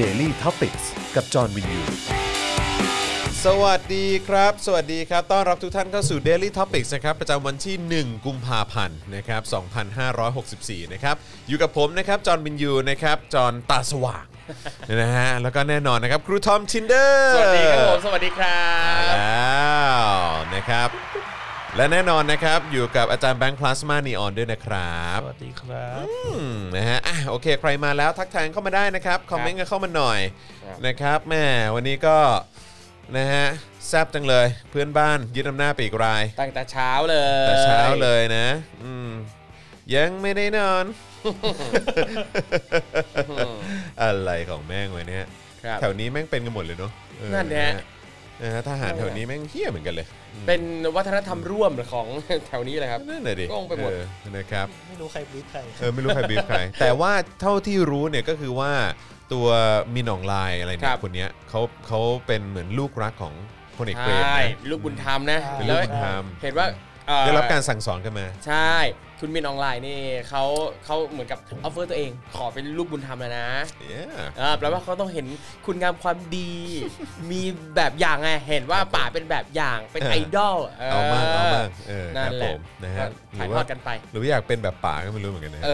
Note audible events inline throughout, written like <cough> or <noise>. Daily t o p i c กกับจอห์นวินยู สวัสดีครับ สวัสดีครับ ต้อนรับทุกท่านเข้าสู่ Daily Topics นะครับ ประจำวันที่ 1 กุมภาพันธ์นะครับ2564 นะครับ อยู่กับผมนะครับ จอห์นบินยู นะครับ จอห์นตาสว่าง นะฮะ แล้วก็แน่นอนนะครับ ครูทอมชินเดอร์ สวัสดีครับผม สวัสดีครั มา บ แล้วนะครับ และแน่นอนนะครับ อยู่กับอาจารย์แบงค์พลาสมานีออนด้วยนะครับ สวัสดีครับ อืมนะฮะอ่ะโอเค ใครมาแล้วทักทายเข้ามาได้นะครับ คอมเมนต์กันเข้ามาหน่อย ครับ นะครับแหม่วันนี้ก็นะฮะแซบจังเลย เพื่อนบ้านยึดอำนาจไปอีกราย ตั้งแต่เช้าเลย แต่เช้าเลยนะอืมยังไม่ได้นอน <laughs> <laughs> อะไรของแม่งวะเนี่ย ครับ แถวนี้แม่งเป็นกันหมดเลยเนาะเออ นั่นแหละ นะฮะทหารแถวนี้แม่งเฮี้ยเหมือนกันเลย เป็นวัฒนธรรมร่วมของ <laughs> แถวนี้เลยครับ นั่นแหละดิ งงไปหมด เออนะครับ ไม่รู้ใครบรีบใคร เออไม่รู้ใครบีบใคร <laughs> แต่ว่าเท่าที่รู้เนี่ยก็คือว่าตัวมีหนองลายอะไรเนี่ คยรับ คนเนี้ยเขาเขาเป็นเหมือนลูกรักของพลเอกเปรม ใช่ นะ ลูกบุญธรรมนะ เป็น แล้ ลู ว กบุญธรรม เห็นว่าเอ่อ ได้รับการสั่งสอนกันมา ใช่คุณมินออนไลน์นี่เขาเขาเหมือนกับออฟเฟอร์ตัวเอง ขอเป็นลูกบุญธรรมแล้วนะ Yeah อ่าแปลว่าเขาต้องเห็นคุณงามความดี <laughs> มีแบบอย่างไงเห็นว่าป่าเป็นแบบอย่างเป็น เออ ไอดอล เอามากเอามากเออค นั่ รับผนแหละ มนะฮะห ถ่า รือยทอ ว่า ดกันไป หรือว่าอยากเป็นแบบป่าก็ไม่รู้เหมือนกันนะ เอ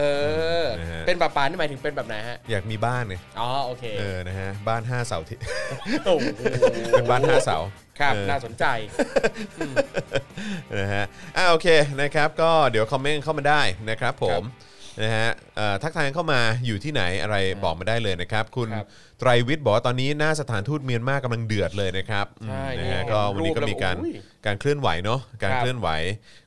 อ นะฮะ เป็นป่าป่านี่หมายถึงเป็นแบบไหนฮะ อยากมีบ้านเนี่ย อ๋อ โอเค เออนะฮะบ้านห้าเสาที่ โอ้โห เป็นบ้านห้าเสา ครับ เออ น่าสนใจ นะฮะ อ่าโอเคนะครับ ก็เดี๋ยวคอมเมนต์เข้ามาได้นะครับผมนะฮะเอ่อทักทายเข้ามาอยู่ที่ไหนอะไรบอกมาได้เลยนะครับ คุณ ครับ ไตรวิทย์บอกว่าตอนนี้หน้าสถานทูตเมียนมากำลังเดือดเลยนะครับ ใช่ อืม นี่ นะฮะก็วันนี้ก็มีการ รูปแล้วโอ้ย การเคลื่อนไหวเนาะการ ครับ เคลื่อนไหว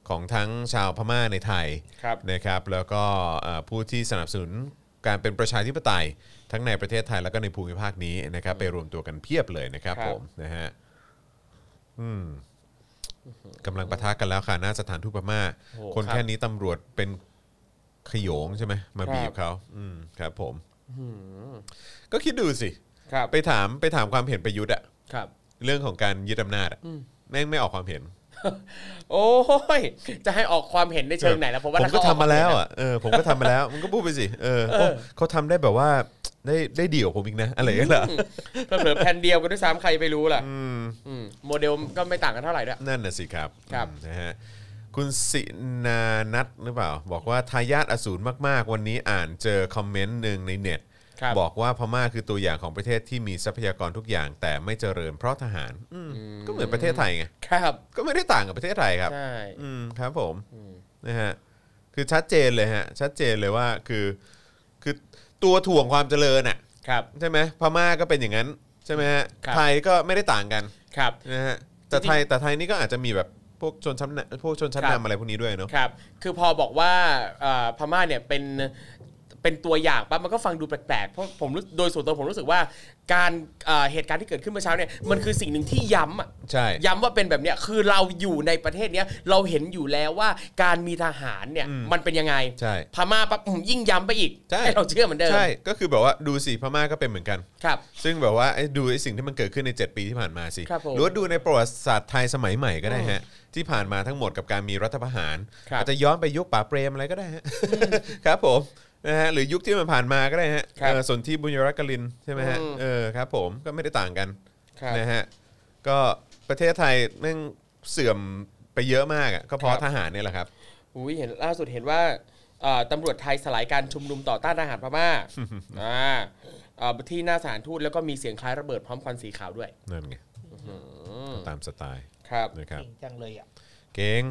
ของทั้งชาวพม่าในไทย ครับ นะครับแล้วก็เอ่อผู้ที่สนับสนุนการเป็นประชาธิปไตย ทั้งในประเทศไทยแล้วก็ในภูมิภาคนี้นะครับ ไปรวมตัวกันเพียบเลยนะครับ ครับ ผมนะฮะอืมกำลังประทะกันแล้วค่ะหน้าสถานทูตพม่าคนแค่นี้ตำรวจเป็นขโยงใช่ไหมมาบีบเขาอืมครับผม ก็คิดดูสิ ครับ ไปถามไปถามความเห็นประยุทธ์อะ ครับ เรื่องของการยึดอำนาจอะแม่งไม่ออกความเห็น โอ้ย จะให้ออกความเห็นในเชิงไหนแล้วผมว่า ผมก็ ถ้เข ทำ ออ มาแล้ว ควเห็น อ่ะเออผมก็ทำมาแล้ว <laughs> มันก็พูดไปสิเออ เออ โอ้เขาทำได้แบบว่าได้ได้ดีกว่าผมอีกนะ อะไรกันล่ะ เผลอๆแผ่นเดียวกันด้วยซ้ำใครไปรู้ล่ะอืมโมเดลก็ไม่ต่างกันเท่าไหร่ด้วย นั่นน่ะสิครับ ครับ อืมนะฮะคุณสินานัทหรือเปล่า บอกว่าทายาทอสูรมากๆ วันนี้อ่านเจอคอมเมนต์หนึ่งในเน็ต ครับ บอกว่าพม่าคือตัวอย่างของประเทศที่มีทรัพยากรทุกอย่าง แต่ไม่เจริญเพราะทหารอืมก็เหมือนประเทศไทยไง ครับ ก็ไม่ได้ต่างกับประเทศไทยครับ ใช่ อืมครับผม อืม นะฮะคือชัดเจนเลยฮะชัดเจนเลยว่าคือคือตัวถ่วงความเจริญอ่ะ ครับ ใช่ไหมพม่าก็เป็นอย่างนั้นใช่ไหมฮะ ครับ ไทยก็ไม่ได้ต่างกัน ครับ นะฮะแต่ จริงๆ ไทยแต่ไทยนี่ก็อาจจะมีแบบพวกชนชั้นนพวกชนชั้น ครับ นำอะไรพวกนี้ด้วยเนาะ ครับ คือพอบอกว่าเอ่อพม่าเนี่ยเป็นเป็นตัวอย่างปั๊บมันก็ฟังดูแปลกๆ เพราะผมรู้โดยส่วนตัวผมรู้สึกว่าการเอ่อเหตุการณ์ที่เกิดขึ้นเมื่อเช้าเนี่ยมันคือสิ่งหนึ่งที่ย้ำอะ ใช่ ย้ำว่าเป็นแบบเนี้ยคือเราอยู่ในประเทศเนี้ยเราเห็นอยู่แล้วว่าการมีทหารเนี่ย อืม มันเป็นยังไง ใช่ พม่าปั๊บอืมยิ่งย้ำไปอีก ใช่ ห้เราเชื่อเหมือนเดิม ใช่ก็คือแบบว่าดูสิพม่าก็เป็นเหมือนกัน ครับ ซึ่งแบบว่าไอ้ดูไอ้สิ่งที่มันเกิดขึ้นใน 7 ปีที่ผ่านมาสิ ครับผม หรือว่าดูในประวัติศาสตร์ไทยสมัยใหม่ก็ได้ฮะที่ผ่านมาทั้งหมดกับการมีรัฐประหาร ครับ อาจจะย้อนไปยุคป่าเปรมอะไรก็ได้ฮะ ครับผมนะฮะหรือยุคที่มันผ่านมาก็ได้ฮะ ครับ เออสนที่บุญยรักกลินใช่ไหมฮะ อืม เออครับผมก็ไม่ได้ต่างกัน ครับ นะฮะก็ประเทศไทยแม่งเสื่อมไปเยอะมากอะก็เพ ครั ราะ บ ทหารเนี่ยแหละครับ อุ้ยเห็นล่าสุดเห็นว่าเอ่อตำรวจไทยสลายการชุมนุมต่อต้านทหารพม่าอ่าเอ่อที่หน้าสถานทูตแล้วก็มีเสียงคล้ายระเบิดพร้อมควันสีขาวด้วย นั่นไงตามสไตล์ ครับ นะครับ เก่งจังเลยอ่ะ เก่ง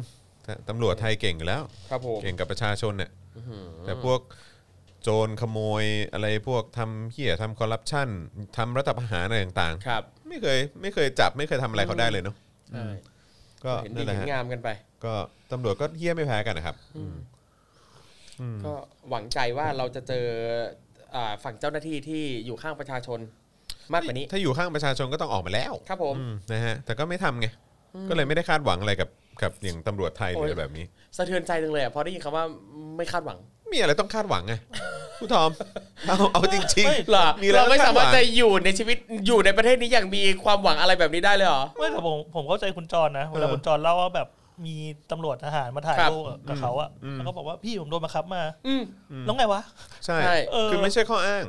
ตตำรวจไทยเก่งอยู่แล้ว ครับผม เก่งกับประชาชนเนี่ยแต่พวกโจรขโมยอะไรพวกทำเหี้ยทำคอร์รัปชันทำรัฐประหารอะไรต่าง ครับ ๆ ไม่เคยไม่เคยจับไม่เคยทำอะไรเขาได้เลยเนาะ ใช่ ก็ เห็นดี นั่นแห เห็ ละ น ฮะ งามกันไป ก็ตำรวจก็เหี้ยไม่แพ้กันนะครับ ก็หวังใจว่าเราจะเจออ่าฝั่งเจ้าหน้าที่ที่อยู่ข้างประชาชนมากกว่านี้ ถ้าอยู่ข้างประชาชนก็ต้องออกมาแล้ว ครับผม อืมนะฮะแต่ก็ไม่ทำไง ก็เลยไม่ได้คาดหวังอะไรกับกับอย่างตำรวจไทยหรืออะไรแบบนี้ สะเทือนใจจังเลยอ่ะพอได้ยินคำว่าไม่คาดหวัง มีอะไรต้องคาดหวังไงคุณทอม เอาเอาจริง ไม่ ๆ เหรอ อะ เราไม่ ต้องคดสาห มาวัรถ ง จะอยู่ในชีวิตอยู่ในประเทศนี้อย่างมีความหวังอะไรแบบนี้ได้เลยเหรอ ไม่แต่ผมผมเข้าใจคุณจรนะเวลาคุณจรเล่าว่าแบบมีตำรวจทหารมาถ่าย ครับ รูปกับเขาอ่ะแล้วก็บอกว่าพี่ผมโดนบังคับมา อืม แล้วไงวะ ใช่ ใช่ เออ คือไม่ใช่ข้ออ้าง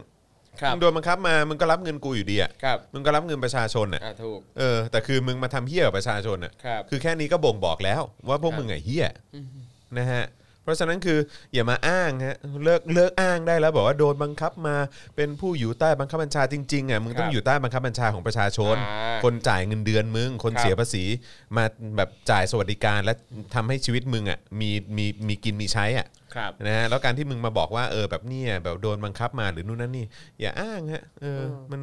ครับ มึงโดนบังคับมามึงก็รับเงินกูอยู่ดีอ่ะ ครับ มึงก็รับเงินประชาชนอ่ะ อ่าถูก เออแต่คือมึงมาทำเฮี้ยกับประชาชนอ่ะ ครับ คือแค่นี้ก็บ่งบอกแล้วว่าพวก ครับ มึงไงเฮี้ยนะฮะเพราะฉะนั้นคืออย่ามาอ้างฮะเลิกเลิกอ้างได้แล้วบอกว่าโดนบังคับมาเป็นผู้อยู่ใต้บังคับบัญชาจริงๆอ่ะมึงต้องอยู่ใต้บังคับบัญชาของประชาชน อ่า คนจ่ายเงินเดือนมึง คน ครับ เสียภาษีมาแบบจ่ายสวัสดิการและทำให้ชีวิตมึงอ่ะมีมีมีกินมีใช้อ่ะ ครับ นะฮะแล้วการที่มึงมาบอกว่าเออแบบเนี้ยแบบโดนบังคับมาหรือนู่นนั่นนี่ อย่าอ้างฮะเออมัน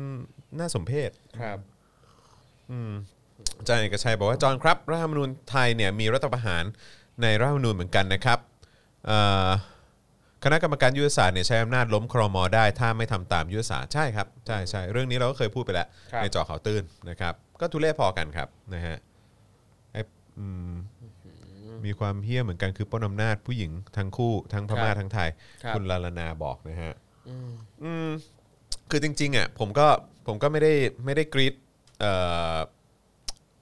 น่าสมเพช ครับ อาจารย์เอกชัยบอกว่าจอห์นครับรัฐธรรมนูญไทยเนี่ยมีรัฐประหารในรัฐธรรมนูญเหมือนกันนะครับเอ่อคณะกรรมการยุทธศาสตร์เนี่ยใช้อำนาจล้มครมอได้ ถ้าไม่ทำตามยุทธศาสตร์ใช่ครับใช่ใช่เรื่องนี้เราก็เคยพูดไปแล้ว ครับ ในเจอข่าวตื้นนะครับ ก็ทุเล่พอกันครับนะฮะไอ้อืมมีความเฮี้ยเหมือนกันคือปล้นอำนาจผู้หญิงทั้งคู่ทั้งพม่า ครับ ทั้งไทย ครับ ณลาลานาบอกนะฮะ อืม อืมคือจริงๆอ่ะผมก็ผมก็ไม่ได้ไม่ได้กรีดเอ่อ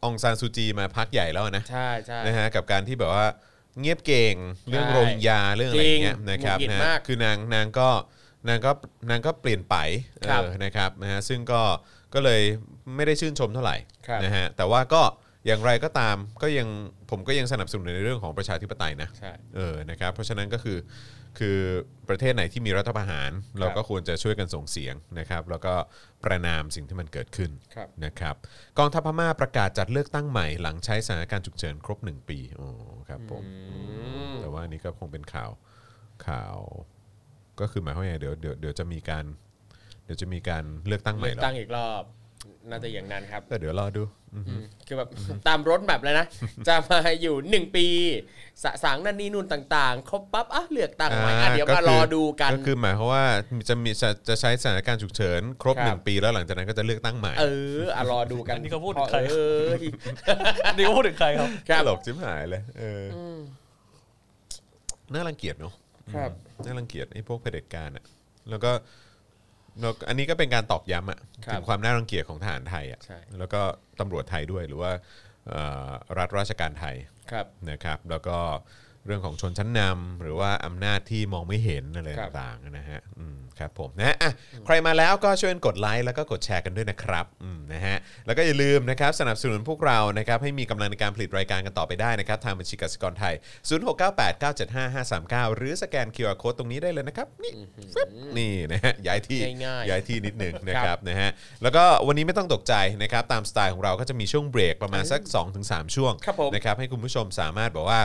องซานซูจีมาพักใหญ่แล้วนะ ใช่ใช่ นะฮะกับการที่แบบว่าเงียบเก่งเรื่อง ใช่ โรงยาเรื่องอะไรอย่างเงี้ย จริง นะครับ หงุดหงินะดมาก คือนางนางก็นางก็นางก็เปลี่ยนไปเอ ครับ อนะครับนะฮะซึ่งก็ก็เลยไม่ได้ชื่นชมเท่าไหร่ ครับ นะฮะแต่ว่าก็อย่างไรก็ตามก็ยังผมก็ยังสนับสนุนในเรื่องของประชาธิปไตยนะ ใช่ เออ นะครับ เพราะฉะนั้นก็คือคือประเทศไหนที่มีรัฐประหาร เราก็ควรจะช่วยกันส่งเสียงนะครับ แล้วก็ประนามสิ่งที่มันเกิดขึ้น ครับ นะครับกองทัพพม่าประกาศจัดเลือกตั้งใหม่หลังใช้สถานการณ์ฉุกเฉินครบ 1 ปีโอ้ครับผม แต่ว่าอันนี้ก็คงเป็นข่าวข่าว ก็คือหมายความว่าไงเดี๋ยวเดี๋ยวเดี๋ยวจะมีการ เดี๋ยวจะมีการเลือกตั้งใหม่ เลือก แล้ว ตั้งอีกรอบ น่าจะอย่างนั้นครับ แต่เดี๋ยวรอดูอืม คือแบบตามรถแบบ <laughs> เลยนะ จะมาอยู่หนึ่งปีสะสางนั่นนี่นู่นต่างๆ ครบปั๊บอ่ะเลือกตั้งใหม่อ่ะเดี๋ยว ก็ มา คือ รอดูกัน ก็คือหมายความว่าจะมีจะจะใช้สถานการณ์ฉุกเฉินครบ ครับ หนึ่งปีแล้วหลังจากนั้นก็จะเลือกตั้งใหม่ เอออ่ะรอดูกัน อันนี้ก็พูดถึงใคร เออ นี่ก็พูดถึงใครครับ ครับ ตลกจิ้มหายเลยเอออน่ารังเกียจเนาะ ครับ อืมน่ารังเกียจไอ้พวกเผด็จการอ่ะแล้วก็แล้วก็อันนี้ก็เป็นการตอกย้ำอะ ครับ ถึงความน่ารังเกียจของทหารไทยอ่ะ ใช่ แล้วก็ตำรวจไทยด้วยหรือว่าเอ่อรัฐราชการไทย ครับ นะครับแล้วก็เรื่องของชนชั้นนำหรือว่าอำนาจที่มองไม่เห็นอะไร ครับ ต่างๆนะฮะอืมครับผมนะอ่ะใครมาแล้วก็ช่วยกดไลค์แล้วก็กดแชร์กันด้วยนะครับอืมนะฮะแล้วก็อย่าลืมนะครับสนับสนุนพวกเรานะครับให้มีกำลังในการผลิตรายการกันต่อไปได้นะครับทางบัญชีกสิกรไทย 0698975539 หรือสแกน QR Code ตรงนี้ได้เลยนะครับนี่ฟึบนี่นะฮะย้ายที่ ง่ายๆ ย้ายที่นิดหนึ่งนะครับ ครับนะฮะแล้วก็วันนี้ไม่ต้องตกใจนะครับตามสไตล์ของเราก็จะมีช่วงเบรกประมาณสัก 2-3 ช่วง ครับผม นะครับให้คุณผู้ชมสามารถบอกว่า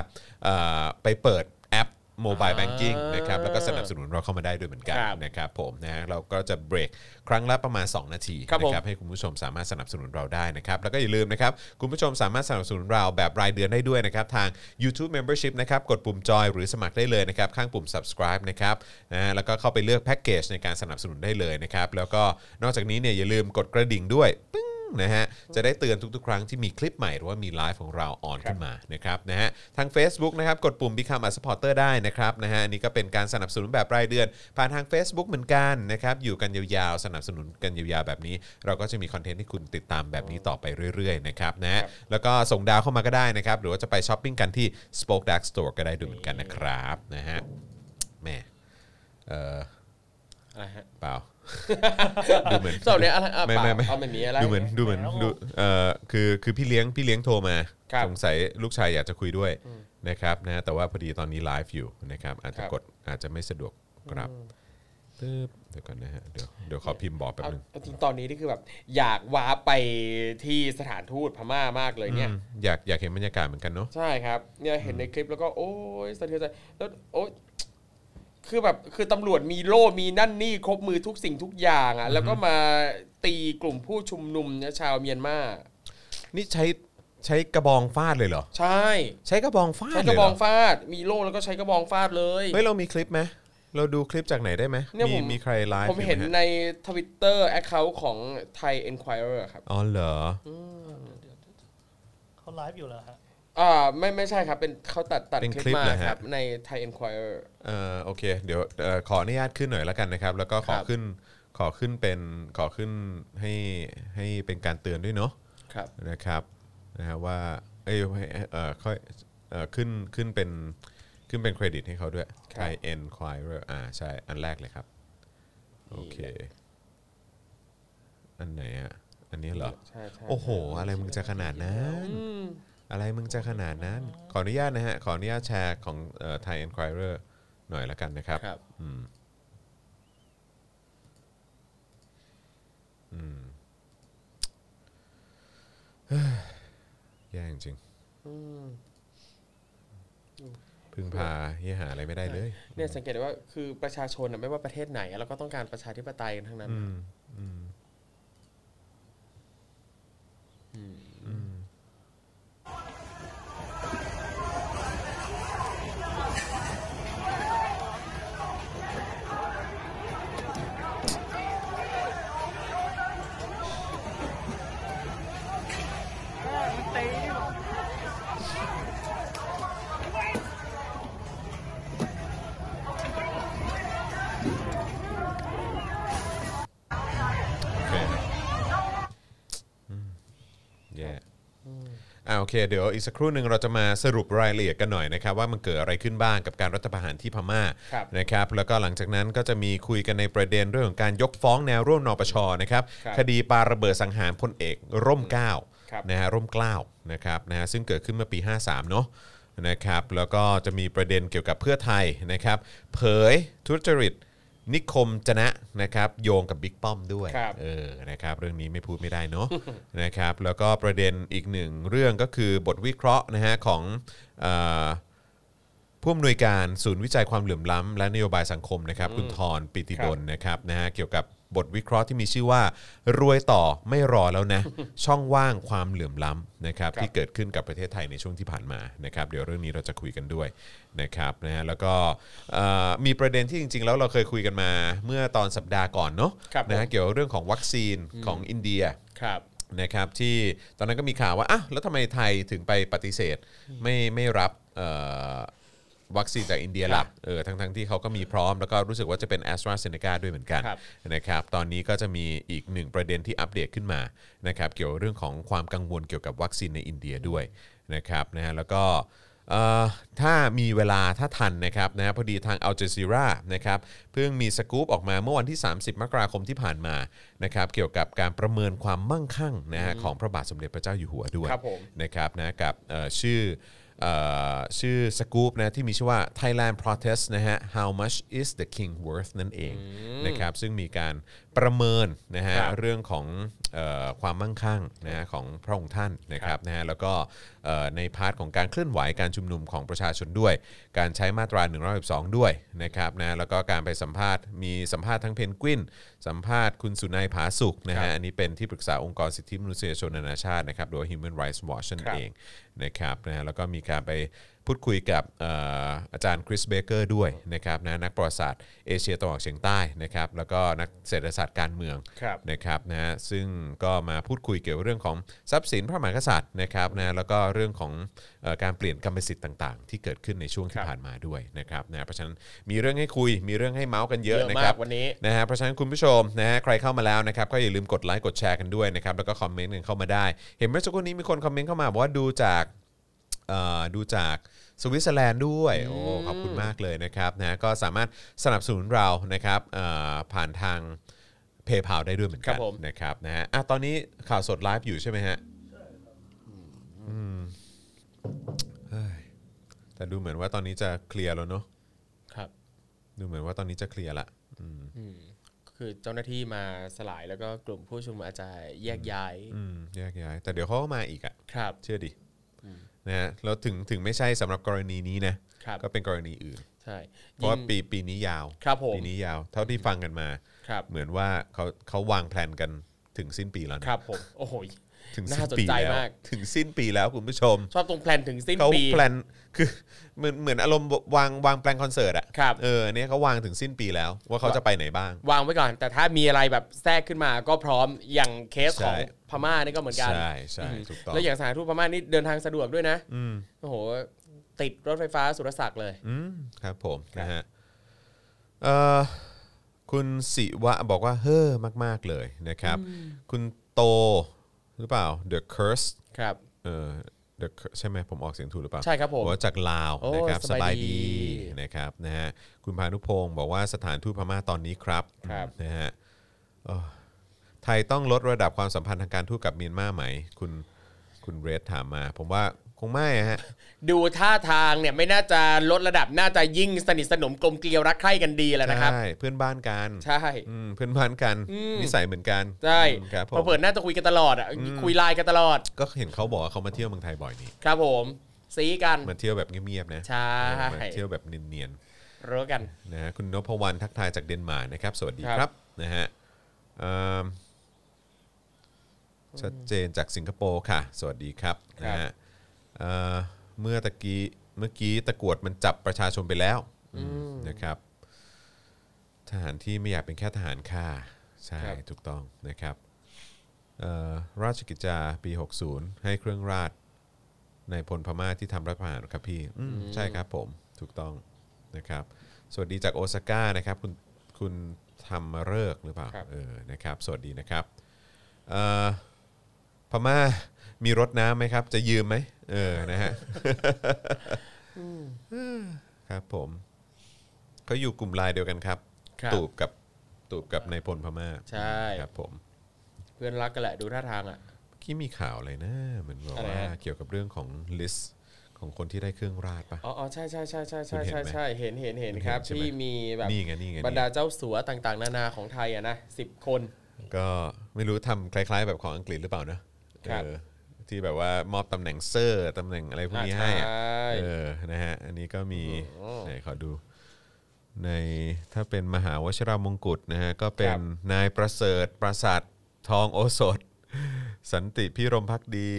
เอ่อไปเปิดแอปโมบายแบงกิ้ง อ่าน นะครับแล้วก็สนับสนุนเราเข้ามาได้ด้วยเหมือนกัน ครับ นะครับผมนะฮะเราก็จะเบรกครั้งละประมาณ 2 นาที ครับผม นะให้คุณผู้ชมสามารถสนับสนุนเราได้นะครับแล้วก็อย่าลืมนะครับคุณผู้ชมสามารถสนับสนุนเราแบบรายเดือนได้ด้วยนะครับทาง YouTube Membership นะครับกดปุ่มจอยหรือสมัครได้เลยนะครับข้างปุ่ม subscribe นะครับนะฮะแล้วก็เข้าไปเลือกแพ็กเกจในการสนับสนุนได้เลยนะครับแล้วก็นอกจากนี้เนี่ยอย่าลืมกดกระดิ่งด้วยปึ้ง นะฮะจะได้เตือนทุกๆ ครั้งที่มีคลิปใหม่หรือว่ามีไลฟ์ของเราออนขึ้นมานะครับนะฮะทาง Facebook นะครับกดปุ่ม Become a supporter ได้นะครับนะฮะอันนี่ก็เป็นการสนับสนุนแบบรายเดือน ผ่านทาง Facebook เหมือนกันนะครับอยู่กันยาวๆ สนับสนุนกันยาวๆ แบบนี้ เราก็จะมีคอนเทนต์ที่คุณติดตามแบบนี้ต่อไปเรื่อยๆนะครับนะฮะแล้วก็ส่งดาวเข้ามาก็ได้นะครับหรือว่าจะไปช้อปปิ้งกันที่ Spoke Dark Store ก็ได้ด้วยเหมือนกันนะครับนะฮะแหม่เออ อะไรฮะ เป <laughs> ล่า ดูเหมือน สอบเนี้ยอะไรอ่ะ ไม่ เปล่า ไม่ไม่ เอาไม่มีอะไร ดูเหมือนดูเหมือน แล้ว ดูเอ่อคือคือพี่เลี้ยงพี่เลี้ยงโทรมา ครับ สงสัยลูกชายอยากจะคุยด้วยนะครับนะแต่ว่าพอดีตอนนี้ไลฟ์อยู่นะครับอาจจะกดอาจจะไม่สะดวกครับตึ๊บเดี๋ยวก่อนนะฮะเดี๋ยวเดี๋ยวขอพิมพ์บอกแป๊บ เอา นึง เอาจริงตอนนี้นี่คือแบบอยากว้าร์ปไปที่สถานทูตพม่ามากเลยเนี่ย อืมอยากอยากเห็นบรรยากาศเหมือนกันเนาะ ใช่ครับ เนี่ยเห็นในคลิปแล้วก็โอ้ยสะเทือนใจแล้วโอ้ยคือแบบคือตำรวจมีโล่มีนั่นนี่ครบมือทุกสิ่งทุกอย่างอ่ะ แล้วก็มาตีกลุ่มผู้ชุมนุมเนี่ยชาวเมียนมา นี่ใช้ใช้กระบองฟาดเลยเหรอ ใช่ ใช้กระบองฟาด ใช้ เลย กระบอง เห ฟาด มีโล่แล้วก็ใช้กระบองฟาดเลย เฮ้ยเรามีคลิปไหมเราดูคลิปจากไหนได้ไหม เนี่ย มี ผม มีใครไลฟ์ ผม อยู่ เห็น ไมฮะ ในทวิตเตอร์แอคเคาท์ของไทย Enquirer ครับ อ๋อเหรอ เขาไลฟ์อยู่เหรอฮะ อ่าไม่ไม่ใช่ครับ เป็นเขาตัดตัดคลิปมาครับ ในไทย Enquirer เอ่อโอเค เดี๋ยวเอ่อขออนุญาตขึ้นหน่อยละกันนะครับ แล้วก็ขอ ครับ ขึ้นขอขึ้นเป็นขอขึ้นให้ให้เป็นการเตือนด้วยเนาะ ครับ นะครับนะฮะว่าเอ้ยให้เอ่อค่อยเอ่อขึ้นขึ้นเป็นขึ้นเป็นเครดิตให้เขาด้วย ครับ Thai Enquirer อ่าใช่ อันแรกเลยครับ โอเค อันไหนอะอันนี้เหรอ ใช่ใช่ โอ้โห อะไรมึงจะขนาดนั้น อืม อะไรมึงจะขนาดนั้น ขออนุญาตนะฮะ ขออนุญาตแชร์ของไทยเอ็นคว i เ e อร์หน่อยละกันนะครับ ครับ อืมอืมเฮ้ยแย่จริง อืม ๆพึ่งพาเฮียหาอะไรไม่ได้เลย เนี่ยสังเกตได้ว่าคือประชาชนอะไม่ว่าประเทศไหนอะเราก็ต้องการประชาธิปไตยกันทั้งนั้น อืมอืมอืมโอเคครับอืมแย่อ่าโอเค เดี๋ยวอีกสักครู่หนึ่งเราจะมาสรุปรายละเอียดกันหน่อยนะครับ ว่ามันเกิดอะไรขึ้นบ้างกับการรัฐประหารที่พม่า ครับ นะครับ แล้วก็หลังจากนั้นก็จะมีคุยกันในประเด็นเรื่องของการยกฟ้องแนวร่วมนปชนะครับ ครับ คดีปาระเบิดสังหารพลเอกร่มเกล้า ครับ นะฮะร่มเกล้านะครับนะฮะซึ่งเกิดขึ้นเมื่อปี 53 เนาะนะครับ แล้วก็จะมีประเด็นเกี่ยวกับเพื่อไทยนะครับ เผยทุจริตนิคมจนะนะครับโยงกับบิ๊กป้อมด้วย ครับ เออ นะครับ เรื่องนี้ไม่พูดไม่ได้เนาะ <laughs> นะครับ แล้วก็ประเด็นอีกหนึ่งเรื่องก็คือบทวิเคราะห์นะฮะของเอ่อผู้อำนวยการศูนย์วิจัยความเหลื่อมล้ำและนโยบายสังคมนะครับ คุณทรปิติดลนะครับนะฮะเกี่ยวกับบทวิเคราะห์ที่มีชื่อว่ารวยต่อไม่รอแล้ว <laughs> นะ ช่องว่างความเหลื่อมล้ำนะครับ ครับ ที่เกิดขึ้นกับประเทศไทยในช่วงที่ผ่านมานะครับ เดี๋ยวเรื่องนี้เราจะคุยกันด้วยนะครับนะฮะแล้วก็เอ่อมีประเด็นที่จริง ๆ แล้วเราเคยคุยกันมาเมื่อตอนสัปดาห์ก่อนเนาะ ครับผม นะฮะเกี่ยวกับเรื่องของวัคซีนของอินเดีย ครับ นะครับที่ตอนนั้นก็มีข่าวว่าอ่ะแล้วทำไมไทยถึงไปปฏิเสธไม่ไม่รับเอ่อวัคซีนจากอินเดียล่ะเออทั้งทั้งที่เขาก็มีพร้อมแล้วก็รู้สึกว่าจะเป็น a s t r a z เซ e c a ด้วยเหมือนกัน ครับ นะครับตอนนี้ก็จะมีอีกหนึ่งประเด็นที่อัปเดตขึ้นมานะครับเกี่ยวกับเรื่องของความกังวลเกี่ยวกับวัคซีนในอินเดียด้วยนะครับนะฮะแล้วก็ เอ่อถ้ามีเวลาถ้าทันนะครับนะฮะพอดีทางอัลเจซีรานะครับเพิ่งมีสกู๊ปออกมาเมื่อวันที่ 30 มกราคมที่ผ่านมานะครับเกี่ยวกับการประเมินความมั่งคั่งนะฮะของพระบาทสมเด็จพระเจ้าอยู่หัวด้วย ครับผม นะครับนะกับเอ่อชื่อเอ่อชื่อสกู๊ปนะที่มีชื่อว่า Thailand Protest นะฮะ How much is the king worth นั่นเองนะครับซึ่งมีการประเมินนะฮะ ครับ เรื่องของเออความมั่งคั่งนะฮะของพระองค์ท่านนะครับ นะครับนะฮะแล้วก็เอ่อในพาร์ทของการเคลื่อนไหวการชุมนุมของประชาชนด้วย การใช้มาตรา1นึด้วยนะครับนะแล้วก็การไปสัมภาษณ์มีสัมภาษณ์ทั้งเพนกวิน สัมภาษณ์คุณสุนัยผาสุกนะ ครั ฮะ บ อันนี้เป็นที่ปรึกษาองค์กรสิทธิมนุษยชนนานาชาตินะครับโดย Human Rights Watch นั่น ครับ เองนะครับนะฮะแล้วก็มีการไปพูดคุยกับเอ่ออาจารย์คริสเบเกอร์ด้วยนะครับนะนักประวัติศาสตร์เอเชียตะวันออกเฉียงใต้นะครับแล้วก็นักเศรษฐศาสตร์การเมือง ครับ นะครับนะฮะซึ่งก็มาพูดคุยเกี่ยวกับเรื่องของทรัพย์สินพระมหากษัตริย์นะครับนะแล้วก็เรื่องของเอ่อการเปลี่ยนกรรมสิทธิ์ต่างๆ ที่เกิดขึ้นในช่วงที่ ครับ ผ่านมาด้วยนะครับนะเพราะฉะนั้นมีเรื่องให้คุยมีเรื่องให้เมาส์กันเยอะ เยอะ นะครับ มากวันนี้ นะฮะเพราะฉะนั้นคุณผู้ชมนะฮะใครเข้ามาแล้วนะครับก็อย่าลืมกดไลค์กดแชร์กันด้วยนะครับแล้วก็คอมเมนต์กันเข้ามาได้ เห็นเมื่อสักครู่นี้มีคนคอมเมนต์เข้ามาบอกว่าดูจากเอ่อดูจากสวิตเซอร์แลนด์ด้วยโอ้ขอบคุณมากเลยนะครับนะก็สามารถสนับสนุนเรานะครับเอ่อผ่านทาง เพย์พาได้ด้วยเหมือน ครั กัน บผม นะครับนะฮะอ่ะตอนนี้ข่าวสดไลฟ์อยู่ใช่ไหมฮะอืมเฮ้ยแต่ดูเหมือนว่าตอนนี้จะเคลียร์แล้วเนาะ ครับ ดูเหมือนว่าตอนนี้จะเคลียร์ละ อืมคือเจ้าหน้าที่มาสลายแล้วก็กลุ่มผู้ชุมนุมอาจจะแยกย้าย อืมแยกย้ายแต่เดี๋ยวเขาก็มาอีกอะ ครับ เชื่อดินะฮะแล้วถึงถึงไม่ใช่สำหรับกรณีนี้นะครับ ก็เป็นกรณีอื่น ใช่ เพราะว่า ยิ่ง ปีปีนี้ยาว ครับผม ปีนี้ยาว เท่าที่ฟังกันมา ครับ เหมือนว่าเขาเขาวางแผนกันถึงสิ้นปีแล้วนะครับ ผม โอ้โห ถึง น่า สิ้น สน ปี ใจ แล้ว มาก ถึงสิ้นปีแล้วคุณผู้ชม ชอบตรงแพลนถึงสิ้น เขา ปี แพลนคือเหมือนเหมือนอารมณ์วางวางแปลนคอนเสิร์ตอะ ครับ เออเนี่ยเขาวางถึงสิ้นปีแล้ว ว่าเขาจะไปไหนบ้าง วางไว้ก่อน แต่ถ้ามีอะไรแบบแทรกขึ้นมาก็พร้อมอย่างเคสของ ใช่ พม่านี่ก็เหมือนกัน ใช่ใช่ถูกต้อง แล้วอย่างสถานทูตพม่านี่เดินทางสะดวกด้วยนะ อืม โอ้โห ติดรถไฟฟ้าสุรศักดิ์เลย อืมครับผมนะฮะเอ่อคุณสิวะบอกว่าเฮ้อมาก ๆ เลยนะครับ คุณโตหรือเปล่า The Curse ครับ เออ The Curse ใช่ไหมผมออกเสียงถูกหรือเปล่า ใช่ครับผม ว่าจากลาว โอ้ นะครับส ส บา บาย ยดี ดีนะครับนะฮะคุณพานุพงศ์บอกว่าสถานทูตพม่าตอนนี้ครับ ครับ นะฮะเอ่อ ไทยต้องลดระดับความสัมพันธ์ทางการทูตกับเมียนมาไหม คุณคุณเรดถามมา ผมว่าคงไม่ฮะ ดูท่าทางเนี่ยไม่น่าจะลดระดับน่าจะยิ่งสนิทสนมกลมเกลียวรักใคร่กันดีแล้วนะครับ ใช่เพื่อนบ้านกัน ใช่ อืมเพื่อนบ้านกัน อืม นิสัยเหมือนกัน ใช่ อืมครับผ พอ ม เปิดหน้าจะคุยกันตลอดอ่ะคุยไลน์กันตลอด ก็เห็นเขาบอกว่าเขามาเที่ยวเมืองไทยบ่อยนี่ ครับผมซีกัน มาเที่ยวแบบเงียบๆนะ ใช่ เออมาเที่ยวแบบเนียน รู้กัน ๆนะฮะคุณนพวรรณทักทายจากเดนมาร์กนะครับ สวัสดี ครับ ครับนะฮะเอิ่มชัดเจนจากสิงคโปร์ค่ะ สวัสดีครับนะฮะเอ่อเมื่อตะกี้เมื่อกี้ตะกรวดมันจับประชาชนไปแล้วอืมนะครับ ทหารที่ไม่อยากเป็นแค่ทหารค่าใช่ ครับ ถูกต้องนะครับเอ่อราชกิจจาปี 60 ให้เครื่องราชในพลพม่าที่ทำรัฐประหารครับพี่อืมใช่ครับผมถูกต้องนะครับ สวัสดีจากโอซาก้านะครับ คุณคุณทำมาเลิกษ์หรือเปล่า ครับ เออนะครับ สวัสดีนะครับเอ่อพม่ามีรถน้ำไหมครับ จะยืมไหมเออนะฮะ ครับผมเขาอยู่กลุ่มไลน์เดียวกันครับ ครับ ตูบกับตูบกับนายพลพม่า ใช่ ครับผม เพื่อนรักกันแหละดูท่าทางอ่ะ เมื่อกี้มีข่าวอะไรนะเหมือนบอก อะไร ว่า ฮะ เกี่ยวกับเรื่องของลิสต์ของคนที่ได้เครื่องราชปะ อ๋ออ๋อใช่ใช่ใช่ใช่ใช่ คุณเห็น ใช่ ไหม ใช่เห็นเห็นเห็น คุณเห็น ครับ ใช่ไหม ที่มีแบบ นี่ไงนี่ไง บรรดา นี่ เจ้าสัวต่างๆ นานาของไทยอ่ะนะสิบคน ก็ไม่รู้ทำคล้าย ๆ แบบของอังกฤษหรือเปล่านะครับเออที่แบบว่ามอบตำแหน่งเซอร์ตำแหน่งอะไรพวกนี้ อ่า ให้อะ ใช่ เออนะฮะอันนี้ก็มี โอ้โห ไหนขอดู ในถ้าเป็นมหาวชิรามงกุฎนะฮะก็เป็ คน รับ นายประเสริฐปราสาททองโอสถ สันติพิรมพักดี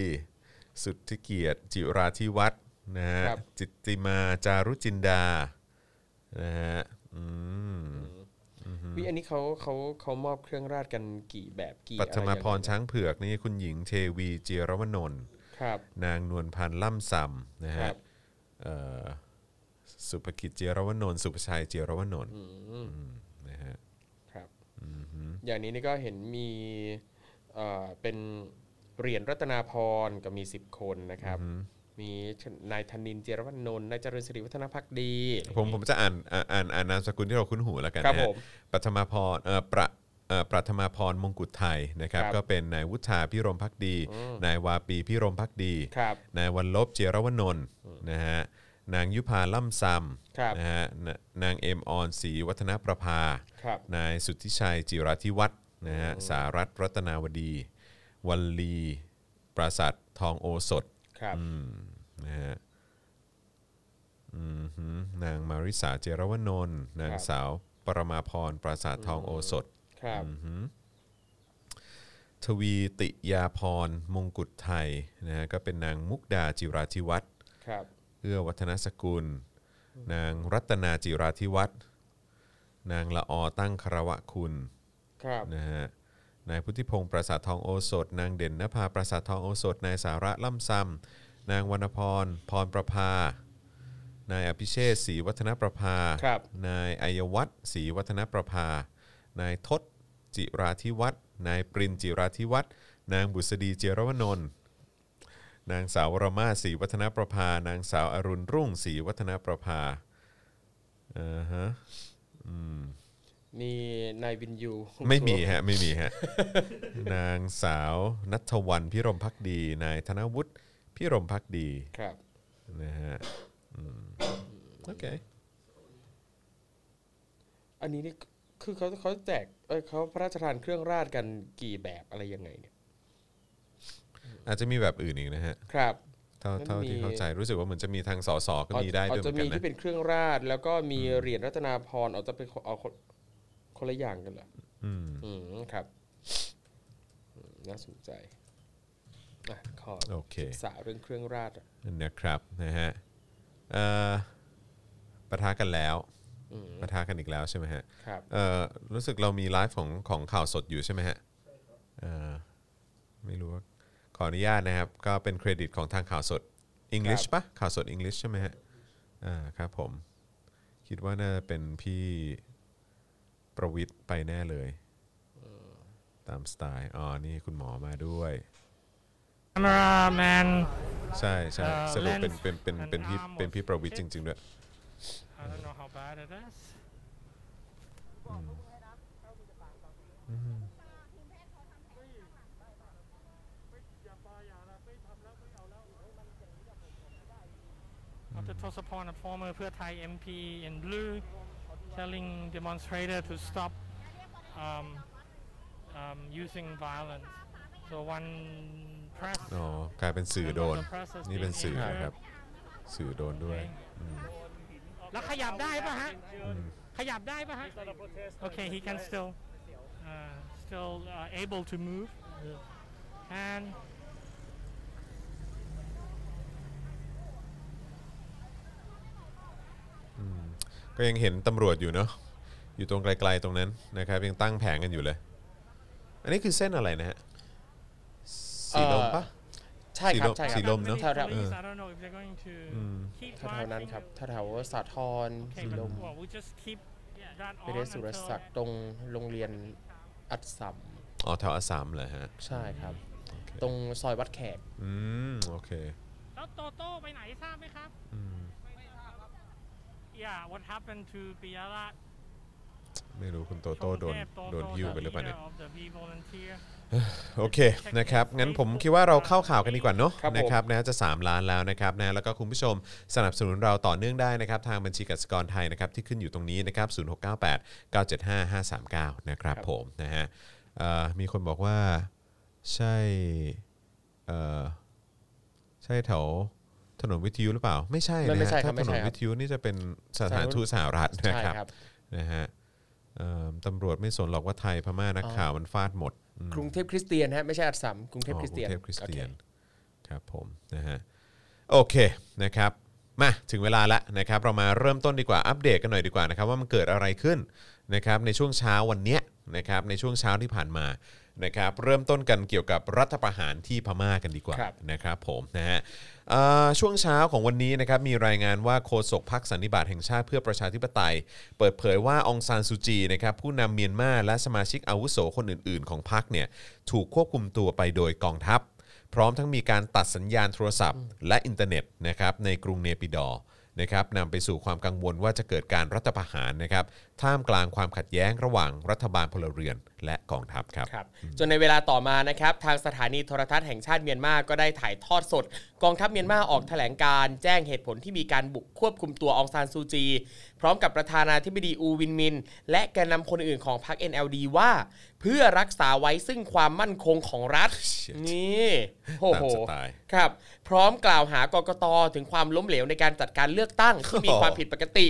สุทธิเกียรติจิราธิวัฒน์นะฮะ ครับ จิตติมาจารุจินดานะฮะอืม วิอันนี้เขาเขาเขามอบเครื่องราชกันกี่แบบกี่ ปั อะไร ทมาพร ยังไง ช้างเผือกนี่คุณหญิงเทวีเจียรวนนท์ ครับ นางนวลพันธ์ล่ำซำนะ ค ฮะ รับ เอ่อสุภกิจเจียรวนนท์สุภชัยเจียรวนนท์อืมนะฮะ ครับอย่างนี้นี่ก็เห็นมีเอ่อเป็นเหรียญรัตนาพรก็มี 10 คนนะครับ มีนายธนินเจยรวันนนท์นายเจริญสิริวัฒนพักดี ผมผมจะอ่านอ่านอ่านอ่านนามสกุลที่เราคุ้นหูแล้วกัน ครับ นะฮะ ผม ปัทมาพรเอ่อประเอ่อประทมาพรมงกุฎไทยนะครับ ครับ ก็เป็นนายวุฒาพิรมพักดี นายวาปีพิรมพักดี ครับ นายวันลบเจยรวนนท์นะฮะนางยุพาล่ำซ ครับ ำนะฮะนะนางเอ็มออนศรีวัฒนประภา ครับ นายสุทธิชัยจิราธิวัฒน์นะฮะสารัตน์รัตนาวดี วัลลี ปราสาททองโอสถ ครับ อืมนะฮะอืมหือนางมาริสาเจยรวนนท์นาง ครับ สาวปรมาพรปราสาททองโอสถ ครับ ทวีติยาพรมงกุฎไทยนะฮะก็เป็นนางมุกดาจิราธิวัฒน์ ครับ เอื้อวัฒนสกุล นางรัตนาจิราธิวัฒน์นางละออตั้งคารวะคุณ ครับ นะฮะนายพุทธิพงศ์ปราสาททองโอสถ นางเด่นนภาปราสาททองโอสถ นายสาระล่ำซำนางวรรณพร พรประภา นายอภิเชษฐ์ศรีวัฒนประภา ครับ นายอัยวัฒน์ศรีวัฒนประภา นายทศจิราธิวัฒน์นายปรินจิราธิวัฒน์นางบุษดีเจยรวนนท์นางสาววรมาศรีวัฒนประภา นางสาวอรุณรุ่งศรีวัฒนประภาอ่าฮะ มีนายวินยู ไม่มีฮะ ไม่มีฮะ <laughs> นางสาวนัทวรรณพิรมพักดี นายธนวุฒิพิรมพักดี ครับ นะฮะอืมโอเค อันนี้นี่คือเขาเขาแจกเอ้ยเขาพระราชทานเครื่องราชกันกี่แบบอะไรยังไงเนี่ย อาจจะมีแบบอื่นอีกนะฮะ ครับ เท่า มันเท่ามีที่เข้าใจรู้สึกว่าเหมือนจะมีทางสสก็มีได้ อาจ ด้วยเหมือจะนกั มี น ที่ นะ เป็นเครื่องราช แล้วก็มีเหรียญรัตนาพรเอาจะเป็นคนเอาคนคนละอย่างกันเหรอ อืม อืมครับอืมน่าสนใจอ่ะขอ โอเค ศึกษาเรื่องเครื่องราชอ่ะ นะครับนะฮะเอ่อปะทะกันแล้ว อืม ปะทะกันอีกแล้วใช่ไหมฮะ ครับ เอ่อรู้สึกเรามีไลฟ์ของของข่าวสดอยู่ใช่ไหมฮะเอ่อไม่รู้ว่าขออนุญาตนะครับ ก็เป็นเครดิตของทางข่าวสด English ปะข่าวสด English ใช่ไหมฮะอ่าครับผม คิดว่าน่าจะเป็นพี่ประวิทย์ไปแน่เลยตามสไตล์อ๋อนี่คุณหมอมาด้วย Cameraman. ใช่ใช่ เอ่อ สรุปเป็นเป็นเป็นเป็นพี่ Lens เป็นพี่ประวิทย์จริง ๆ ด้วย I don't know how bad it is. ทีมแพทย์เขาทำ Dr. Tosapon, a former Pheu Thai MP in blue, telling demonstrator to stop um, um, using violence. So one press. อ๋อกลายเป็นสื่อโดน นี่เป็นสื่อนะครับ สื่อโดนด้วย แล้วขยับได้ปะฮะขยับได้ปะฮะ Okay he can still uh, still uh, able to move and ก็ยังเห็นตำรวจอยู่เนาะอยู่ตรงไกลๆตรงนั้นนะครับ ยังตั้งแผงกันอยู่เลย อันนี้คือเส้นอะไรนะฮะสีลมปะ ใช่ครับ สีลม ใช่ค สี รับ ลม เนอะ แถวๆ แถวๆ I don't know if they're going to keep แถวๆนั้นครับ แถวๆสาทร Okay, สีล but ม well, we just keep that เป on เรศสุร until- ศักดิ์ตรงโรงเรียนอัดสัม อ๋อแถวอาสามเหรอฮะ ใช่ครับ ตรงซอยวัดแขก อืม โอเค แล้วโตโต้ไปไหนทราบไหมครับ อืม Yeah what happened to Piyala ไม่รู้คุณโตโต้โดน โดนหิ้วไปหรือเปล่าเนี่ย โอเคนะครับ งั้นผมคิดว่าเราเข้าข่าวกันดีกว่าเนอะ ครับผม นะครับนะจะ 3 ล้านแล้วนะครับนะแล้วก็คุณผู้ชมสนับสนุนเราต่อเนื่องได้นะครับ ทางบัญชีกสิกรไทยนะครับ ที่ขึ้นอยู่ตรงนี้นะครับ 0698 975 539 นะครับผมนะฮะเอ่อมีคนบอกว่าใช่เอ่อใช่แถวถนนวิทยุหรือเปล่า ไม่ใช่ ไม่ นะ ไม่ ฮะ ใช่ครั ถ้า บไม่ ถนนใช่ครับ วิทยุนี่จะเป็นสถานทูตสหรัฐนะ ใช่ ครับ ครับ นะฮะเอิ่มตำรวจไม่สนหรอกว่าไทยพม่านักข่าวมันฟาดหมด กรุงเทพคริสเตียนฮะไม่ใช่อัดสัมกรุงเทพคริสเตียน อ๋อกรุงเทพคริสเตียน โอเค ครับผมนะฮะโอเคนะครับมาถึงเวลาละนะครับเรามาเริ่มต้นดีกว่าอัปเดตกันหน่อยดีกว่านะครับว่ามันเกิดอะไรขึ้นนะครับในช่วงเช้าวันเนี้ยนะครับในช่วงเช้าที่ผ่านมานะครับเริ่มต้นกันเกี่ยวกับรัฐประหารที่พม่ากันดีกว่า ครับ นะครับผมนะฮะเอ่อช่วงเช้าของวันนี้นะครับมีรายงานว่าโฆษกพักสันนิบาตแห่งชาติเพื่อประชาธิปไตย เปิดเผยว่าองซานซูจีนะครับผู้นำเมียนมาและสมาชิกอาวุโสคนอื่น ๆ ของพักเนี่ยถูกควบคุมตัวไปโดยกองทัพ พร้อมทั้งมีการตัดสัญญาณโทรศัพท์ และอินเทอร์เน็ตนะครับในกรุงเนปิดอร์นะครับนำไปสู่ความกังวลว่าจะเกิดการรัฐประหารนะครับท่ามกลางความขัดแย้งระหว่างรัฐบาลพลเรือนและกองทัพครับ ครับจนในเวลาต่อมานะครับทางสถานีโทรทัศน์แห่งชาติเมียนมาก็ได้ถ่ายทอดสด กองทัพเมียนมาออกแถลงการแจ้งเหตุผลที่มีการบุกควบคุมตัวองซานซูจี พร้อมกับประธานาธิบดีอูวินมิน และแกนนำคนอื่นของพรรค NLD ว่า เพื่อรักษาไว้ซึ่งความมั่นคงของรัฐ Shit นี่โอ้โห ตามสไตล์ ครับพร้อมกล่าวหากกตถึงความล้มเหลวในการจัดการเลือก <laughs> ตั้งที่มีความผิดปกติ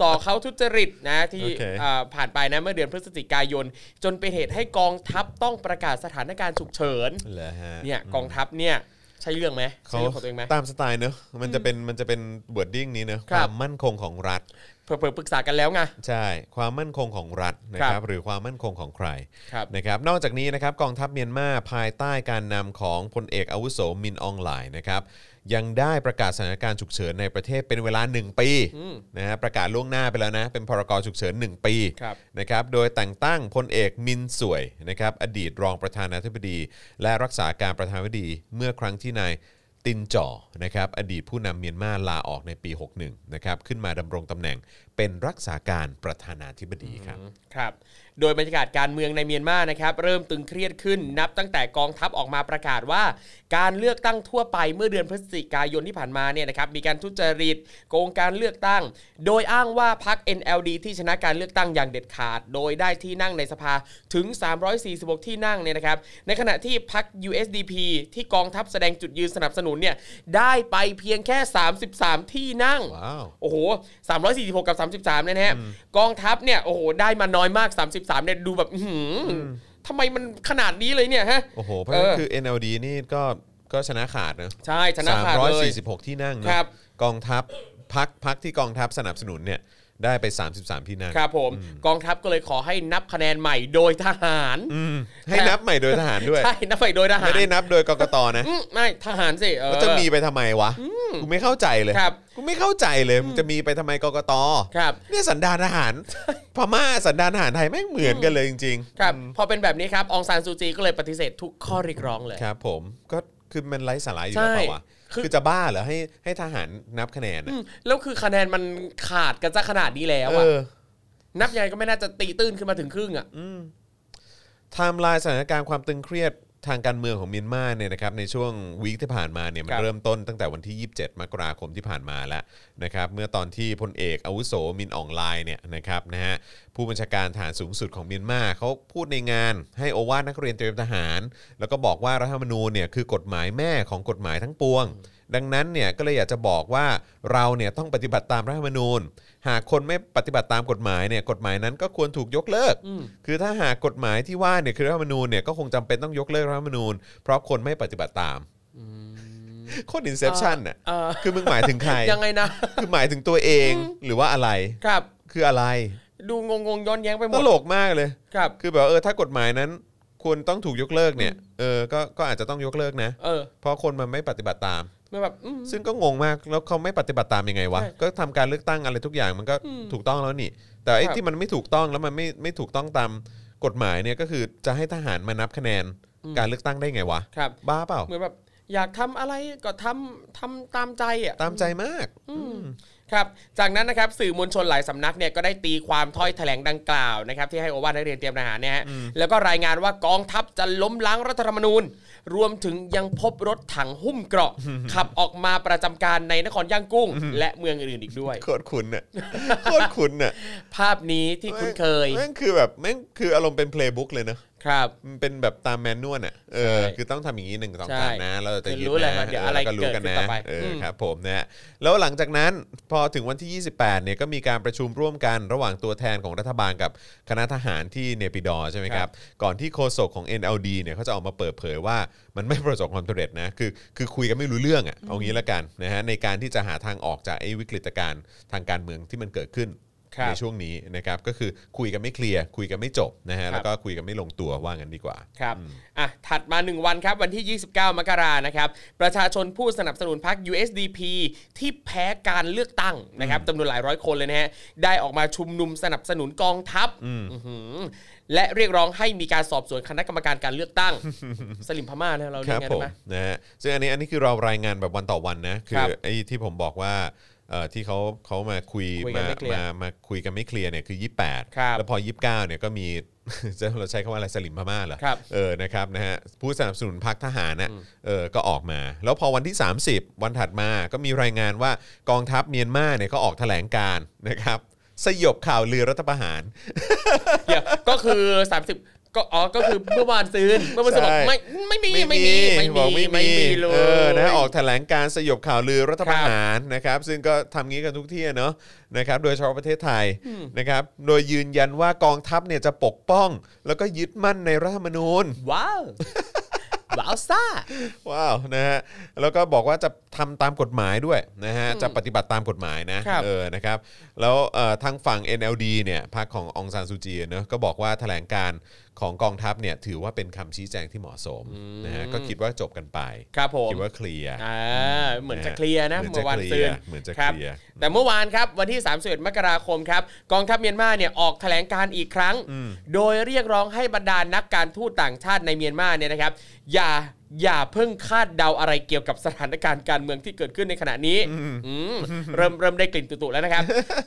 ส่อเขาทุจริตนะที่ โอเค อ่าผ่านไปนะเมื่อเดือนพฤศจิกายน จนเป็นเหตุให้กองทัพต้องประกาศสถานการณ์ฉุกเฉิน เหรอฮะ เนี่ยกองทัพเนี่ยใช่เรื่องไหมเขาใช่เรื่องของตัวเองไหม ตามสไตล์เนอะมันจะเป็นมันจะเป็นบวดดิ้งนี้เนอะค ครับ วามมั่นคงของรัฐ เผื่อๆปรึกษากันแล้วไง ใช่ ความมั่นคงของรัฐนะค ครั รับบ หรือความมั่นคงของใคร ครับ นะครับ นอกจากนี้นะครับกองทัพเมียนมาภายใต้การนำของพลเอกอาวุโสมินอองหลายนะครับยังได้ประกาศสถานการณ์ฉุกเฉินในประเทศเป็นเวลา 1 ปี อืม นะฮะประกาศล่วงหน้าไปแล้วนะ เป็นพรกฉุกเฉิน 1 ปี ครับ นะครับโดยแต่งตั้งพลเอกมินสวยนะครับอดีตรองประธานาธิบดี และรักษาการประธานาธิบดีเมื่อครั้งที่นาย ตินจ่อนะครับอดีตผู้นำเมียนมาลาออกในปี 61นะครับขึ้นมาดำรงตำแหน่งเป็นรักษาการประธานาธิบดีครับ ครับโดยบรรยากาศการเมืองในเมียนมานะครับเริ่มตึงเครียดขึ้นนับตั้งแต่กองทัพออกมาประกาศว่า การเลือกตั้งทั่วไปเมื่อเดือนพฤศจิกายนที่ผ่านมาเนี่ยนะครับมีการทุจริตโกงการเลือกตั้ง โดยอ้างว่าพรรค NLD ที่ชนะการเลือกตั้งอย่างเด็ดขาด โดยได้ที่นั่งในสภาถึง 346 ที่นั่งเนี่ยนะครับในขณะที่พรรค USDP ที่กองทัพแสดงจุดยืนสนับสนุนเนี่ยได้ไปเพียงแค่ 33 ที่นั่ง ว้าว โอ้โห 346 กับ 33เนี่ยนะฮะ กองทัพเนี่ย โอ้โห ได้มาน้อยมาก 33 เนี่ย ดูแบบ อื้อหืออทำไมมันขนาดนี้เลยเนี่ยฮะ โอ้โห เพราะฉะนั้น เออ คือ NLD นี่ก็ก็ชนะขาดนะ ใช่ ชนะขาดเลย 346 ที่นั่งเน ครั อะ บ กองทัพพักพักที่กองทัพสนับสนุนเนี่ยได้ไป 33 ที่นั่ง ครับผม กองทัพก็เลยขอให้นับคะแนนใหม่โดยทหาร อืมให้นับใหม่โดยทหารด้วย ใช่ นับใหม่โดยทหาร ไม่ได้นับโดยกกตนะ อืมไม่ ทหารสิเออ แล้วจะมีไปทำไมวะกูไม่เข้าใจเลย ครับ กูไม่เข้าใจเลยมึงจะมีไปทำไมกกต ครับ เนี่ยสันดานทหารพม่าสันดานทหารไทยไม่งเหมือนกันเลยจริง ๆ ครับ พอเป็นแบบนี้ครับ องซานซูจีก็เลยปฏิเสธทุกข้อเรียกร้องเลย ครับผมก็คือมันไร้สาระอยู่แล้วเปล่าวะ ใช่คื คือ อจะบ้าเหรอให้ให้ทหารนับคะแนนอะ อืมแล้วคือคะแนนมันขาดกันซะขนาดนี้แล้ว เอ อะ อ นับยังไงก็ไม่น่าจะตีตื้นขึ้นมาถึงครึ่งอะ ไทม์ไลน์สถานการณ์ความตึงเครียด ทางการเมืองของเมียนมาเนี่ยนะครับในช่วงวีคที่ผ่านมาเนี่ยมัน ครับ เริ่มต้นตั้งแต่วันที่ 27 มกราคมที่ผ่านมาแล้วนะครับเมื่อตอนที่พลเอกอาวุโสมินอองไลน์เนี่ยนะครับนะฮะผู้บัญชาการฐานสูงสุดของเมียนมาเขาพูดในงานให้โอวาทนักเรียนเตรียมทหาร แล้วก็บอกว่ารัฐธรรมนูญเนี่ยคือกฎหมายแม่ของกฎหมายทั้งปวง ดังนั้นเนี่ยก็เลยอยากจะบอกว่าเราเนี่ยต้องปฏิบัติตามรัฐธรรมนูญ หากคนไม่ปฏิบัติตามกฎหมายเนี่ยกฎหมายนั้นก็ควรถูกยกเลิก อืม คือถ้าหากกฎหมายที่ว่าเนี่ยคือรัฐธรรมนูญเนี่ยก็คงจำเป็นต้องยกเลิกรัฐธรรมนูญ เพราะคนไม่ปฏิบัติตามโคตรอินเซพชันอ่ะ เอ่อ คือมึงหมายถึงใคร <laughs> ยังไงนะ คือหมายถึงตัวเองหรือว่าอะไร ครับ คืออะไร ดูงงงๆย้อนแย้งไปหม ต ด ลกมากเลย ครับ คือแบบเออถ้ากฎหมายนั้นควรต้องถูกยกเลิกเนี่ยเออก็ก็อาจจะต้องยกเลิกนะ เออ เพราะคนมันไม่ปฏิบัติตาม มันแบบอืม ซึ่งก็งงมากแล้วเขาไม่ปฏิบัติตามยังไงวะ ใช่ ก็ทำการเลือกตั้งอะไรทุกอย่างมันก็ อืม ถูกต้องแล้วนี่ แต่ไอ้ ครับ ที่มันไม่ถูกต้องแล้วมันไม่ไม่ถูกต้องตามกฎหมายเนี่ยก็คือจะให้ทหารมานับคะแนนการเลือกตั้งได้ไงวะ ครับ บ้าเปล่า เหมือนแบบอยากทำอะไรก็ทำทำตามใจอ่ะ ตามใจมาก ครับ จากนั้นนะครับสื่อมวลชนหลายสำนักเนี่ยก็ได้ตีความถ้อยแถลงดังกล่าวนะครับที่ให้โอวาทนักเรียนเตรียมทหารเนี่ยฮะแล้วก็รายงานว่ากองทัพจะล้มล้างรัฐธรรมนูญ รวมถึงยังพบรถถังหุ้มเกราะ ขับออกมาประจำการในนครย่างกุ้ง และเมืองอื่นๆอีกด้วย โคตรคุณน่ะ โคตรคุณน่ะ ภาพนี้ที่คุ้นเคย แม่งคือแบบแม่งคืออารมณ์เป็นเพลย์บุ๊กเลยเนอะ ครับ มันเป็นแบบตามแมนนวลอ่ะเออ ใช่ คือต้องทำอย่างนี้หนึ่งสอง ใช่ สามนะเราจะยึด คือรู้เลย นะ ว่าเดี๋ยวอะไร ก็รู้กัน เกิดนะขึ้นต่อไป เอออ ม ครับผมนะฮะแล้วหลังจากนั้นพอถึงวันที่ 28เนี่ยก็มีการประชุมร่วมกันระหว่างตัวแทนของรัฐบาลกับคณะทหารที่เนปิดอร์ใช่ไหมครับ ก่อนที่โฆษกของ NLD เนี่ยเขาจะออกมาเปิดเผยว่ามันไม่ประสบความสำเร็จนะคือคือคุยกันไม่รู้เรื่องอ่ะเอางี้ละกันนะฮะในการที่จะหาทางออกจากไอ้วิกฤตการณ์ทางการเมืองที่มันเกิดขึ้น ครับ ในช่วงนี้นะครับก็คือคุยกันไม่เคลียร์คุยกันไม่จบนะฮะแล้วก็คุยกันไม่ลงตัวว่างั้นดีกว่า ครับ อ่ะ ถัดมา 1 วันครับ วันที่ 29 มกรานะครับ ประชาชนผู้สนับสนุนพรรค USDP ที่แพ้การเลือกตั้งนะครับจำนวนหลายร้อยคนเลยนะฮะ ได้ออกมาชุมนุมสนับสนุนกองทัพอื้อหือและเรียกร้องให้มีการสอบสวนคณะกรรมการการเลือกตั้ง <laughs> สลิมพม่านะเรา ค เรีย รั ก บ ไง ผ ได้ ม ไหม นะฮะซึ่งอันนี้อันนี้คือเรารายงานแบบวันต่อวันนะคื ค อ รับ ไอ้ที่ผมบอกว่าเอ่อที่เขาเขามาคุย คุยกั มาน ไม่เคลียร์ มามาคุยกันไม่เคลียร์เนี่ยคือ ครับ 28 แล้วพอ 29เนี่ยก็มี <laughs> จะเราใช้คำว่าอะไรสลิมพม่าเหรอ ครับ เออนะครับนะฮะผู้สนับสนุนพรรคทหารนะเออก็ออกมา แล้วพอวันที่ 30 วันถัดมาก็มีรายงานว่ากองทัพเมียนมาเนี่ยก็ออกแถลงการณ์นะครับสยบข่าวลือรัฐประหาร เดี๋ยวก็คือ 30 ก็อ๋อ ก็คือเมื่อวานซืนเมื่อวานซืนบอก ใช่ ไม่ไม่มีไม่มีไม่ บอก มี ไม่ ไม่ มี มีเล เออนะ ย ออกแถลงการณ์สยบข่าวลือรัฐประหารนะครับ ซึ่งก็ทำงี้กันทุกที่อะเนาะนะครับ โดยเฉพาะประเทศไทยนะครับ โดยยืนยันว่ากองทัพเนี่ยจะปกป้อง แล้วก็ยึดมั่นในรัฐธรรมนูญ ว้าว ว้าวซ่า ว้าวนะฮะแล้วก็บอกว่าจะทำตามกฎหมายด้วยนะฮะ อืม จะปฏิบัติตามกฎหมายนะครับเออนะครับแล้วเอ่อทางฝั่ง NLD เนี่ยพรรคขององซานซูจีเนอะก็บอกว่าแถลงการณ์ของกองทัพเนี่ยถือว่าเป็นคำชี้แจงที่เหมาะสมนะฮะก็คิดว่าจบกันไป ครับผม คิดว่าเคลียร์ อ่าเหมือนจะเคลียร์นะ เหมือนจะ เมื่อวาน เคลี ซื ยร์ น เหมือนจะ ครับ เคลียร์ แต่เมื่อวานครับวันที่ 31 มกราคมครับกองทัพเมียนมาเนี่ยออกแถลงการอีกครั้ง โดยเรียกร้องให้บรรดานักการทูตต่างชาติในเมียนมาเนี่ยนะครับ อย่าอย่าเพิ่งคาดเดาอะไรเกี่ยวกับสถานการณ์การเมืองที่เกิดขึ้นในขณะนี้อืมเริ่มเริ่มได้กลิ่นตุๆแล้ <laughs> วนะครับ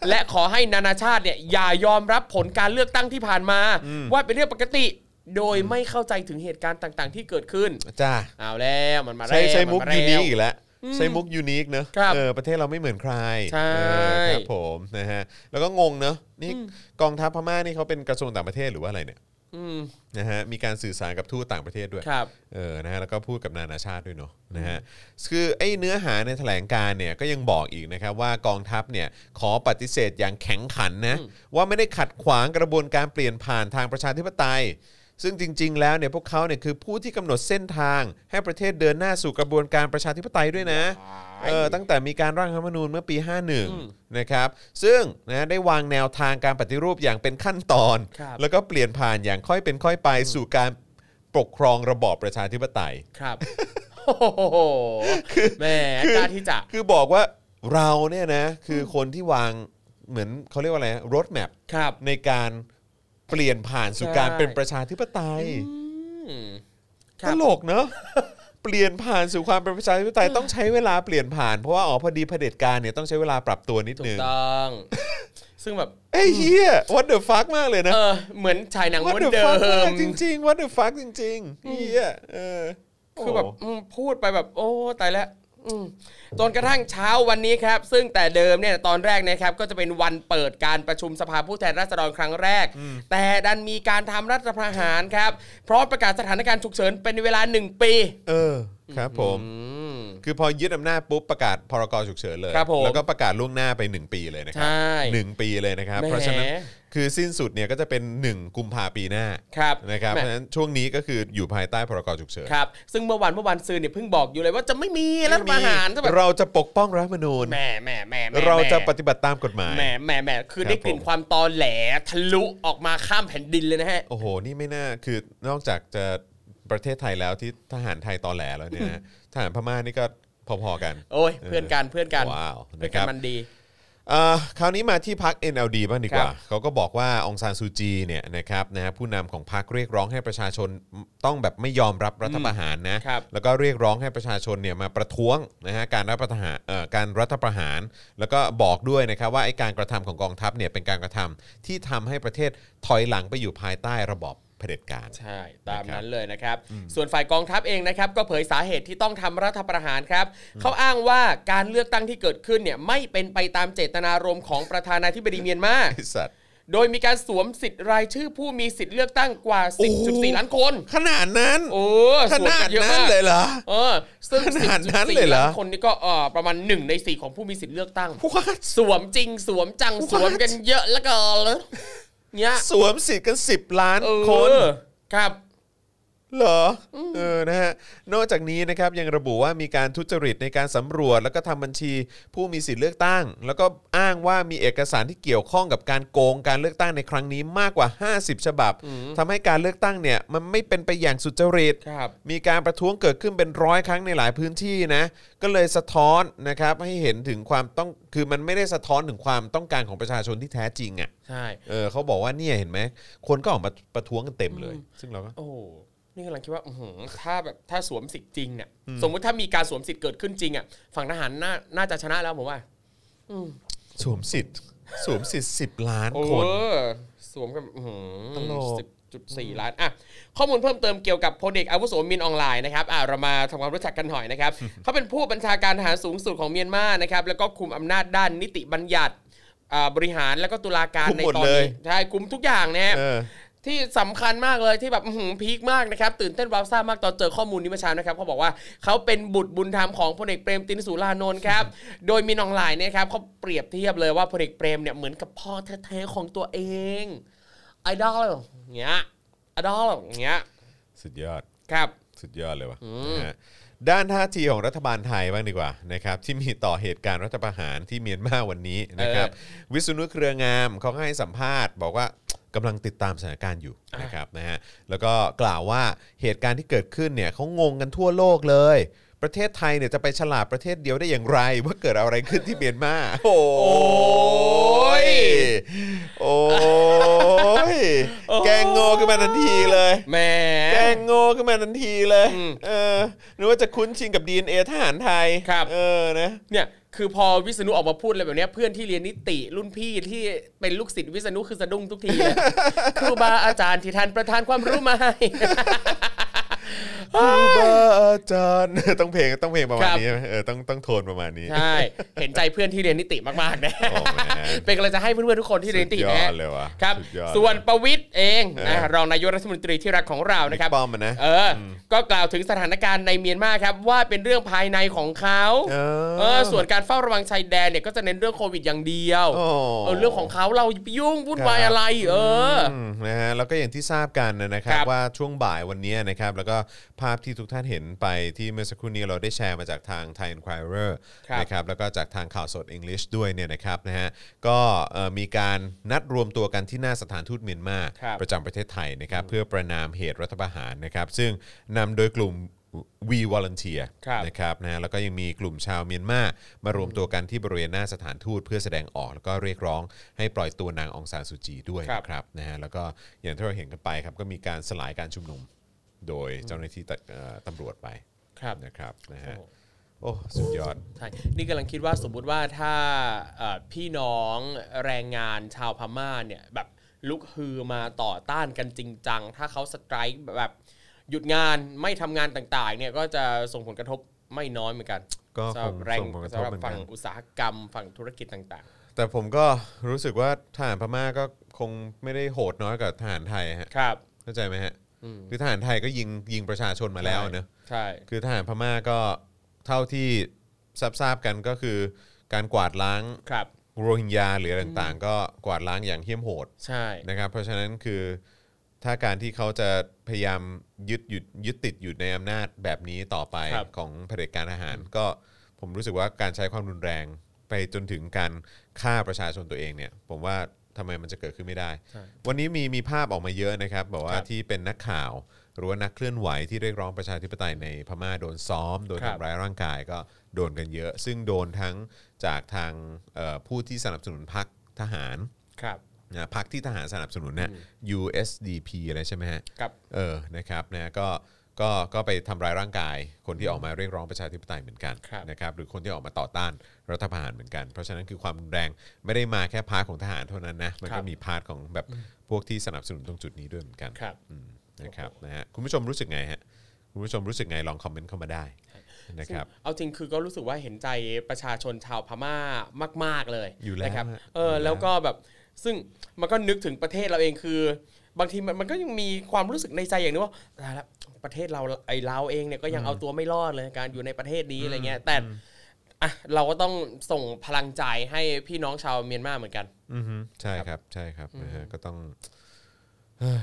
และขอให้นานาชาติเนี่ยอย่ายอมรับผลการเลือกตั้งที่ผ่านมา ว่าเป็นเรื่องปกติ โดยไม่เข้าใจถึงเหตุการณ์ต่างๆ ที่เกิดขึ้น จ้า เอาแล้วมันมาแล้ว ใช้ใช้มุก นาแล้ ยู ว นิคอีกแล้วใช้มุกยูนิคเนอะ ครับ เออประเทศเราไม่เหมือนใคร ใช่ เออครับผมนะฮะแล้วก็งงเนอะนี่กองทัพพม่านี่เขาเป็นกระทรวงต่างประเทศหรือว่าอะไรเนี่ย อืม นะฮะมีการสื่อสารกับทูตต่างประเทศด้วย ครับ เออ นะฮะ แล้วก็พูดกับนานาชาติด้วยเนาะ นะฮะ คือไอ้เนื้อหาในแถลงการเนี่ย ก็ยังบอกอีกนะครับว่ากองทัพเนี่ยขอปฏิเสธอย่างแข็งขันนะ ว่าไม่ได้ขัดขวางกระบวนการเปลี่ยนผ่านทางประชาธิปไตย ซึ่งจริง ๆ แล้วเนี่ยพวกเขาเนี่ยคือผู้ที่กำหนดเส้นทาง ให้ประเทศเดินหน้าสู่กระบวนการประชาธิปไตยด้วยนะ เออ ตั้งแต่มีการร่างรัฐธรรมนูญเมื่อปี 51 นะครับ ซึ่งนะได้วางแนวทางการปฏิรูปอย่างเป็นขั้นตอน ครับ แล้วก็เปลี่ยนผ่านอย่างค่อยเป็นค่อยไปสู่การปกครองระบอบประชาธิปไตย ครับโอ้โหแหม่ คือ กล้าที่จะ คือบอกว่าเราเนี่ยนะคือคนที่วางเหมือนเขาเรียกว่าอะไรรถแมพ ครับ ในการเปลี่ยนผ่านสู่ ใช่ การเป็นประชาธิปไตย อืมค ต รับ ลกเนอะ <laughs> เปลี่ยนผ่านสู่ความเป็นประชาธิปไตย <laughs> ต้องใช้เวลาเปลี่ยนผ่านเพราะว่าอ๋อพอดีเผด็จการเนี่ยต้องใช้เวลาปรับตัวนิด ถู นึ ก ง ต้อง ซึ่งแบบ เอ้ยเฮีย what the fuck มากเลยนะ เออ เหมือนฉายหนัง what ม้วน the เดิ fuck มาม กจริงๆ what the fuck จริงๆเฮียเออ คือแบบ โโห อืมพูดไปแบบ โอ้ตายแล้วอืมจนกระทั่งเช้าวันนี้ครับ ซึ่งแต่เดิมเนี่ยตอนแรกนะครับ ก็จะเป็นวันเปิดการประชุมสภาผู้แทนราษฎรครั้งแรก แต่ดันมีการทำรัฐประหารครับ เพราะประกาศสถานการณ์ฉุกเฉินเป็นเวลาหนึ่งปี เออครับผม อืม คือพอยึดอำนาจปุ๊บประกาศพรกฉุกเฉินเลย ครับผม แล้วก็ประกาศล่วงหน้าไป 1 ปีเลยนะครั ใช่ หนึ่งปีเลยนะครับ แหม เพราะฉะนั้นคือสิ้นสุดเนี่ยก็จะเป็น 1 กุมภาปีหน้า ครับ นะครับ แห เพราะม่ฉะนั้นช่วงนี้ก็คืออยู่ภายใต้พรกฉุกเฉิน ครับ ซึ่งเมื่อวันเมื่อวันซืนเนี่ยเพิ่งบอกอยู่เลยว่าจะไม่มีรัฐประหารก็แบบ เราจะปกป้องรัฐธรรมนูญ แหมแหมแหมแหม่ เราจะปฏิบัติตามกฎหมาย แหมแหมแหมคืคอรับ ได้กลิ่น ผม ความตอแหลทะลุออกมาข้ามแผ่นดินเลยนะฮะ โอ้โห นี่ไม่น่าคือนอกจากจะประเทศไทยแล้วที่ทหารไทยตอแหลแล้ว <laughs> เนี่ยนะทหารพม่านี่ก็พอๆกัน โอ้ยเพื่อนกันเพื่อนกัน ว้าว เพื่อ นะ น ค กั รั น บ มันดี เอ่อคราวนี้มาที่พัก NLD บ้างดีกว่า ครับ เขาก็บอกว่าองซานซูจีเนี่ยนะครับนะฮะผู้นำของพักเรียกร้องให้ประชาชนต้องแบบไม่ยอมรับรัฐประหารนะ ครับ แล้วก็เรียกร้องให้ประชาชนเนี่ยมาประท้วงนะฮะการรัฐประหารเอ่อการรัฐประหาร แล้วก็บอกด้วยนะครับว่าไอ้การกระทำของกองทัพเนี่ยเป็นการกระทำที่ทำให้ประเทศถอยหลังไปอยู่ภายใต้ระบอบเผด็จการ ใช่ตามนั้นเลยนะครับ ส่วนฝ่ายกองทัพเองนะครับ ก็เผยสาเหตุที่ต้องทำรัฐประหารครับ เขาอ้างว่าการเลือกตั้งที่เกิดขึ้นเนี่ยไม่เป็นไปตามเจตนารมณ์ของประธานาธิบดีเมียนมา ไอ้สัตว์ โดยมีการสวมสิทธิ์รายชื่อผู้มีสิทธิ์เลือกตั้งกว่า โอ้โห 10.4 ล้านคน ขนาดนั้น โอ้ ข สวม นา กั ด เยอะ นั้ มานก เลยเหรอ <laughs> เออซึ่ง ขนาดนั้นเลย 10.4 เหรอ ล้านคนนี่ก็เออประมาณหนึ่งในสี่ของผู้มีสิทธิ์เลือกตั้ง What? สวมจริงสวมจังสวมกันเยอะแล้วก็เนี่ย สวมสิทธิ์กัน 10 ล้าน เออ คน ครับ เหรออเออนะฮะนอกจากนี้นะครับยังระบุว่ามีการทุจริตในการสำรวจ แล้วก็ทำบัญชีผู้มีสิทธิ์เลือกตั้ง แล้วก็อ้างว่ามีเอกสารที่เกี่ยวข้องกับการโกงการเลือกตั้งในครั้งนี้มากกว่า 50 ฉบับทำให้การเลือกตั้งเนี่ยมันไม่เป็นไปอย่างสุจริต ครับ มีการประท้วงเกิดขึ้นเป็นร้อยครั้งในหลายพื้นที่นะก็เลยสะท้อนนะครับให้เห็นถึงความต้องคือมันไม่ได้สะท้อนถึงความต้องการของประชาชนที่แท้จริงอ่ะ ใช่ เออเขาบอกว่าเนี่ยเห็นไหมคนก็ออกมาประท้วงกันเต็มเลย ซึ่งเราก็ โอ้โหนี่กำลังคิดว่าอื้อหือถ้าแบบถ้าสวมสิทธิ์จริงเนี่ย สมมุติถ้ามีการสวมสิทธิ์เกิดขึ้นจริงอ่ะ ฝั่งทหารน่าน่าจะชนะแล้วผมว่า สวมสิทธิ์สวมสิทธิ์สิบล้าน โอ้ คน สวมกัน ตลก สิบจุดสี่ล้านอ่ะข้อมูลเพิ่มเติมเกี่ยวกับพลเอกอาวุโสมินออนไลน์นะครับอ่ะเรามาทำความรู้จักกันหน่อย <laughs> นะครับ เขาเป็นผู้บัญชาการทหารสูงสุดของเมียนมานะครับแล้วก็คุมอำนาจด้านนิติบัญญัติอ่าบริหารแล้วก็ตุลาการ คุม ใน หมด ตอน เลย นี้ใช่คุมทุกอย่างนะฮะ เออ ที่สำคัญมากเลยที่แบบอื้อหือพีคมากนะครับ ตื่นเต้นว้าวซ่ามากตอนเจอข้อมูลนี้เมื่อเช้านะครับเขาบอกว่าเขาเป็นบุตรบุญธรรมของพลเอกเปรมตินสุรานนท์ครับ <laughs> โดยมีนองหลายเนี่ยครับเขาเปรียบเทียบเลยว่าพลเอกเปรมเนี่ยเหมือนกับพ่อแท้ๆของตัวเองไอดอลอย่างเงี้ยไอดอลอย่างเงี้ย สุดยอด ครับ สุดยอดเลยว่ะนะฮะด้านท่าทีของรัฐบาลไทยบ้างดีกว่านะครับที่มีต่อเหตุการณ์รัฐประหารที่เมียนมาวันนี้นะครับวิษณุเครืองามเขาก็ให้สัมภาษณ์ บอกว่ากำลังติดตามสถานการณ์อยู่นะครับนะฮะแล้วก็กล่าวว่าเหตุการณ์ที่เกิดขึ้นเนี่ยเขางงกันทั่วโลกเลย ประเทศไทยเนี่ยจะไปฉลาดประเทศเดียวได้อย่างไร ว่าเกิดอะไรขึ้นที่เมียนมาโอ้ยโอ้ยแกงโง่ขึ้นมาทันทีเลย แหม แกล้งโง่ขึ้นมาทันทีเลย อืม เออนึกว่าจะคุ้นชินกับ DNA ทหารไทย ครับ เออนะ เนี่ยคือพอวิษณุออกมาพูดอะไรแบบเนี้ยเพื่อนที่เรียนนิติรุ่นพี่ที่เป็นลูกศิษย์วิษณุคือสะดุ้งทุกทีเลย <laughs> ครูบาอาจารย์ที่ท่านประทานความรู้มาให้ <laughs> ครูบาอาจารย์ <laughs> ต้องเพลงต้องเพลงประมาณนี้ใช่ไหมเออต้องต้องโทนประมาณนี้ ใช่ เห็นใจเพื่อนที่เรียนนิติมากๆนะ <laughs> โอ้แม่ เป็นกำลังใจะให้เพื่อนๆทุกคนที่เรียนนิติ สุดยอ นะ ดเลยว่ะ ครับ ดยอด ส่วนประวิทย์เองนะ เออ รองนายกรัฐมนตรีที่รักของเรานะครับ บิ๊กป้อมอะนะ เอออ ก็กล่าวถึงสถานการณ์ในเมียนมาครับ ว่าเป็นเรื่องภายในของเขา เออ เออส่วนการเฝ้าระวังชายแดนเนี่ยก็จะเน้นเรื่องโควิดอย่างเดียว โอ้ เออเรื่องของเขาเราไปยุ่งวุ่นวายอะไร เออ มนะฮะแล้วก็อย่างที่ทราบกันนะครับ ครับ ว่าช่วงบ่ายวันนี้นะครับแล้วก็ภาพที่ทุกท่านเห็นไปที่เมื่อสักครู่นี้เราได้แชร์มาจากทาง Thai Inquirer ครับ นะครับแล้วก็จากทางข่าวสด English ด้วยเนี่ยนะครับนะฮะก็เอ่อมีการนัดรวมตัวกันที่หน้าสถานทูตเมียนมา ครับ ประจำประเทศไทยนะครับเพื่อประนามเหตุรัฐประหารนะครับซึ่งนำโดยกลุ่ม V Volunteer ครับ นะครับนะแล้วก็ยังมีกลุ่มชาวเมียนมามารวมตัวกันที่บริเวณหน้าสถานทูตเพื่อแสดงออก แล้วก็เรียกร้องให้ปล่อยตัวนางองซานสุจีด้วย ครับ นะครับนะฮะแล้วก็อย่างที่เราเห็นกันไปครับก็มีการสลายการชุมนุม โดยเจ้าหน้าที่ตะเอ่อตำรวจไป ครับ นะครับนะฮะ โอ้โห โอ้สุดยอด ใช่นี่กำลังคิดว่าสมมุติว่าถ้าเอ่อพี่น้องแรงงานชาวพม่าเนี่ยแบบลุกฮือมาต่อต้านกันจริงจัง ถ้าเขาสไตรค์แบบหยุดงานไม่ทำงานต่างๆเนี่ยก็จะส่งผลกระทบไม่น้อยเหมือนกัน ก็คง สำหรับแรง ส่งผลกระทบ สำหรับ เหมือนกัน ฝั่งอุตสาหกรรมฝั่งธุรกิจต่าง แต่ผมก็รู้สึกว่าทหารพม่าก็คงไม่ได้โหดน้อยกว่าทหารไทยฮะ ๆ ครับ เข้าใจไหมฮะ อืม คือทหารไทยก็ยิงยิงประชาชนมาแล้วเนอะ ใช่ คือทหารพม่าก็เท่าที่ทราบทราบๆกันก็คือการกวาดล้าง ครับ โรฮิงญาหรืออะไรต่างๆ ก็กวาดล้างอย่างเหี้ยมโหด ใช่ นะครับเพราะฉะนั้นคือถ้าการที่เขาจะพยายามยึดหยุดยึดติดอยู่ในอำนาจแบบนี้ต่อไปของเผด็จการทหาร ก็ผมรู้สึกว่าการใช้ความรุนแรงไปจนถึงการฆ่าประชาชนตัวเองเนี่ย ผมว่าทำไมมันจะเกิดขึ้นไม่ได้ ใช่ วันนี้มีมีภาพออกมาเยอะนะครับบอกว่า ครับ ที่เป็นนักข่าว หรือว่านักเคลื่อนไหวที่เรียกร้องประชาธิปไตยในพม่าโดนซ้อม โดน ครับ ทำร้ายร่างกายก็โดนกันเยอะ ซึ่งโดนทั้งจากทางเอ่อผู้ที่สนับสนุนพรรคทหาร ครับ นะพรรคที่ทหารสนับสนุนเนี่ย USDP อะไรใช่ไหมฮะ ครับ เออนะครับนะก็ก็ก็ไปทำร้ายร่างกาย คนที่ออกมาเรียกร้องประชาธิปไตยเหมือนกัน ครับ นะครับหรือคนที่ออกมาต่อต้านรัฐประหารเหมือนกัน เพราะฉะนั้นคือความรุนแรงไม่ได้มาแค่พาร์ทของทหารเท่านั้นนะมันก็มีพาร์ทของแบบพวกที่สนับสนุนตรงจุดนี้ด้วยเหมือนกัน ครับ อืมนะครับนะฮะคุณผู้ชมรู้สึกไงฮะคุณผู้ชมรู้สึกไงลองคอมเมนต์เข้ามาได้นะครับ ซึ่งเอาจริงคือก็รู้สึกว่าเห็นใจประชาชนชาวพม่ามาก ๆเลย อยู่แล้ว นะครับ ฮะ เอออยู่แล้ว แล้วก็แบบซึ่งมันก็นึกถึงประเทศเราเองคือ บางทีมันมันก็ยังมีความรู้สึกในใจอย่างนึงว่าตายละประเทศเราไอเราเองเนี่ยก็ยังเอาตัวไม่รอดเลยการอยู่ในประเทศนี้อะไรเงี้ยแต่อ่ะเราก็ต้องส่งพลังใจให้พี่น้องชาวเมียนมาเหมือนกัน อือฮึใช่ครับใช่ครับนะฮะก็ต้อง <sighs> เอ่อ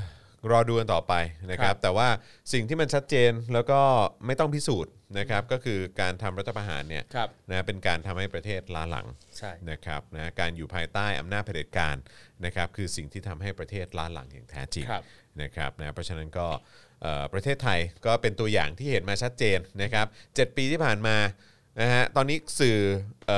รอดูกันต่อไปนะค ครั รับ บ แต่ว่าสิ่งที่มันชัดเจนแล้วก็ไม่ต้องพิสูจน์นะครับก็คือการทำรัฐประหารเนี่ย ครับ นะเป็นการทำให้ประเทศล้าหลัง ใช่ นะครับนะการอยู่ภายใต้อำนาจเผด็จการนะครับคือสิ่งที่ทำให้ประเทศล้าหลังอย่างแท้จริง ครับ นะครับนะเพราะฉะนั้นก็เอ่อประเทศไทยก็เป็นตัวอย่างที่เห็นมาชัดเจนนะครับเจ็ดปีที่ผ่านมานะฮะตอนนี้สื่อเ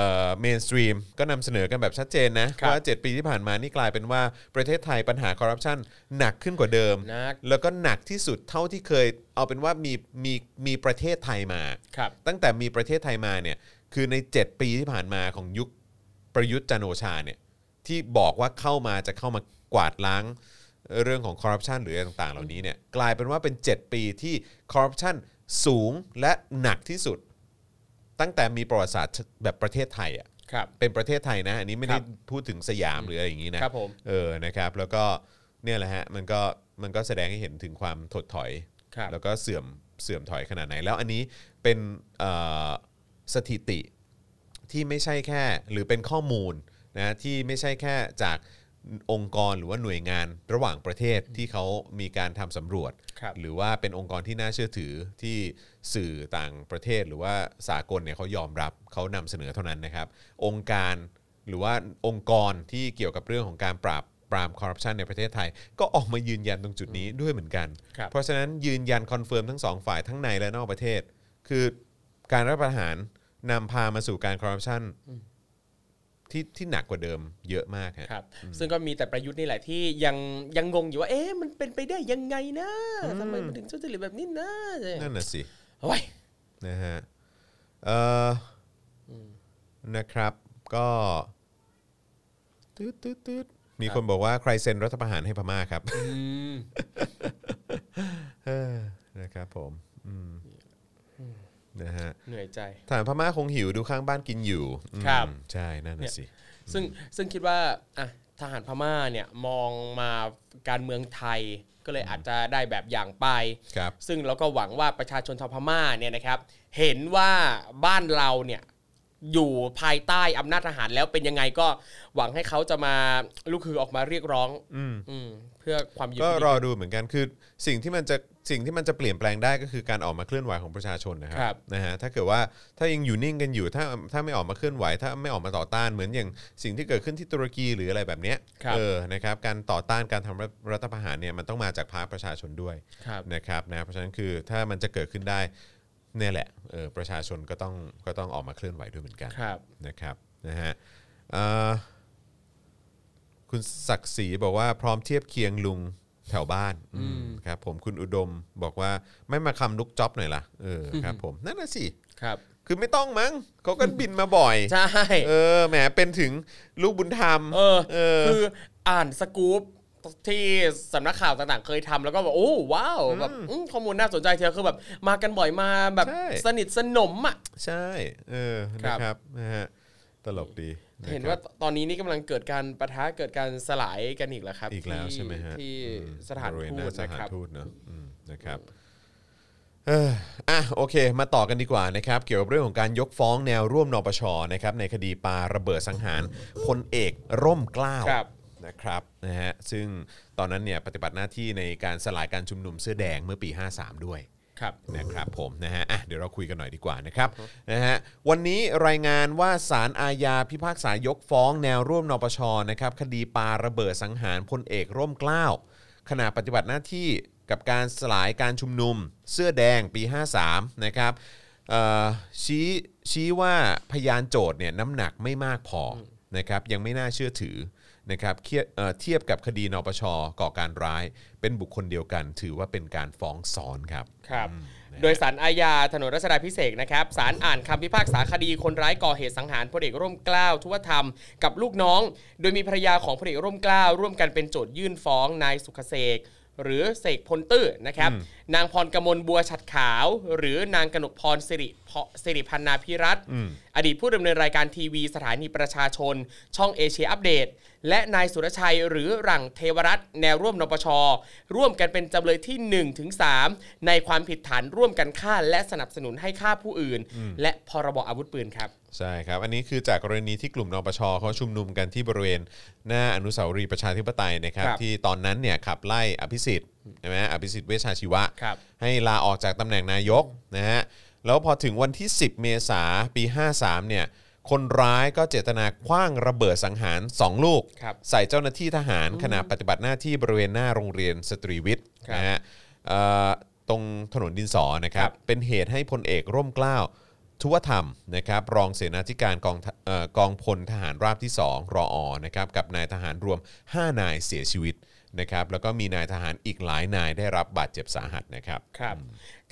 มนสตรีมก็นำเสนอกันแบบชัดเจนนะครับ ว่า 7 ปีที่ผ่านมานี่กลายเป็นว่าประเทศไทยปัญหาคอร์รัปชันหนักขึ้นกว่าเดิม หนัก แล้วก็หนักที่สุดเท่าที่เคยเอาเป็นว่ามีมีมีประเทศไทยมา ครับ ตั้งแต่มีประเทศไทยมาเนี่ยคือใน 7 ปีที่ผ่านมาของยุคประยุทธ์จันทร์โอชาเนี่ยที่บอกว่าเข้ามาจะเข้ามากวาดล้างเรื่องของคอร์รัปชันหรืออะไรต่างๆ เหล่านี้เนี่ยกลายเป็นว่าเป็น 7 ปีที่คอร์รัปชันสูงและหนักที่สุด ตั้งแต่มีประวัติศาสตร์แบบประเทศไทยอ่ะ ครับ เป็นประเทศไทยนะอันนี้ไม่ได้ ครับ พูดถึงสยามหรืออะไรอย่างนี้นะครับ ผม เออนะครับแล้วก็เนี่ยแหละฮะมันก็มันก็แสดงให้เห็นถึงความถดถอย ครับ แล้วก็เสื่อมเสื่อมถอยขนาดไหน แล้วอันนี้เป็นเอ่อสถิติที่ไม่ใช่แค่หรือเป็นข้อมูลนะที่ไม่ใช่แค่จากองค์กรหรือว่าหน่วยงานระหว่างประเทศที่เขามีการทำสำรวจ ครับ หรือว่าเป็นองค์กรที่น่าเชื่อถือที่สื่อต่างประเทศ หรือว่าสากลเนี่ยเขายอมรับเขานำเสนอเท่านั้นนะครับ องค์การหรือว่าองค์กรที่เกี่ยวกับเรื่องของการปราบปรามคอร์รัปชันในประเทศไทย ก็ออกมายืนยันตรงจุดนี้ด้วยเหมือนกัน ครับ เพราะฉะนั้นยืนยันคอนเฟิร์มทั้งสองฝ่ายทั้งในและนอกประเทศ คือการรัฐประหารนำพามาสู่การคอร์รัปชันที่ที่หนักกว่าเดิมเยอะมากฮะ ครับซึ่งก็มีแต่ประยุทธ์นี่แหละที่ยังยังงงอยู่ว่าเอ๊ะมันเป็นไปได้ยังไงนะทำไมมันถึงทุจริตแบบนี้นะ นั่นน่ะสิ โอ้ย นะฮะเอออนะครับก็ตืดตืดตืดมีคนบอกว่าใครเซ็นรัฐประหารให้พม่าครับเออนะครับผมอืมนะฮะ เหนื่อยใจ ฐานพม่าคงหิวดูข้างบ้านกินอยู่อืม ครับ ใช่นั่นน่ะสิ ซึ่งซึ่งคิดว่าอ่ะทหารพม่าเนี่ยมองมาการเมืองไทยก็เลยอาจจะได้แบบอย่างไป ครับ ซึ่งเราก็หวังว่าประชาชนชาวพม่าเนี่ยนะครับ เห็นว่าบ้านเราเนี่ยอยู่ภายใต้อำนาจทหารแล้วเป็นยังไงก็หวังให้เขาจะมาลุกคือออกมาเรียกร้องอืมเพื่อความยุติ ก็ ธรรม รอดูเหมือนกันคือสิ่งที่มันจะสิ่งที่มันจะเปลี่ยนแปลงได้ก็คือการออกมาเคลื่อนไหวของประชาชนนะค ครั รับบ นะฮะถ้าเกิดว่าถ้ายังอยู่นิ่งกันอยู่ถ้าถ้าไม่ออกมาเคลื่อนไหว ถ้าไม่ออกมาต่อต้านเหมือนอย่างสิ่งที่เกิดขึ้นที่ตุรกีหรืออะไรแบบเนี้ย ครับ เออนะครับการต่อต้านการทำรัฐรัฐประหารเนี่ยมันต้องมาจากพรรคประชาชนด้วย ครับ นะครับนะเพราะฉะนั้นคือถ้ามันจะเกิดขึ้นได้เนี่ยแหละเออประชาชนก็ต้องก็ต้องออกมาเคลื่อนไหวด้วยเหมือนกัน ครับ นะครับนะฮะเอ่อคุณศักดิ์ศรีบอกว่าพร้อมเทียบเคียงลุงแถวบ้านอืมครับผมคุณอุดมบอกว่าไม่มาคำลุกจ็อบหน่อยล่ะเออครับผมนั่นน่ะสิ ครับ คือไม่ต้องมั้งเขาก็บินมาบ่อย ใช่ เออแหมเป็นถึงลูกบุญธรรม เออ เออ คืออ่านสกู๊ปที่สำนักข่าวต่างๆเคยทำแล้วก็แบบโอ้ว้าวแบบอืมข้อมูลน่าสนใจเทียวคือแบบมากันบ่อยมาแบบ ใช่ สนิทสนมอ่ะ ใช่เออ ครั นะ บ ครับนะฮะตลกดีะครับ เห็นว่าตอนนี้นี่กำลังเกิดการประทะเกิดการสลายกันอีกแล้วครับ อีกแล้ว ที่ ใช่ไหมฮะ ที่ อืม สถาน บริเวณ ทู ห ต ส นะ ถา คน รับ ทูตเนอะอืมนะครับเอ่ออ่ะโอเค มาต่อกันดีกว่านะครับ เกี่ยวกับเรื่องของการยกฟ้องแนวร่วมนปชนะครับในคดีปาระเบิดสังหารพลเอกร่มเกล้า ครับ นะครับนะฮะซึ่งตอนนั้นเนี่ยปฏิบัติหน้าที่ในการสลายการชุมนุมเสื้อแดงเมื่อปี 53 ด้วย ครับ นะครับผมนะฮะอ่ะเดี๋ยวเราคุยกันหน่อยดีกว่านะครับนะฮะวันนี้รายงานว่าสารอาญาพิพากษายกฟ้องแนวร่วมนปชนะครับคดีปาระเบิดสังหารพลเอกร่มเกล้าขณะปฏิบัติหน้าที่กับการสลายการชุมนุม เสื้อแดงปี 53 นะครับเอ่อชี้ชี้ว่าพยานโจทย์เนี่ยน้ำหนักไม่มากพอนะครับยังไม่น่าเชื่อถือนะครับเทียบเอ่อเทียบกับคดีนปชก่อการร้าย เป็นบุคคลเดียวกัน ถือว่าเป็นการฟ้องซ้อนครับ ครับ โดยสารอาญาถนนรัชดาพิเศษกนะครับสารอ่านคำพิพากษาคดีคนร้ายก่อเหตุสังหารพลเอกร่มเกล้าทุวธรรม กับลูกน้อง โดยมีภรรยาของพลเอกร่มเกล้าร่วมกันเป็นโจทยื่นฟ้องนายสุขเสกหรือเสกพลตื้อนะครับ นางพรกมลบัวฉัดขาว หรือนางกนกพรสิริพสิริพันนาพิรัตน์อดีตผู้ดำเนินรายการทีวีสถานีประชาชน ช่องเอเชียอัปเดต และนายสุรชัยหรือหลังเทวรัตน์แนวร่วมนปช ร่วมกันเป็นจำเลยที่ 1 ถึง 3 ในความผิดฐานร่วมกันฆ่าและสนับสนุนให้ฆ่าผู้อื่น และพรบอาวุธปืนครับ ใช่ครับ อันนี้คือจากกรณีที่กลุ่มนปชเขาชุมนุมกันที่บริเวณ หน้าอนุสาวรีย์ประชาธิปไตยนะครับ ครับ ที่ตอนนั้นเนี่ยขับไล่อภิสิทธิ์ใช่ไหมอภิสิทธิ์เวชชาชีวะ ครับ ให้ลาออกจากตำแหน่งนายกนะฮะแล้วพอถึงวันที่ 10 เมษาปี 53 เนี่ย คนร้ายก็เจตนาคว้างระเบิดสังหาร 2 ลูก ครับ ใส่เจ้าหน้าที่ทหารขณะปฏิบัติหน้าที่บริเวณหน้าโรงเรียนสตรีวิทย์ ครับ นะฮะเอ่อตรงถนนดินสอนะครั ครับ บ เป็นเหตุให้พลเอกร่มเกล้าทุวธรรมนะครับ รองเสนาธิการกองทะเอ่อกองพลทหารราบที่ 2 รออนะครับ กับนายทหารรวม 5 นายเสียชีวิตนะครับ แล้วก็มีนายทหารอีกหลายนายได้รับบาดเจ็บสาหัสนะครับ ครับ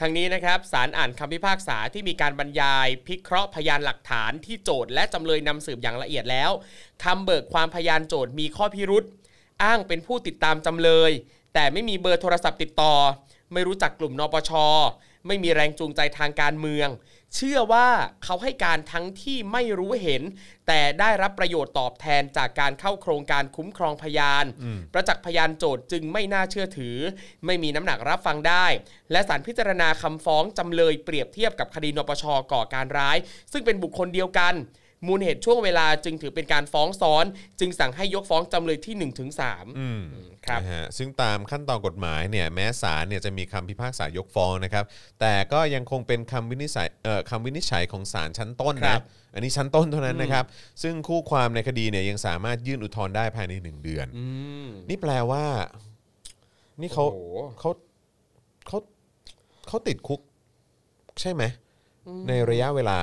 ทางนี้นะครับสารอ่านคำพิพากษาที่มีการบรรยาย พิเคราะห์พยานหลักฐานที่โจทย์และจำเลยนำสืบอย่างละเอียดแล้วคำเบิกความพยานโจทย์มีข้อพิรุษอ้างเป็นผู้ติดตามจำเลย แต่ไม่มีเบอร์โทรศัพท์ติดต่อ ไม่รู้จักกลุ่มนปช ไม่มีแรงจูงใจทางการเมือง เชื่อว่าเขาให้การทั้งที่ไม่รู้เห็น แต่ได้รับประโยชน์ตอบแทนจากการเข้าโครงการคุ้มครองพยาน ประจักษ์พยานโจทย์จึงไม่น่าเชื่อถือ ไม่มีน้ำหนักรับฟังได้ และสารพิจารณาคำฟ้องจำเลยเปรียบเทียบกับคดีนปชก่อการร้าย ซึ่งเป็นบุคคลเดียวกัน มูลเหตุช่วงเวลาจึงถือเป็นการฟ้องซ้อน จึงสั่งให้ยกฟ้องจำเลยที่1นถึงสามครับ นะฮะซึ่งตามขั้นตอนกฎหมายเนี่ยแม้ศาลเนี่ยจะมีคำพิพากษายกฟ้องนะครับ แต่ก็ยังคงเป็นคำวินิจฉัยเอ่อคำวินิจฉัยของศาลชั้นต้น ครั นะ บ อันนี้ชั้นต้นเท่านั้นนะครับ ซึ่งคู่ความในคดีเนี่ยยังสามารถยื่นอุทธรณ์ได้ภายใน 1 เดือน อืม นี่แปลว่า นี่เขา โอ้โห เขาเขาเขาติดคุก ใช่ไหมในระยะเวลา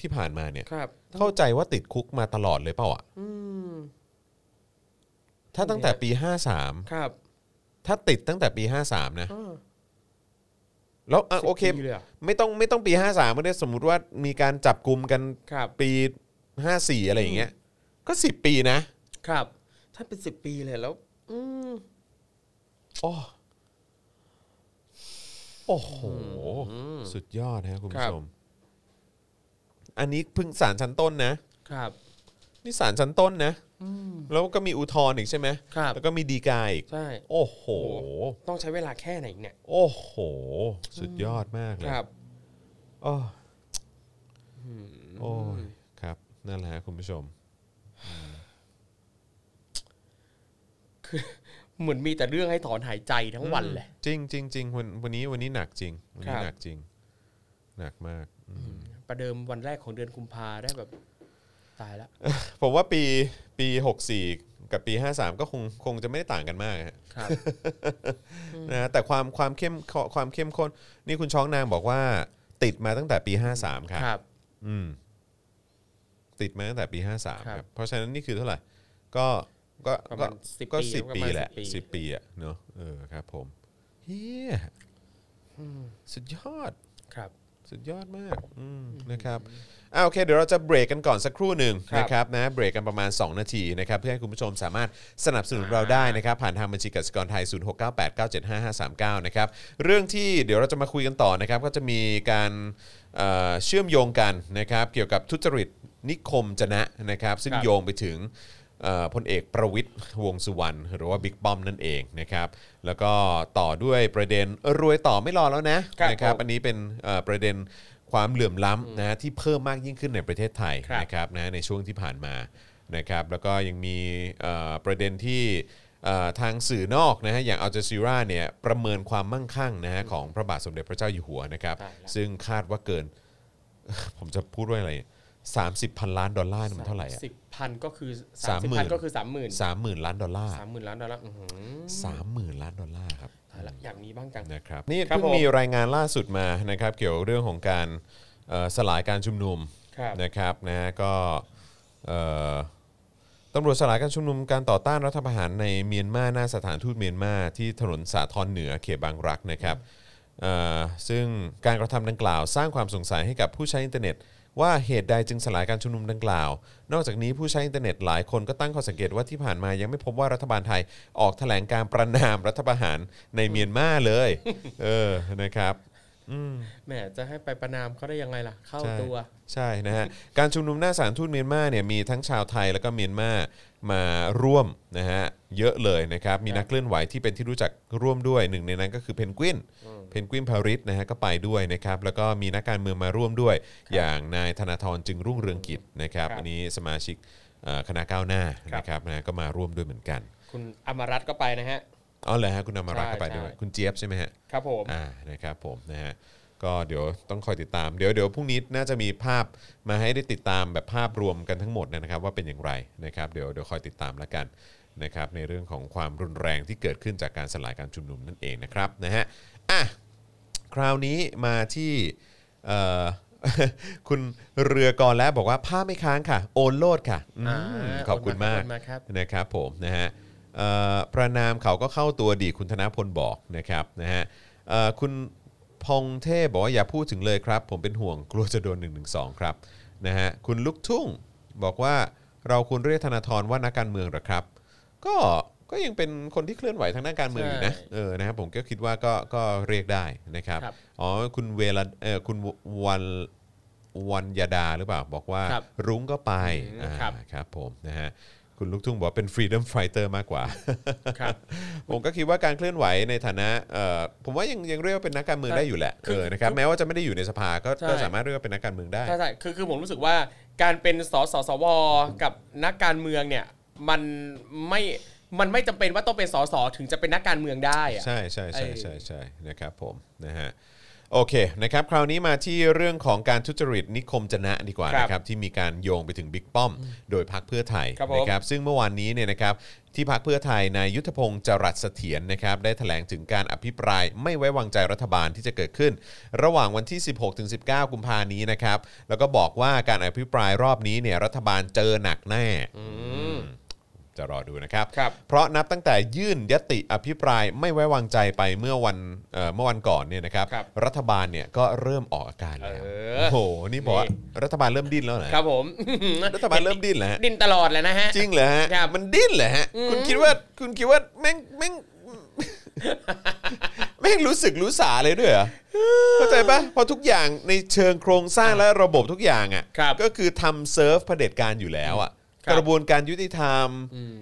ที่ผ่านมาเนี่ย ครับ เข้าใจว่าติดคุกมาตลอดเลยเปล่าอ่ะถ้าตั้งแต่ปีห้าสาม ครับ ถ้าติดตั้งแต่ปี 53 นะ แล้วอ่ะ สิบ โอเค ปีเลยเหรอ ไม่ต้องไม่ต้องปี 53ก็ได้สมมุติว่ามีการจับกลุ่มกัน ครับ ปี 54 อะไรอย่างเงี้ย ก็ 10 ปีนะครับ ถ้าเป็นสิบปีเลยแล้ว อืม โอ้โอ้โห สุดยอดนะครับคุณ ครั ผู้ บ ชม อันนี้เพิ่งศาลชั้นต้นนะ ครับ นี่ศาลชั้นต้นนะ แล้วก็มีอุทธรณ์อีกใช่ไหม ครับ แล้วก็มีดีกาอีก ใช่ โอ้โห ต้องใช้เวลาแค่ไหนเนี่ย โอ้โห สุดยอดมากเลย ครับ โอ้โอ้ยครับ นั่นแหละครับคุณผู้ชม เหมือนมีแต่เรื่องให้ถอนหายใจทั้งวันเลย จริงจริงจริงวันวันนี้วันนี้หนักจริง วันนี้ ครับ หนักจริง หนักมาก ประเดิมวันแรกของเดือนกุมภาได้แบบ ตายละ ผมว่าปีปี 64 กับปี 53 ก็คงคงจะไม่ได้ต่างกันมากฮะ ครับ นะแต่ความความเข้มความเข้มข้น นี่คุณช้องนางบอกว่าติดมาตั้งแต่ปี 53 ครับ ครับ อืม ติดมาตั้งแต่ปี ครั 53 บ ครับ เพราะฉะนั้นนี่คือเท่าไหร่ ก็ก็ ประ ก็ มาณ10ปี ก็สิบ ประ ปี มาณ แหละ 10ปี สิบปีอ่ะเนอะเออครับ ผมเฮียสุดยอด ครับ สุดยอดมากอืมนะครับอ่าโอเค เดี๋ยวเราจะเบรกกันก่อนสักครู่หนึ่ง ครับ นะครับนะเบรกกันประมาณ 2 นาทีนะครับเพื่อให้คุณผู้ชมสามารถสนับสนุนเราได้นะครับ ผ่านทางบัญชีกสิกรไทย 0698975539 นะครับเรื่องที่เดี๋ยวเราจะมาคุยกันต่อนะครับก็จะมีการเอ่อเชื่อมโยงกันนะครับเกี่ยวกับทุจริตนิคมจนะนะครับซึ่ง ครับ โยงไปถึง เอ่อพลเอกประวิทย์วงษ์สุวรรณหรือว่าบิ๊กป้อมนั่นเองนะครับ แล้วก็ต่อด้วยประเด็นรวยต่อไม่รอแล้วนะครับ นะครับ ผม อันนี้เป็นเอ่อประเด็นความเหลื่อมล้ำนะที่เพิ่มมากยิ่งขึ้นในประเทศไทย ครับ นะครับนะในช่วงที่ผ่านมานะครับ แล้วก็ยังมีเอ่อประเด็นที่เอ่อทางสื่อนอกนะฮะอย่างอัลจ z ซีราเนี่ยประเมินความมั่งคั่งนะฮะของพระบาทสมเด็จพระเจ้าอยู่หัวนะครับ ซึ่งคาดว่าเกิน <laughs> ผมจะพูดว่าอะไร30พันล้านดอลลาร์นี่มันเท่าไหร่อะ สิบพันก็คือ สา สามหมสิ มื่นบพันก็คือสามหมื่น สามหมื่นล้านดอลลาร์ สามหมื่นล้านดอลลาร์อื้อหือ สามหมื่นล้านดอลลาร์ครับ ตายละอยากมีบ้างจัง นะครับนี่ ครับ เพิ่ง ผม มีรายงานล่าสุดมานะครับ เกี่ยวเรื่องของการเอ่อสลายการชุมนุม ครับ นะครับนะฮะก็เอ่อตำรวจสลายการชุมนุมการต่อต้านรัฐประหารในเมียนมาหน้าสถานทูตเมียนมาที่ถนนสาทรเหนือเขตบางรักนะครับเอ่อซึ่งการกระทำดังกล่าวสร้างความสงสัยให้กับผู้ใช้อินเทอร์เน็ต ว่าเหตุใดจึงสลายการชุมนุมดังกล่าว นอกจากนี้ผู้ใช้อินเทอร์เน็ตหลายคนก็ตั้งข้อสังเกตว่าที่ผ่านมายังไม่พบว่ารัฐบาลไทยออกแถลงการประนามรัฐประหารในเมียนมาเลย เออนะครับ แหมจะให้ไปประนามเขาได้ยังไงล่ะ เข้า ใช่ ตัว ใช่นะฮะ การชุมนุมหน้าศาลทูตเมียนมาเนี่ยมีทั้งชาวไทยแล้วก็เมียนมามาร่วมนะฮะเยอะเลยนะครับ มีนักเคลื่อนไหวที่เป็นที่รู้จักร่วมด้วยหนึ่งในนั้นก็คือเพนกวินเพนกวินพาริสนะฮะก็ไปด้วยนะครับแล้วก็มีนักการเมืองมาร่วมด้วย อย่างนายธนาธรจึงรุ่งเรืองกิจนะครับ ครับ อันนี้สมาชิกเอ่อคณะก้าวหน้า ครับ นะครับนะก็มาร่วมด้วยเหมือนกัน คุณอมรัตน์ก็ไปนะฮะ อ๋อเหรอฮะคุณนำมารัก ใช่ ก็ไป ใช่ ด้วยคุณเจี๊ยบใช่ไหมฮะ ครับผม อ่า นะครับผมนะฮะ ก็เดี๋ยวต้องคอยติดตาม เดี๋ยวเดี๋ยวพรุ่งนี้น่าจะมีภาพมาให้ได้ติดตามแบบภาพรวมกันทั้งหมดเนยนะครับ ว่าเป็นอย่างไรนะครับ เดี๋ยวเดี๋ยวคอยติดตามแล้วกันนะครับ ในเรื่องของความรุนแรงที่เกิดขึ้นจากการสลายการชุมนุมนั่นเองนะครับนะฮะ อ่ะ คราวนี้มาที่เอ่ <laughs> อ คุณเรือกรแล้วบอกว่าผ้าไม่ค้างค่ะ โอนโลดค่ะอืม อ่า ขอบคุณมาก โอนมาครับ นะครับผมนะฮะเอ่อประนามเขาก็เข้าตัวดีคุณธนพลบอกนะครับนะฮะเอ่อคุณพงเทพบอกว่าอย่าพูดถึงเลยครับ ผมเป็นห่วงกลัวจะโดน1นึครับนะฮะคุณลูกทุ่งบอกว่าเราควรเรียกธนาธรว่านักการเมืองเหรอครับ ก็ก็ยังเป็นคนที่เคลื่อนไหวทางด้านการเมืองอยู่นะ ใช่ เออ นะครับ ผมก็คิดว่าก็ก็เรียกได้นะครับ ครับ อ๋อ คุณเวลาเออคุณวันวันยดาหรือเปล่า บอกว่า ครับ รุ้งก็ไป อืม อ่า ครับ ครับผมนะฮะ คุณลูกทุ่งบอกว่าเป็น Freedom Fighter มากกว่า <laughs> ครับ ผมก็คิดว่าการเคลื่อนไหวในฐานะเอ่อผมว่ายังยังเรียกว่าเป็นนักการเมือง ใช่ ได้อยู่แหละ คื เอ อ อ นะครับ แม้ว่าจะไม่ได้อยู่ในสภา ก็ ใช่ ก็สามารถเรียกว่าเป็นนักการเมืองได้ ใช่ใช่คือคือผมรู้สึกว่าการเป็นสสสวกับนักการเมืองเนี่ยมันไม่มันไม่จำเป็นว่าต้องเป็นสสถึงจะเป็นนักการเมืองได้อะ ใช่ใช่ใช่ เออ ใช่ใช่นะครับผมนะฮะโอเคนะครับคราวนี้มาที่เรื่องของการทุจริตนิคมจนะดีกว่า ครับ นะครับที่มีการโยงไปถึงบิ๊กป้อม โดยพักเพื่อไทย ครับผม นะครับซึ่งเมื่อวานนี้เนี่ยนะครับที่พักเพื่อไทยนายยุทธพงศ์จรัสเสถียรนะครับได้แถลงถึงการอภิปรายไม่ไว้วางใจรัฐบาลที่จะเกิดขึ้น ระหว่างวันที่ 16-19 กุมภานี้นะครับแล้วก็บอกว่าการอภิปรายรอบนี้เนี่ยรัฐบาลเจอหนักแน่ อืม จะรอดูนะครับ ครับ เพราะนับตั้งแต่ยื่นยติอภิปรายไม่ไว้วางใจไปเมื่อวันเอ่อเมื่อวันก่อนเนี่ยนะครับ ครับ รัฐบาลเนี่ยก็เริ่มออกอาการแล้ว เออ โอ้โห นี่บอกว่า นี่ รัฐบาลเริ่มดิ้นแล้วนะครับ ผม รัฐบาลเริ่มดิ้นแล้วฮะ <laughs> ดิ้นตลอดแหล้วนะฮะ จริงเหรอฮะ ครับ มันดิ้นเหรอฮะคุณคิดว่าคุณคิดว่าแม่งแม่ง <laughs> แม่งรู้สึกรู้สาเลยด้วยเหรอเข้าใจปะเพอทุกอย่างในเชิงโครงสร้างและระบบทุกอย่างอ่ะ ครับ ก็คือทำเซิร์ฟเผด็จการอยู่แล้วอ่ะ ครักบระบวนการยุติธรรม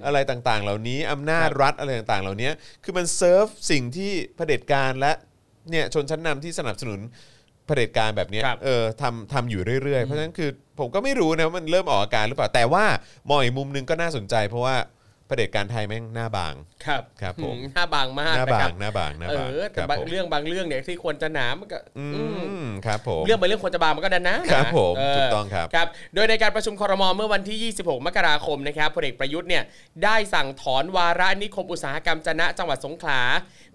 อะไรต่างๆ เหล่านี้อำนาจรัฐอะไรต่างๆ เหล่านี้คือมันเซิร์ฟสิ่งที่เผด็จการและเนี่ยชนชั้นนำที่สนับสนุนเผด็จการแบบเนี้ย ครับ เออทำทำอยู่เรื่อยๆ เพราะฉะนั้นคือผมก็ไม่รู้นะว่ามันเริ่มออกอาการหรือเปล่าแต่ว่ามองอีกมุมหนึงก็น่าสนใจ เพราะว่าเผด็จการไทยแม่งหน้าบาง ครับ ครับผม อืหน้าบางมาก หน้า นะ บางครับ หน้าบางหเอบน้าาง อแต่ ครับ บาง ผม เรื่องบางเรื่องเนี่ยที่ควรจะหนามันก็ อื อืม มครับผม เรื่องบางเรื่องควรจะบางมันก็ดันนะครับ ผม เ ถูกต้องครับ ครับ โดยในการประชุมครมเมื่อวันที่ 26 มกราคมนะครับพลเอกประยุทธ์เนี่ยได้สั่งถอนวาระนิคมอุตสาหกรรมจะนะจังหวัดสงขลา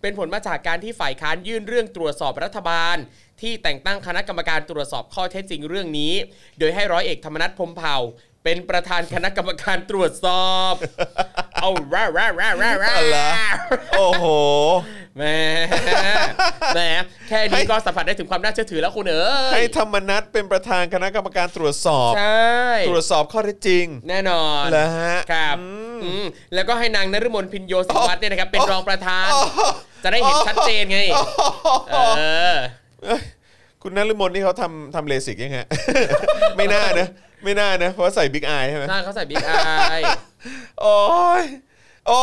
เป็นผลมาจากการที่ฝ่ายค้านยื่นเรื่องตรวจสอบรัฐบาล ที่แต่งตั้งคณะกรรมการตรวจสอบข้อเท็จจริงเรื่องนี้ โดยให้ร้อยเอกธรรมนัฐพรหมเผ่า เป็นประธานคณะกรรมการ <laughs> ตรวจสอบ เอาร่าร่าร่าร่าร่า อะไร โอ้โห แหมแหมแค่นี้ก็สัมผัสได้ถึงความน่าเชื่อถือแล้วคุณเอ๋ย ให้ธรรมนัตเป็นประธานคณะกรรมการตรวจสอบ ใช่ ตรวจสอบข้อเท็จจริง แน่นอน เหรอฮะ ครับ อืม อืมแล้วก็ให้นางนฤมลพินโยสังวัฒน์เนี่ยนะครับ เป็นรองประธาน จะได้เห็นชัดเจนไง เออ <laughs> คุณนฤมลนี่เขาทำทำเลสิกยังฮ <laughs> ะ ไม่น่านะ ไม่น่านะ เพราะใส่บิ๊กอายใช่ไหม หน้าเขาใส่บิ๊กอาย โอ้ยโอ้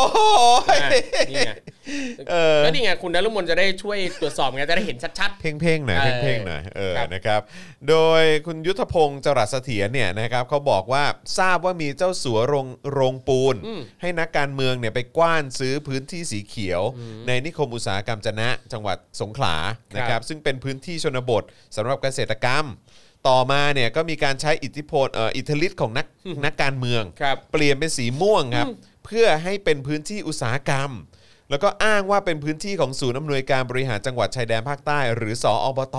ย อ่ะนี่ไง เออ ก็นี่ไงคุณนฤมลจะได้ช่วยตรวจสอบไงจะได้เห็นชัด เพ่งๆหน่อย เออ เพ่งๆหน่อยเออ ครับ นะครับ โดยคุณยุทธพงศ์จรัสเสถียรเนี่ยนะครับเขาบอกว่าทราบว่ามีเจ้าสัวโรงโรงปูน อืม ให้นักการเมืองเนี่ยไปกว้านซื้อพื้นที่สีเขียว ในนิคมอุตสาหกรรมจะนะ จังหวัดสงขลานะค ครั รับบ ซึ่งเป็นพื้นที่ชนบทสำหรับเกษตรกรรม ต่อมาเนี่ยก็มีการใช้อิทธิพลเอ่ออิทธิฤทธิ์ของนักนักการเมือง ๆ ครับ เปลี่ยนเป็นสีม่วงครับ เพื่อให้เป็นพื้นที่อุตสาหกรรม แล้วก็อ้างว่าเป็นพื้นที่ของศูนย์อำนวยการบริหารจังหวัดชายแดนภาคใต้ หรือสออบต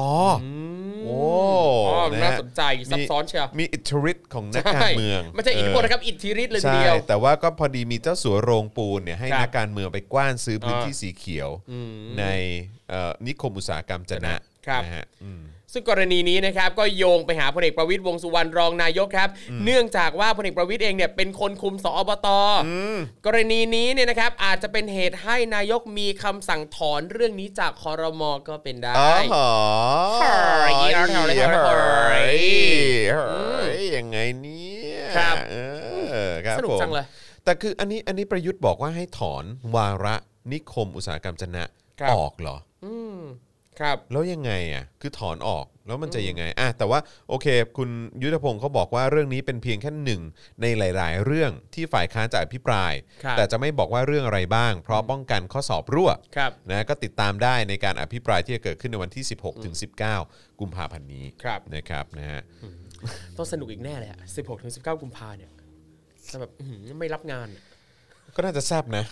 โอ้ อ๋อ ะฮะ น่าสนใจซับซ้อนเชียว มีอิทธิฤทธิ์ของนักการเมือง ใช่ไม่ใช่อิทธิพลนะครับ อิทธิฤทธิ์เลยที ใช่ เดียว แต่ว่าก็พอดีมีเจ้าสัวโรงปูนเนี่ยให้ ครับ นักการเมืองไปกว้านซื้อพื้นที่ อ่า สีเขียว อืม ในเอ่อนิคมอุตสาหกรรมจะนะครับ นะฮะอืม ซึ่งกรณีนี้นะครับก็โยงไปหาพลเอกประวิตยวงษ์สุวรรณรองนายกครับ เนื่องจากว่าพลเอกประวิตยเองเนี่ยเป็นคนคุมสอบตกรณีนี้เนี่ยนะครับอาจจะเป็นเหตุให้นายกมีคำสั่งถอนเรื่องนี้จากคอรมอก็เป็นได้ อ๋อหอ เฮ้ยเฮ้ยเฮ้ยเฮ้ย เฮ้ย อืม ยังไงเนี่ย ครับ เออครับ สนุก ผม จังเลย แต่คืออันนี้อันนี้ประยุทธ์บอกว่าให้ถอนวาระนิคมอุตสาหกรรมจนะครับ ออกเหรอ อืมครับ แล้วยังไงอ่ะคือถอนออกแล้วมันจะยังไงอ่ะแต่ว่าโอเค คุณยุทธพงศ์เขาบอกว่าเรื่องนี้เป็นเพียงแค่หนึ่งในหลาย ๆ เรื่องที่ฝ่ายค้านจะอภิปราย ครับ แต่จะไม่บอกว่าเรื่องอะไรบ้าง เพราะป้องกันข้อสอบรั่ว ครับ นะก็ติดตามได้ในการอภิปรายที่จะเกิดขึ้นในวันที่ 16 ถึง 19 กุมภาพันธ์นี้ ครับ นะครับนะฮะ ต้องสนุกอีกแน่เลยอะ16ถึง19 กุมภาเนี่ยจะแบบอื้อหือไม่รับงาน ก็น่าจะแซบนะ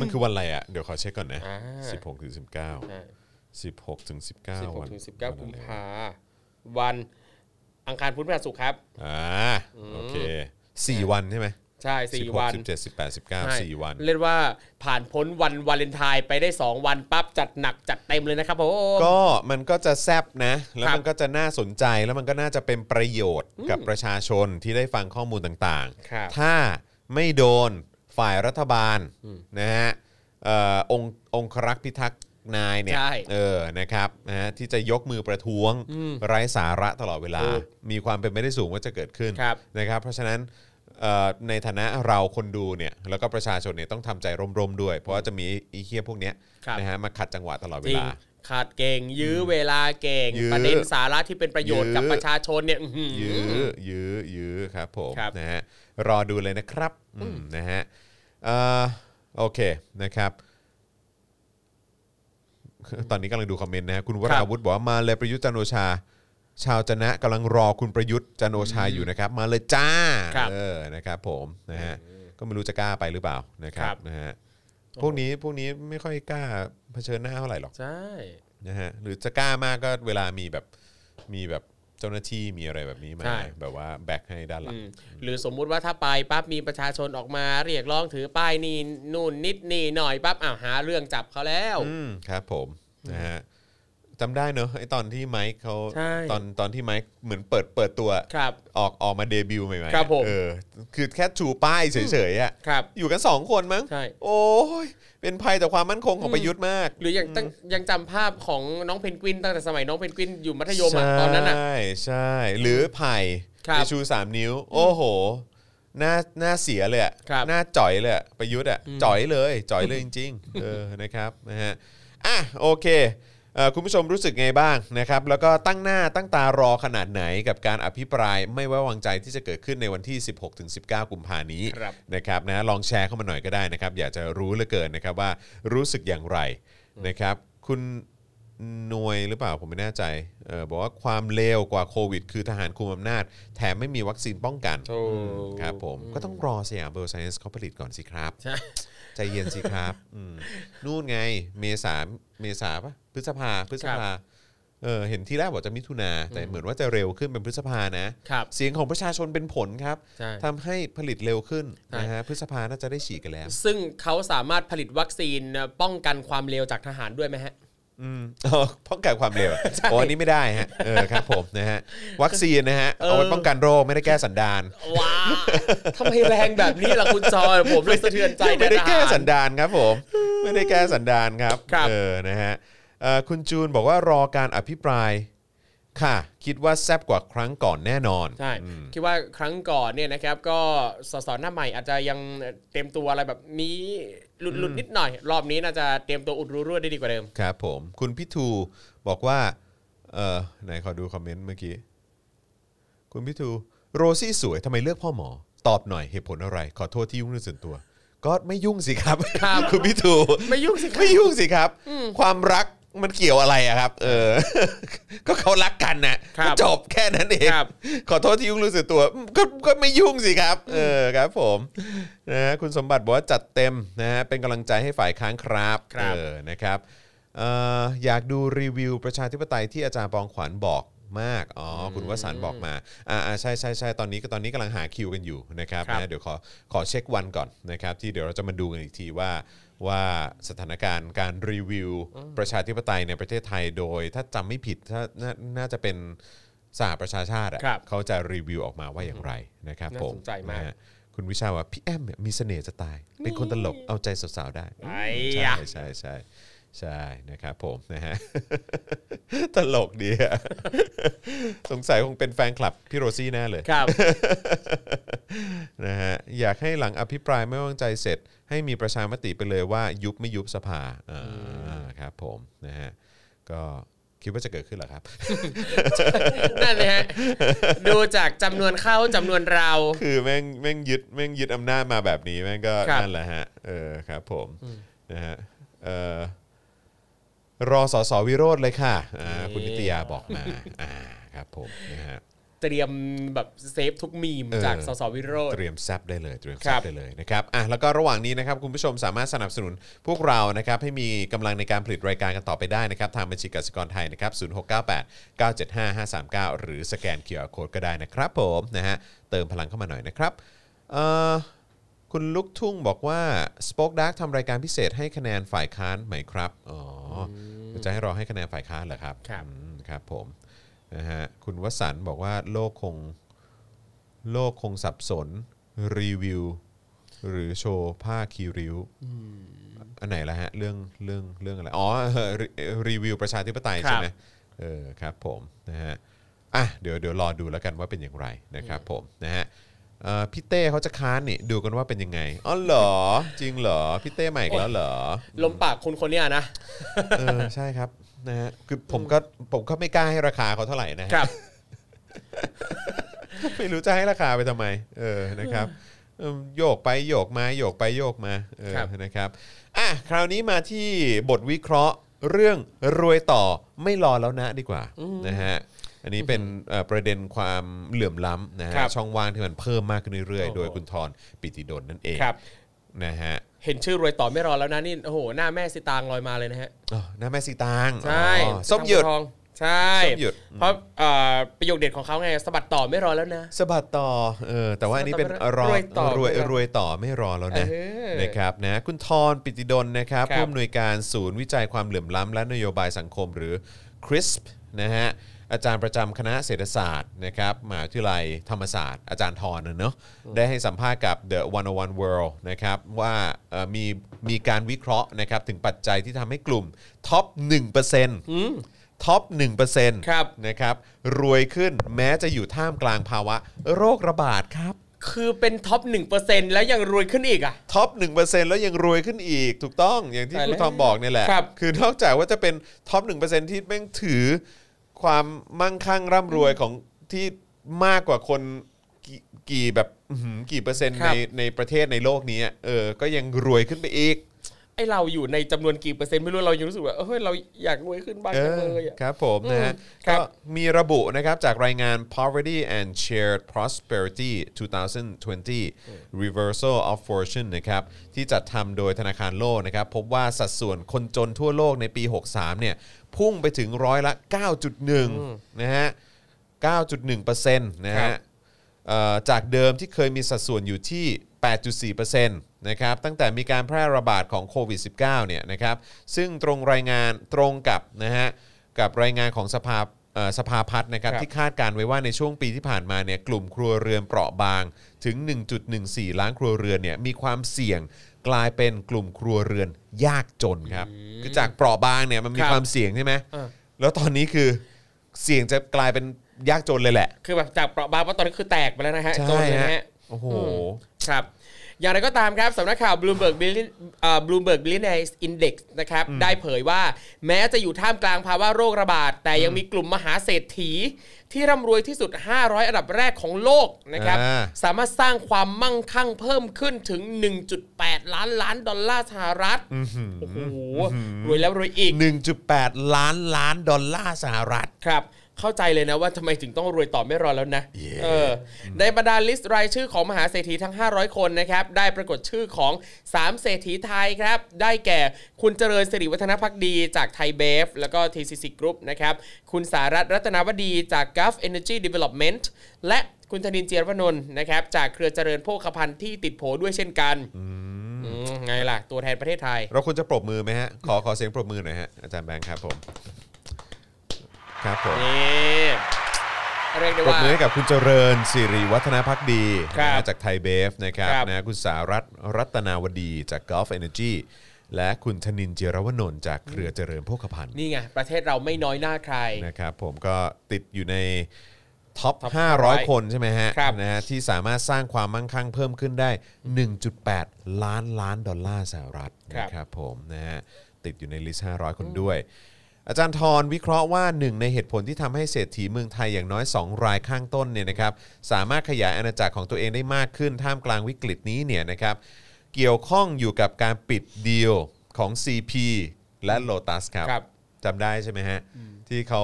มันคือวันอะไรอ่ะ เดี๋ยวขอเช็คก่อนนะ อ่า 16 ถึง 19 16 ถึง 19 16 วัน ถึง19 กุมภาวันอังคารพุธพฤหัสศุกร์ครับ อ่าโอเค 4 วันใช่ไหม ใช่สี่วัน 16 17 18 ใช่ 19 4 วัน เรียกว่าผ่านพ้นวันวาเลนไทน์ไปได้ 2 วันปั๊บจัดหนักจัดเต็มเลยนะครับผม ก็มันก็จะแซบนะ แล้ว ครับ มันก็จะน่าสนใจแล้วมันก็น่าจะเป็นประโยชน์กับประชาชนที่ได้ฟังข้อมูลต่าง ครับ ถ้าไม่โดนฝ่ายรัฐบาลนะฮะเอ่อองค์องครักษ์พิทักษ์นายเนี่ย ใช่ เออนะครับนะฮะที่จะยกมือประท้วง อืม ไร้สาระตลอดเวลา ถูก มีความเป็นไปได้สูงว่าจะเกิดขึ้น ครับ นะครับ เพราะฉะนั้นเอ่อในฐานะเราคนดูเนี่ยแล้วก็ประชาชนเนี่ยต้องทำใจร่มๆด้วย เพราะว่าจะมีไอีเคียพวกเนี้ย ครับ นะฮะมาขัดจังหวะตลอดเว จริง ลา ขาดเก่ง ยื้อเวลาเก่ง ยื้อ ประเด็นสาระที่เป็นประโยชน์กับ ยื้อ ประชาชนเนี่ยอื้อยหือื้อยื้อยื้อครับผม ครับ นะฮะรอดูเลยนะครับอืมนะฮะเอ่อโอเคนะครับ ตอนนี้กำลังดูคอมเมนต์นะฮะคุณวราวุฒิบอกว่ามาเลยประยุทธ์จันทร์โอชา ชาวจนะกำลังรอคุณประยุทธ์จันทร์โอชาอยู่นะครับ มาเลยจ้า ครับ เออนะครับผมนะฮะก็ไม่รู้จะกล้าไปหรือเปล่านะครับนะฮะพวกนี้พวกนี้ไม่ค่อยกล้าเผชิญหน้าเท่าไหร่หรอก ใช่ นะฮะหรือจะกล้ามากก็เวลามีแบบมีแบบเจ้าหน้าที่มีอะไรแบบนี้มา ใช่ แบบว่าแบกให้ด้านหลัง อืมหรือสมมุติว่าถ้าไปปั๊บมีประชาชนออกมา เรียกร้องถือป้ายนี่นู่นนิดนี่หน่อยปั๊บอ้าวหาเรื่องจับเขาแล้ว อืมครับผมนะฮะจำได้เนอะไอตอนที่ไมค์เขา ใช่ ตอนตอนที่ไมค์เหมือนเปิดเปิดตัว ครับ ออกออกมาเดบิวต์ใหม่ๆ ครับผม เออคือแค่ชูป้ายเฉยๆอ่ะ ครับ อยู่กันสองคนมั้ง ใช่ โอ้ยเป็นภัยต่อความมั่นคงของประยุทธ์มาก หรืออย่างตั้งยังจำภาพของน้องเพนกวินตั้งแต่สมัยน้องเพนกวินอยู่มัธยมอะ ใช่ ตอนนั้นอ่ะ ใช่ใช่หรือไผ่ ครับ ไปชูสามนิ้ว โอ้โหหน้าหน้าเสียเลยอะ ครับ หน้าจ่อยเลยอะประยุทธ์อะจ่อยเลยจ่อยเลยจริงๆ เออ <laughs> นะครับนะฮะอ่ะโอเคเอ่อคุณผู้ชมรู้สึกไงบ้างนะครับ แล้วก็ตั้งหน้าตั้งตารอขนาดไหนกับการอภิปรายไม่ไว้วางใจที่จะเกิดขึ้นในวันที่ 16-19 กุมภานี้ ครับ นะครับนะลองแชร์เข้ามาหน่อยก็ได้นะครับ อยากจะรู้เหลือเกินนะครับว่ารู้สึกอย่างไรนะครับ คุณหน่วยหรือเปล่าผมไม่แน่ใจเออบอกว่าความเลวกว่าโควิด คือทหารคุมอำนาจ แถมไม่มีวัคซีนป้องกัน ถูก อืมครับผมก็ต้องรอสยามเบ s ร์ไซเอนส์เขาผลิตก่อนสิครับ ใช่ ใจเย็นสิ <laughs> ครับ อืมนู่นไงเมษาเมษาปะพฤษภาพฤษภา เออเห็นทีแรกบอกจะมิถุนาแต่เหมือนว่าจะเร็วขึ้นเป็นพฤษภานะ ครับ เสียงของประชาชนเป็นผลครับ ใช่ ทำให้ผลิตเร็วขึ้น ใช่ นะฮะพฤษภาน่าจะได้ฉีดกันแล้ว ซึ่งเขาสามารถผลิตวัคซีนเอ่อป้องกันความเร็วจากทหารด้วยไหมฮะ อืม <laughs> อ๋อป้องกันความเร็วอะ ใช่ อ๋ออันนี้ไม่ได้ฮะเออครับผมนะ <laughs> ฮะวัคซีนนะฮะ เออ เอาไว้ป้องกันโรคไม่ได้แก้สันดาน ว้า <laughs> ทำไมแรงแบบนี้ล่ะคุณจอยผมเลยสะเทือนใจ ไม่ได้ นะ แก้ ทหาร สันดานครับผมไม่ได้แก้สันดานครับ ครับ เออนะฮะเอ่อคุณจูนบอกว่ารอการอภิปรายค่ะ คิดว่าแซบกว่าครั้งก่อนแน่นอน ใช่คิดว่าครั้งก่อนเนี่ยนะครับ ก็สสหน้าใหม่อาจจะยังเตรียมตัวอะไรแบบมีหลุดหลุดนิดหน่อย รอบนี้น่าจะเตรียมตัวอุดรูรั่วได้ดีกว่าเดิม ครับผมคุณพิทูบอกว่าเออไหนขอดูคอมเมนต์เมื่อกี้ คุณพิทูโรซี่สวยทำไมเลือกพ่อหมอ ตอบหน่อยเหตุผลอะไร ขอโทษที่ยุ่งเรื่องส่วนตัว ก็ไม่ยุ่งสิครับ ครับ <laughs> คุณพิทู ไม่ยุ่งสิครับ ไม่ยุ่งสิครับ ความรักมันเกี่ยวอะไรอะครับ เอ <laughs> อ ก็เขารักกันนะครับ ก็จบแค่นั้นเอง ครับ ขอโทษที่ยุ่งเรื่องส่วนตัวอืมก็ก็ไม่ยุ่งสิครับ เออครับผมนะฮะคุณสมบัติบอกว่าจัดเต็มนะฮะเป็นกำลังใจให้ฝ่ายค้านครับ ครับ เออนะครับเอ่ออยากดูรีวิวประชาธิปไตยที่อาจารย์ปองขวัญบอกมากอ๋ออคุณวสันต์บอกมาอ่าอ่าใช่ใช่ใช่ตอนนี้ก็ตอนนี้กำลังหาคิวกันอยู่นะครับ ครับ นะ เดี๋ยวขอขอเช็ควันก่อนนะครับ ที่เดี๋ยวเราจะมาดูกันอีกทีว่าว่าสถานการณ์การรีวิวประชาธิปไตยในประเทศไทยโดย ถ้าจำไม่ผิดถ้านาน่าจะเป็นสหประชาชาติอะ ครับ เขาจะรีวิวออกมาว่าอย่างไรนะครับ น่า ผม สนใจมาก ะฮะคุณวิชาว่าพี่แอมเนี่ยมีเสน่ห์จะตาย เป็นคนตลกเอาใจสาวๆได้ ไอ้ ใช่ ยะ ใช่ใช่ใช่นะครับผมนะ <laughs> ฮะ ตลกดีอะ สงสัยคงเป็นแฟนคลับพี่โรซี่แน่เลย <laughs> ครับ นะฮะอยากให้หลังอภิปรายไม่ไว้วางใจเสร็จ ให้มีประชามติไปเลยว่ายุบไม่ยุบสภาอ่าครับผมนะฮะก็คิดว่าจะเกิดขึ้นเหรอครับ นั่นเลยฮะ ดูจากจำนวนเข้าจำนวนเรา คือแม่งแม่งยึดแม่งยึดอำนาจมาแบบนี้แม่งก็ ครับ นั่นแหละฮะเออครับผมนะฮะเออรอสอสอวิโรธเลยค่ะอ่าคุณนิตยาบอกมาอ่าครับผมนะฮะ เตรียมแบบเซฟทุกมีม เออ จากสสวิโรจน์ เตรียมแซบได้เลยเตรียมแซ ครับ บ ได้เลยนะครับอ่ะแล้วก็ระหว่างนี้นะครับคุณผู้ชมสามารถสนับสนุนพวกเรานะครับให้มีกำลังในการผลิตรายการกันต่อไปได้นะครับทางบัญชีกสิกรไทยนะครับศูนย์หกเก้าแปดเก้าเจ็ดห้าห้าสามเก้าหรือสแกนเคอร์โคดก็ได้นะครับผมนะฮะเติมพลังเข้ามาหน่อยนะครับเอ่อคุณลูกทุ่งบอกว่า Spoke Dark ทำรายการพิเศษให้คะแนนฝ่ายค้านไหมครับอ๋ออจะให้เราให้คะแนนฝ่ายค้านเหรอครับ ครับ อืมครับผมนะฮะคุณวสันต์บอกว่าโลกคง โลกคงสับสนรีวิว หรือโชว์ผ้าคีริ้วอันไหนละฮะ เรื่องเรื่องเรื่องอะไร อ๋อ <laughs> เออรีรีวิวประชาธิปไตย ครับ ใช่ไหมเออครับผมนะฮะอ่ะเดี๋ยวเดี๋ยวรอดูแล้วกันว่าเป็นอย่างไรนะครับผมนะฮะเอ่อพี่เต้เขาจะค้านนี่ดูกันว่าเป็นยังไงอ๋อเหรอ จริงเหรอพี่เต้ใหม่อีกแล้วเหรอ ลมปากคนคนเนี้ยนะ เออใช่ครับนะฮะคือผมก็ผมก็ไม่กล้าให้ราคาเขาเท่าไหร่นะฮะ ครับ ไม่รู้จะให้ราคาไปทำไม เออ นะครับเอิ่มโยกไปโยกมาโยกไปโยกมา เออ ครับ นะครับ อ่ะ คราวนี้มาที่บทวิเคราะห์เรื่องรวยต่อไม่รอแล้วนะดีกว่า นะฮะ อันนี้เป็นเอ่อประเด็นความเหลื่อมล้ำนะฮะ ครับ ช่องว่างที่มันเพิ่มมากขึ้นเรื่อยๆ โดย โอ้โห คุณทอนปิติดลนั่นเอง ครับ นะฮะ เห็นชื่อรวยต่อไม่รอแล้วนะนี่โอ้โหหน้าแม่สิตางลอยมาเลยนะฮะ อ๋อหน้าแม่สีตาง ใช่ อ๋อส้มหยุด ทองใช่ ส้มหยุด เพราะเอ่อประโยคเด็ดของเขาไงสะบัดต่อไม่รอแล้วนะ สะบัดต่อ เออ แต่ว่าอันนี้เป็นรอ รวยต่อ รวย ไม่รอ รวยต่อไม่รอแล้วนะ เออ นะครับ นะ คุณทอนปิติดลนะครับ ครับ ผู้อำนวยการศูนย์วิจัยความเหลื่อมล้ำและนโยบายสังคมหรือ CRISP นะฮะ อาจารย์ประจำคณะเศรษฐศาสตร์นะครับมหาวิทยาลัยธรรมศาสตร์ อาจารย์ทอนนะเนอะได้ให้สัมภาษณ์กับ The 101 World นะครับ ว่าเอ่อมีมีการวิเคราะห์นะครับ ถึงปัจจัยที่ทำให้กลุ่มท็อป1%ท็อป1% ครับ นะครับรวยขึ้นแม้จะอยู่ท่ามกลางภาวะโรคระบาดครับ คือเป็นท็อปหนึ่งเปอร์เซ็นต์แล้วยังรวยขึ้นอีกอ่ะ ท็อป1%แล้วยังรวยขึ้นอีกถูกต้องอย่างที่ ตาย ค แล้ว รูทอมบอกเนี่ยแหละ ครับ อนอกจากว่าจะเป็นท็อป1%ที่แม่งถือความมั่งคั่งร่ำรวยของที่มากกว่าคนกี่กี่แบบอื้อหือกี่เปอร์เซ็นต์ในในประเทศในโลกนี้อะเออก็ยังรวยขึ้นไปอีก ไอเราอยู่ในจำนวนกี่เปอร์เซ็นต์ไม่รู้เรายังรู้สึกว่าเออเราอยากรวยขึ้นบ้างจังเลยอะ ครับผมนะฮะ อืมครั ก็ บ มีระบุนะครับจากรายงาน Poverty and Shared Prosperity 2020 Reversal of Fortune นะครับที่จัดทำโดยธนาคารโลกนะครับพบว่าสัดส่วนคนจนทั่วโลกในปี 63 เนี่ยพุ่งไปถึงร้อยละ 9.1 นะฮะ 9.1%นะ ครั ฮะ บ เอ่อจากเดิมที่เคยมีสัดส่วนอยู่ที่ 8.4%นะครับ ตั้งแต่มีการแพร่ระบาดของโควิด -19 เนี่ยนะครับ ซึ่งตรงรายงานตรงกับนะฮะ กับรายงานของสภาเอ่อสภาพัฒน์นะครับ ครับ ที่คาดการไว้ว่าในช่วงปีที่ผ่านมาเนี่ย กลุ่มครัวเรือนเปราะบางถึง 1.14 ล้านครัวเรือนเนี่ย มีความเสี่ยงกลายเป็นกลุ่มครัวเรือนยากจนครับ คือจากเปราะบางเนี่ยมันมี ครับ ความเสี่ยงใช่ไหม อ่า แล้วตอนนี้คือเสี่ยงจะกลายเป็นยากจนเลยแหละ คือแบบจากเปราะบางเพราะตอนนี้คือแตกไปแล้วนะฮะ ใช่ โจนเลยนะฮะ โอ้โห ครับ อย่างไรก็ตามครับสำนักข่าว Bloomberg Billion- เอ่อ Bloomberg Billionaires Index นะครับ ได้เผยว่าแม้จะอยู่ท่ามกลางภาวะโรคระบาด แต่ยังมีกลุ่มมหาเศรษฐี ที่ร่ำรวยที่สุด 500 อันดับแรกของโลกนะครับ อ่า สามารถสร้างความมั่งคั่งเพิ่มขึ้นถึง 1.8 ล้านล้านดอลลาร์สหรัฐ โอ้โห รวยแล้วรวยอีก 1.8 ล้านล้านดอลลาร์สหรัฐ ครับ เข้าใจเลยนะว่าทำไมถึงต้องรวยต่อไม่รอแล้วนะ Yeah เออ ในบรรดาลิสต์รายชื่อของมหาเศรษฐีทั้ง 500 คนนะครับ ได้ปรากฏชื่อของ 3 เศรษฐีไทยครับ ได้แก่คุณเจริญสิริวัฒนพักดีจากไทยเบฟ แล้วก็ TCC Group นะครับ คุณสารัตน์รัตนาวดีจาก Gulf Energy Development และคุณธนินทร์เจียรวนนท์นะครับ จากเครือเจริญโภคภัณฑ์ที่ติดโผด้วยเช่นกันอืมไงล่ะ ตัวแทนประเทศไทย เราควรจะปรบมือไหมฮะ ขอขอเสียงปรบมือหน่อยฮะ อาจารย์แบงค์ครับผม ครับผม นี่เรียกได้ ปรบ ว่า มือให้กับคุณเจริญสิริวัฒนพักดี ครับ นะฮะจากไทยเบฟนะครับ ครับ นะคุณสารัตน์รัตนาวดีจาก Gulf Energy และคุณธนินทร์เจยรวนนท์จากเครือเจริญโภคภัณฑ์ นี่ไงประเทศเราไม่น้อยหน้าใคร นะครับผมก็ติดอยู่ในท็อป Top 500 500 คนใช่ไหมฮะ ครับ นะฮะที่สามารถสร้างความมั่งคั่งเพิ่มขึ้นได้ 1.8 ล้านล้านดอลลาร์สหรัฐนะครับผมนะฮะติดอยู่ในลิสต์ 500 คนด้วย อาจารย์ทรวิเคราะห์ว่าหนึ่งในเหตุผลที่ทำให้เศรษฐีเมืองไทยอย่างน้อย 2 รายข้างต้นเนี่ยนะครับสามารถขยายอาณาจักรของตัวเองได้มากขึ้นท่ามกลางวิกฤตนี้เนี่ยนะครับเกี่ยวข้องอยู่กับการปิดดีลของ CP และ Lotus ครับ ครับ จำได้ใช่ไหมฮะที่เขา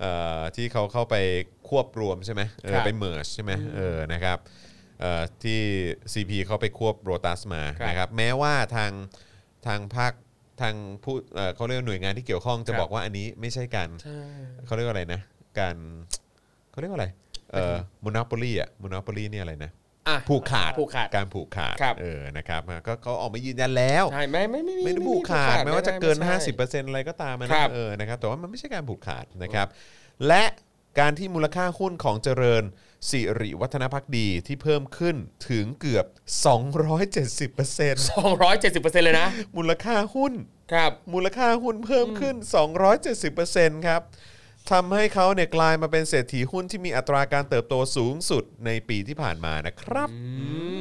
เอ่อที่เขาเข้าไปควบรวมใช่ไหมเออ ครับ ไปเมิร์ชใช่ไหมเออนะครับเอ่อที่ CP เขาไปควบโรตัสมา ครับ นะครับแม้ว่าทางทางภาคทางผู้เอ่อเขาเรียกว่าหน่วยงานที่เกี่ยวข้องจะ ครับ บอกว่าอันนี้ไม่ใช่การเขาเรียกว่าอะไรนะ การเขาเรียกว่าอะไรเอ่อมอนอปลีอ่ะมอนอปลีเนี่ยอะไรนะ อ่ะ ผูกขาด ผูกขาด การผูกขาด ครับ เออนะครับก็เขาออกมายืนยันแล้ว ใช่ไหมไม่ไม่ ไม่ได้ผูกขาดไม่ว่าจะเกิน ไม่ใช่ 50%อะไรก็ตามอะ ค นะ รับ เออนะครับแต่ว่ามันไม่ใช่การผูกขาดนะครับ และการที่มูลค่าหุ้นของเจริญสิริวัฒนพักดีที่เพิ่มขึ้นถึงเกือบ 270% 270%เลยนะ มูลค่าหุ้น ครับ มูลค่าหุ้นเพิ่มขึ้น 270%ครับทำให้เขาเนี่ยกลายมาเป็นเศรษฐีหุ้นที่มีอัตราการเติบโตสูงสุดในปีที่ผ่านมานะครับ อื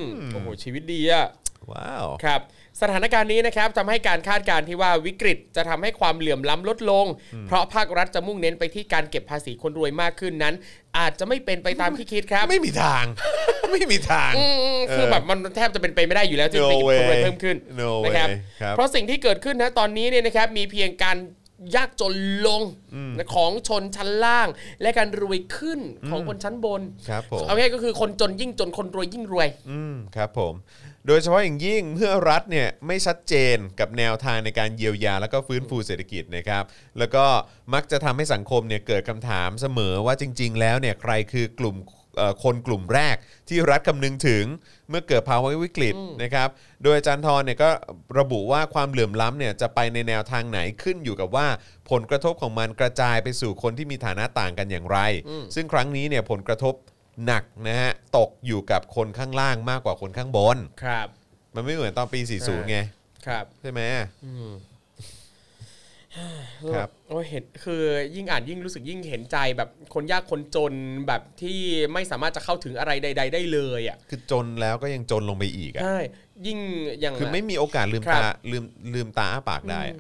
ม โอ้โห ชีวิตดีอ่ะ ว้าว ครับ สถานการณ์นี้นะครับทำให้การคาดการณ์ที่ว่าวิกฤตจะทำให้ความเหลื่อมล้ำลดลง เพราะภาครัฐจะมุ่งเน้นไปที่การเก็บภาษีคนรวยมากขึ้นนั้น อาจจะไม่เป็นไปตามที่คิดครับ ไม่มีทาง <laughs> ไม่มีทาง อืมคือแบบมันแทบจะเป็นไปไม่ได้อยู่แล้วที่ No จะเก็บคนรวย way เพิ่มขึ้น No นะครับ way ครับ เพราะสิ่งที่เกิดขึ้นนะตอนนี้เนี่ยนะครับมีเพียงการยากจนลงนะของชนชั้นล่าง และการรวยขึ้นของคนชั้นบน ครับผม เอาง่ายๆก็คือคนจนยิ่งจนคนรวยยิ่งรวย อืมครับผม โดยเฉพาะอย่างยิ่งเมื่อรัฐเนี่ยไม่ชัดเจนกับแนวทางในการเยียวยา แล้วก็ฟื้นฟูเศรษฐกิจนะครับ แล้วก็มักจะทำให้สังคมเนี่ยเกิดคำถามเสมอว่าจริง ๆ แล้วเนี่ยใครคือกลุ่มเอ่อคนกลุ่มแรกที่รัฐคำนึงถึงเมื่อเกิดภาวะวิกฤตนะครับ โดยอาจารย์ทรเนี่ยก็ระบุว่าความเหลื่อมล้ำเนี่ยจะไปในแนวทางไหนขึ้นอยู่กับว่า ผลกระทบของมันกระจายไปสู่คนที่มีฐานะต่างกันอย่างไร ซึ่งครั้งนี้เนี่ยผลกระทบ หนักนะฮะ ตกอยู่กับคนข้างล่างมากกว่าคนข้างบน ครับ มันไม่เหมือนตอนปี 40 ไง ครับ ใช่ไหม ครับ โอ้ยเห็นคือยิ่งอ่านยิ่งรู้สึกยิ่งเห็นใจแบบคนยากคนจนแบบที่ไม่สามารถจะเข้าถึงอะไรใด ๆ ได้เลยอ่ะ คือจนแล้วก็ยังจนลงไปอีกอะ ใช่ยิ่งอย่าง คือไม่มีโอกาสลืม ครับ ตาลืมลืมตาอ้าปากได้อะ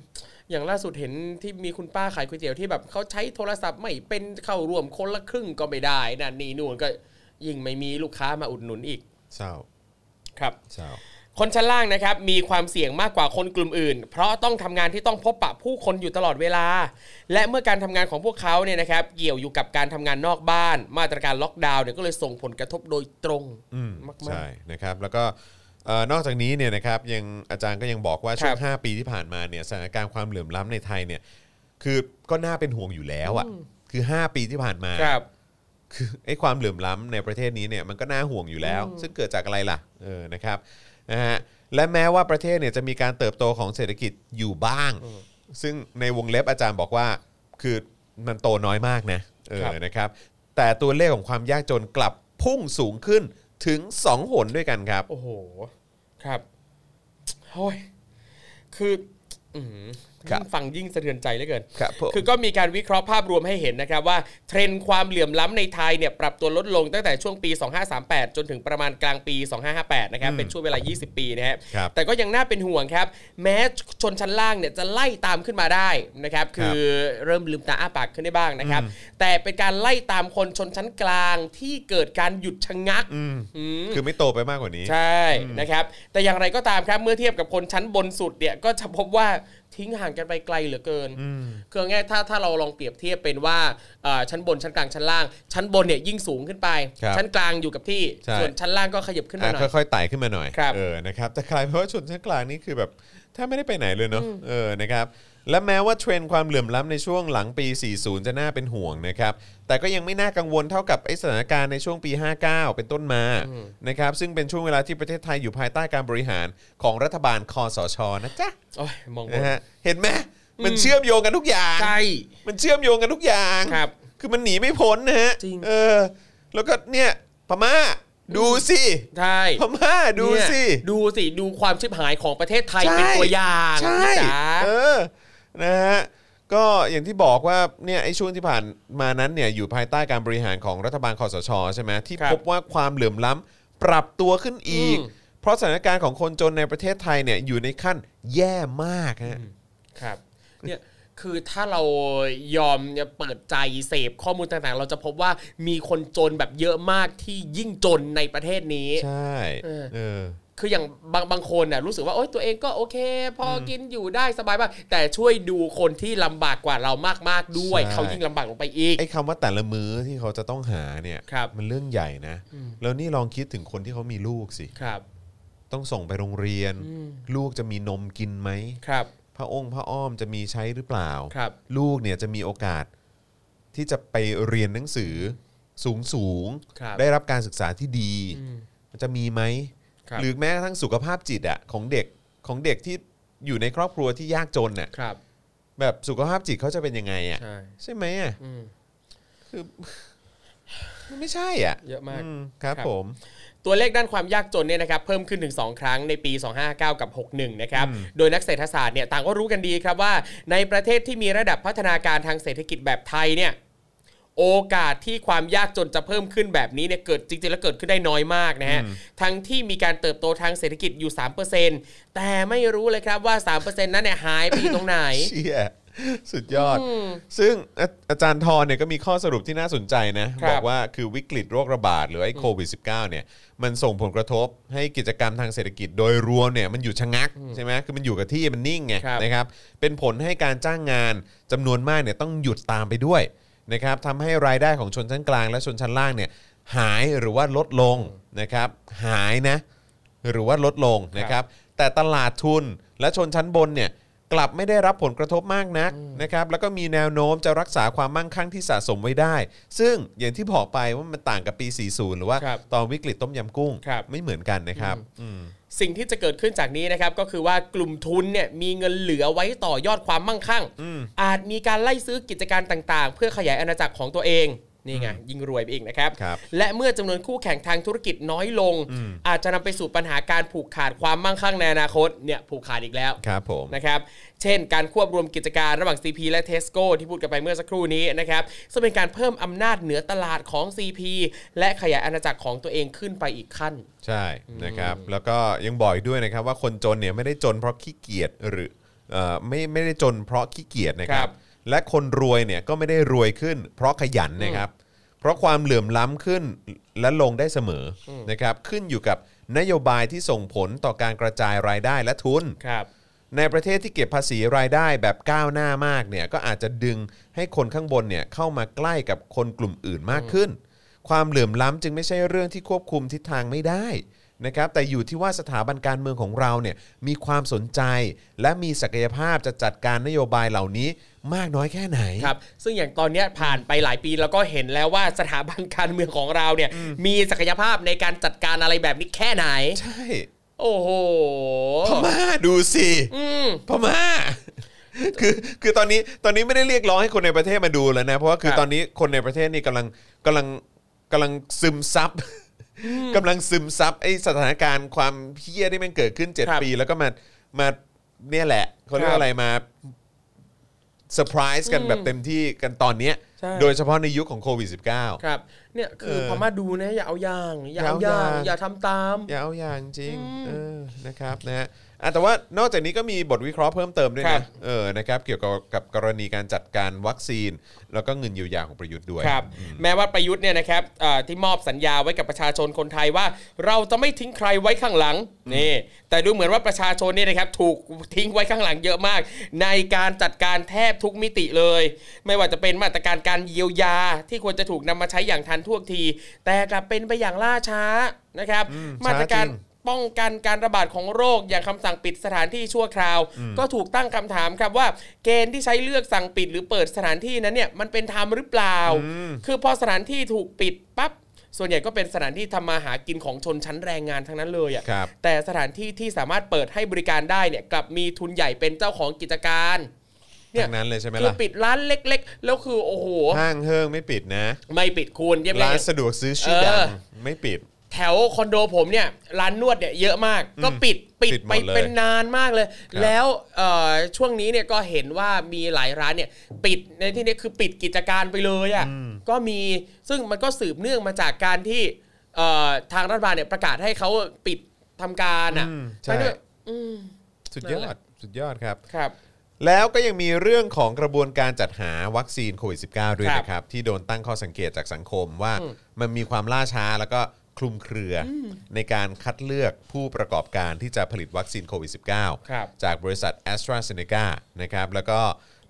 อย่างล่าสุดเห็นที่มีคุณป้าขายก๋วยเตี๋ยวที่แบบเขาใช้โทรศัพท์ไม่เป็นเข้าร่วมคนละครึ่งก็ไม่ได้นั่นนี่นู่นก็ยิ่งไม่มีลูกค้ามาอุดหนุนอีก เศร้า ครับ เศร้า คนชั้นล่างนะครับมีความเสี่ยงมากกว่าคนกลุ่มอื่น เพราะต้องทำงานที่ต้องพบปะผู้คนอยู่ตลอดเวลา และเมื่อการทำงานของพวกเขาเนี่ยนะครับเกี่ยวอยู่กับการทำงานนอกบ้าน มาตรการล็อกดาวน์เนี่ยก็เลยส่งผลกระทบโดยตรง อืม มาก ใช่นะครับแล้วก็เอ่อนอกจากนี้เนี่ยนะครับยังอาจารย์ก็ยังบอกว่าช่วง ครับ 5 ปีที่ผ่านมาเนี่ยสถานการณ์ความเหลื่อมล้ำในไทยเนี่ยคือก็น่าเป็นห่วงอยู่แล้วอ่ะคือ 5 ปีที่ผ่านมา ๆครับ คือไอ้ความเหลื่อมล้ำในประเทศนี้เนี่ยมันก็น่าห่วงอยู่แล้ว ซึ่งเกิดจากอะไรล่ะเออนะครับนะฮะและแม้ว่าประเทศเนี่ยจะมีการเติบโตของเศรษฐกิจอยู่บ้าง ซึ่งในวงเล็บอาจารย์บอกว่าคือมันโตน้อยมากนะเออนะครับ แต่ตัวเลขของความยากจนกลับพุ่งสูงขึ้นถึง 2 หนด้วยกันครับ โอ้โหครับโอ้ยคืออื้อหือ ครับ ยิ่งฟังยิ่งสะเทือนใจเหลือเกิน ครับผม คือก็มีการวิเคราะห์ภาพรวมให้เห็นนะครับว่าเทรนด์ความเหลื่อมล้ำในไทยเนี่ยปรับตัวลดลงตั้งแต่ช่วงปี 2538 จนถึงประมาณกลางปี 2558 นะครับ เป็นช่วงเวลา 20 ปีนะครับ ครับ แต่ก็ยังน่าเป็นห่วงครับ แม้ชนชั้นล่างเนี่ยจะไล่ตามขึ้นมาได้นะครับ คือเริ่มลืมตาอ้าปากขึ้นได้บ้างนะครับ แต่เป็นการไล่ตามคนชนชั้นกลางที่เกิดการหยุดชะงัก อืม อืม คือไม่โตไปมากกว่านี้ ใช่นะครับ แต่อย่างไรก็ตามครับ เมื่อเทียบกับคนชั้นบนสุดเนี่ยก็จะพบว่าทิ้งห่างกันไปไกลเหลือเกิน คือง่ายๆถ้าถ้าเราลองเปรียบเทียบเป็นว่าเอ่อชั้นบนชั้นกลางชั้นล่าง ชั้นบนเนี่ยยิ่งสูงขึ้นไป ครับ ชั้นกลางอยู่กับที่ ใช่ ส่วนชั้นล่างก็ขยับขึ้นมาหน่อย อ่ะค่อยๆไต่ขึ้นมาหน่อย ครับ เออนะครับแต่กลายเป็นว่าชนชั้นกลางนี่คือแบบถ้าไม่ได้ไปไหนเลยเนาะเออนะครับและแม้ว่าเทรนด์ความเหลื่อมล้ำในช่วงหลังปี 40 จะน่าเป็นห่วงนะครับแต่ก็ยังไม่น่ากังวลเท่ากับไอ้สถานการณ์ในช่วงปี 59 เป็นต้นมานะครับซึ่งเป็นช่วงเวลาที่ประเทศไทยอยู่ภายใต้การบริหารของรัฐบาลคอสชนะจ๊ะ โอ้ยมองบน นะฮะเห็นไหมมันเชื่อมโยงกันทุกอย่าง ใช่ มันเชื่อมโยงกันทุกอย่าง ครับ คือมันหนีไม่พ้นนะฮะ จริง เออ แล้วก็เนี่ยพม่าดูสิ ใช่ พม่าดูสิ เนี่ยดูสิ ดูความชิบหายของประเทศไทย ใช่ เป็นตัวอย่าง ใช่ พี่จ๋า เออนะฮะก็อย่างที่บอกว่าเนี่ยไอ้ช่วงที่ผ่านมานั้นเนี่ยอยู่ภายใต้การบริหารของรัฐบาลคอสชใช่ไหมที่ ครับ พบว่าความเหลื่อมล้ำปรับตัวขึ้นอีก อืม เพราะสถานการณ์ของคนจนในประเทศไทยเนี่ยอยู่ในขั้นแย่มากฮะ ครับเนี่ยคือถ้าเรายอมเนี่ยเปิดใจเสพข้อมูลต่างๆ เราจะพบว่ามีคนจนแบบเยอะมากที่ยิ่งจนในประเทศนี้ ใช่ เออ เออ คืออย่างบางบางคนน่ะรู้สึกว่าโอ๊ยตัวเองก็โอเค พออกินอยู่ได้สบายบ้างแต่ช่วยดูคนที่ลำบากกว่าเรามากๆด้วย ใช่ เขายิ่งลำบากลงไปอีก ไอ้คำว่าแต่ละมื้อที่เขาจะต้องหาเนี่ย ครับ มันเรื่องใหญ่นะ แล้วนี่ลองคิดถึงคนที่เขามีลูกสิ ครับ ต้องส่งไปโรงเรียน ลูกจะมีนมกินไหม ครับ พระองค์พระอ้อมจะมีใช้หรือเปล่า ครับ ลูกเนี่ยจะมีโอกาสที่จะไปเรียนหนังสือสูงสูงๆ ครับ ได้รับการศึกษาที่ดี อืม มันจะมีไหม ครับ หรือแม้กระทั่งสุขภาพจิตอะของเด็กของเด็กที่อยู่ในครอบครัวที่ยากจนน่ะ ครับ แบบสุขภาพจิตเขาจะเป็นยังไงอะ ใช่ ใช่ไหมอะ อืม คือ มันไม่ใช่อ่ะ เยอะมาก อืครับ ครับ ผม ตัวเลขด้านความยากจนเนี่ยนะครับเพิ่มขึ้นถึง 2 ครั้งในปี 259 กับ 61 นะครับ โดยนักเศรษฐศาสตร์เนี่ยต่างก็รู้กันดีครับว่า ในประเทศที่มีระดับพัฒนาการทางเศรษฐกิจแบบไทยเนี่ยโอกาสที่ความยากจนจะเพิ่มขึ้นแบบนี้เนี่ยเกิดจริงๆ แล้วเกิดขึ้นได้น้อยมากนะฮะทั้งที่มีการเติบโตทางเศรษฐกิจอยู่ 3%แต่ไม่รู้เลยครับว่า 3%นั้นเนี่ยหายไปอยู่ตรงไหน เชี่ยสุดยอด ซึ่งอาอาจารย์ทรเนี่ยก็มีข้อสรุปที่น่าสนใจนะ ครับ บอกว่าคือวิกฤตโรคระบาดหรือไอ้โควิด -19 เนี่ยมันส่งผลกระทบให้กิจกรรมทางเศรษฐกิจโดยรวมเนี่ยมันอยู่ชะงักใช่ไหมคือมันอยู่กับที่มันนิ่งไง ครับ นะครับเป็นผลให้การจ้างงานจำนวนมากเนี่ยต้องหยุดตามไปด้วยนะครับทำให้รายได้ของชนชั้นกลางและชนชั้นล่างเนี่ยหายหรือว่าลดลงนะครับหายนะ หรือว่าลดลงนะครับ แต่ตลาดทุนและชนชั้นบนเนี่ยกลับไม่ได้รับผลกระทบมากนักนะครับ แล้วก็มีแนวโน้มจะรักษาความมั่งคั่งที่สะสมไว้ได้ ซึ่งอย่างที่บอกไปว่ามันต่างกับปี 40 หรือว่า ครับ ตอนวิกฤตต้มยำกุ้ง ครับ ไม่เหมือนกันนะครับอืม สิ่งที่จะเกิดขึ้นจากนี้นะครับก็คือว่ากลุ่มทุนเนี่ยมีเงินเหลือไว้ต่อยอดความมั่งคั่ง อาจมีการไล่ซื้อกิจการต่างๆ เพื่อขยายอาณาจักรของตัวเองนี่ไงยิ่งรวยไปอีกนะครับ ครับ และเมื่อจำนวนคู่แข่งทางธุรกิจน้อยลง อาจจะนำไปสู่ปัญหาการผูกขาดความมั่งคั่งในอนาคตเนี่ยผูกขาดอีกแล้ว ครับผม นะครับเช่น การควบรวมกิจการระหว่าง CP และ Tesco ที่พูดกันไปเมื่อสักครู่นี้นะครับซึ่งเป็นการเพิ่มอำนาจเหนือตลาดของ CP และขยายอาณาจักรของตัวเองขึ้นไปอีกขั้น ใช่นะครับแล้วก็ยังบอกอีกด้วยนะครับว่าคนจนเนี่ยไม่ได้จนเพราะขี้เกียจหรือเอ่อไม่ไม่ได้จนเพราะขี้เกียจนะค ค รั รับ บ และคนรวยเนี่ยก็ไม่ได้รวยขึ้น เพราะขยันนะครับ เพราะความเหลื่อมล้ำขึ้นและลงได้เสมอนะครับขึ้นอยู่กับ นโยบายที่ส่งผลต่อการกระจายรายได้และทุน ครับ ในประเทศที่เก็บภาษีรายได้แบบก้าวหน้ามากเนี่ยก็อาจจะดึงให้คนข้างบนเนี่ยเข้ามาใกล้กับคนกลุ่มอื่นมากขึ้น ความเหลื่อมล้ำจึงไม่ใช่เรื่องที่ควบคุมทิศทางไม่ได้นะครับแต่อยู่ที่ว่าสถาบันการเมืองของเราเนี่ยมีความสนใจ และมีศักยภาพจะจัดการนโยบายเหล่านี้มากน้อยแค่ไหน ครับ ซึ่งอย่างตอนเนี้ยผ่านไปหลายปีแล้วก็เห็นแล้วว่าสถาบันการเมืองของเราเนี่ย มีศักยภาพในการจัดการอะไรแบบนี้แค่ไหน ใช่ <laughs> โอ้โห พม่าดูสิ อืม พม่า คือคือตอนนี้ตอนนี้ไม่ได้เรียกร้องให้คนในประเทศมาดูแล้วนะ เพราะว่าคือ ครับ ตอนนี้คนในประเทศนี่กำลังกำลังกำลังซึมซับกำลังซึมซับไอสถานการณ์ความเพี้ยที่มันเกิดขึ้น ครับ 7 ปี แล้วก็มามาเนี่ยแหละเขาเรียก ครับ อะไรมาเซอร์ไพรส์กัน อืม แบบเต็มที่กันตอนเนี้ย ใช่ โดยเฉพาะในยุคของโควิด -19 อ ครับ เนี่ยคือ เออ พม่าดูนะ อย่าเอาอย่าง อย่าเอาอย่างออาเอาอย่างย่ย่าทำตาม ย่าเอาอย่างจริงเออนะครับนะฮะอ่ะแต่ว่านอกจากนี้ก็มีบทวิเคราะห์เพิ่มเติมด้วย ครั นะ บ เออนะครับเกี่ยวกับกับกรณีการจัดการวัคซีน แล้วก็เงินเยียวยาของประยุทธ์ด้วย ครับ แม้ว่าประยุทธ์เนี่ยนะครับเอ่อที่มอบสัญญาไว้กับประชาชนคนไทยว่า เราจะไม่ทิ้งใครไว้ข้างหลังนี่แต่ดูเหมือนว่าประชาชนเนี่ยนะครับถูกทิ้งไว้ข้างหลังเยอะมาก ในการจัดการแทบทุกมิติเลย ไม่ว่าจะเป็นมาตรการการเยียวยาที่ควรจะถูกนำมาใช้อย่างทันท่วงที แต่กลับเป็นไปอย่างล่าช้านะครับ อืม มาตรการ ช้าจริง ป้องกันการระบาดของโรคอย่างคำสั่งปิดสถานที่ชั่วคราว ก็ถูกตั้งคำถามครับว่า เกณฑ์ที่ใช้เลือกสั่งปิดหรือเปิดสถานที่นั้นเนี่ยมันเป็นธรรมหรือเปล่า คือพอสถานที่ถูกปิดปั๊บส่วนใหญ่ก็เป็นสถานที่ทำมาหากินของชนชั้นแรงงานทั้งนั้นเลย ครั อะ่ะ บ แต่สถานที่ที่สามารถเปิดให้บริการได้เนี่ยกลับมีทุนใหญ่เป็นเจ้าของกิจการเนี่ย ทั้งนั้นเลยใช่ไหม คือ ล่ะ ปิดร้านเล็ก ๆ แล้วคือโอ้โห ห้างเฮิงไม่ปิดนะ ไม่ปิดคุณเยี่ยมเลย ร้านสะดวกซื้อชื่อดัง เออ ไม่ปิด แถวคอนโดผมเนี่ยร้านนวดเนี่ยเยอะมาก ก็ปิดปิด ปิดหม ไป ดเลย เป็นนานมากเลย ครับ แล้วเอ่อช่วงนี้เนี่ยก็เห็นว่ามีหลายร้านเนี่ยปิดในที่นี้คือปิดกิจการไปเลยอะ่ะก็มีซึ่งมันก็สืบเนื่องมาจากการที่เอ่อทางรัฐบาลเนี่ยประกาศให้เขาปิดทำการอะ่ะ อืมใช่ ทั้งที่อืม สุดยนั่อนแห ด ละ สุดยอดครับ ครับ แล้วก็ยังมีเรื่องของกระบวนการจัดหาวัคซีนโควิด -19 ด้วย ครับ นะครับ ที่โดนตั้งข้อสังเกตจากสังคมว่า อืม มันมีความล่าช้าแล้วก็คลุมเครืออในการคัดเลือกผู้ประกอบการที่จะผลิตวัคซีนโควิด ครับ -19 จากบริษัท a s t r a z e ซ e c a นะครับแล้วก็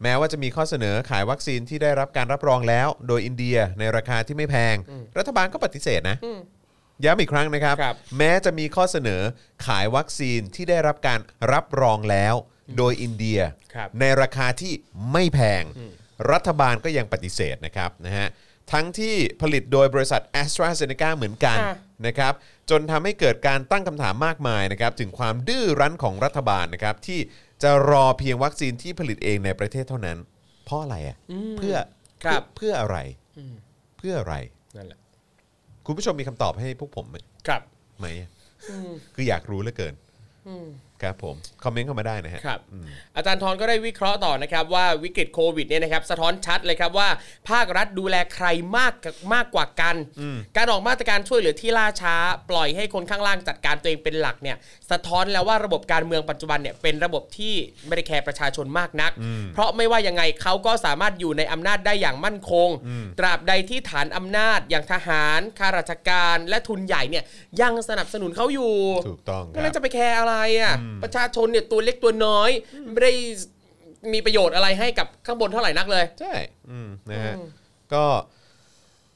แม้ว่าจะมีข้อเสนอขายวัคซีนที่ได้รับการรับรองแล้ว โดยอินเดียในราคาที่ไม่แพง รัฐบาลก็ปฏิเสธนะ อืม ย้ำอีกครั้งนะครับ ครับ แม้จะมีข้อเสนอขายวัคซีนที่ได้รับการรับรองแล้ว โดยอินเดีย ครับ ในราคาที่ไม่แพง รัฐบาลก็ยังปฏิเสธนะครับนะฮะทั้งที่ผลิตโดยบริษัท a s t r a z e ซ e c a เหมือนกัน ค่ะ นะครับจนทำให้เกิดการตั้งคำถามมากมายนะครับถึงความดื้อรั้นของรัฐบาลนะครับที่จะรอเพียงวัคซีนที่ผลิตเองในประเทศเท่านั้น เพราะอะไรอ่ะเพื่อ ครับ เพื่ออะไรเพื่ออะไร นั่นแหละ คุณผู้ชมมีคำตอบให้พวกผมไหม ครับ ไหมอะคืออยากรู้เหลือเกินครับผม คอมเมนต์เข้ามาได้นะฮะ ครับอาจารย์ทรก็ได้วิเคราะห์ต่อนะครับว่าวิกฤตโควิดเนี่ยนะครับสะท้อนชัดเลยครับว่า ภาครัฐดูแลใครมากกับมากกว่ากัน การออกมาตรการช่วยเหลือที่ล่าช้า ปล่อยให้คนข้างล่างจัดการตัวเองเป็นหลักเนี่ยสะท้อนแล้วว่าระบบการเมืองปัจจุบันเนี่ยเป็นระบบที่ไม่ได้แคร์ประชาชนมากนัก เพราะไม่ว่ายังไงเขาก็สามารถอยู่ในอำนาจได้อย่างมั่นคง ตราบใดที่ฐานอำนาจอย่างทหารข้าราชการและทุนใหญ่เนี่ยยังสนับสนุนเขาอยู่ ถูกต้องค ก็ รั แล้วบจะไปแคร์อะไรอ่ะ ประชาชนเนี่ยตัวเล็กตัวน้อย ไม่ได้มีประโยชน์อะไรให้กับข้างบนเท่าไหร่นักเลย ใช่อืมนะฮะ ก็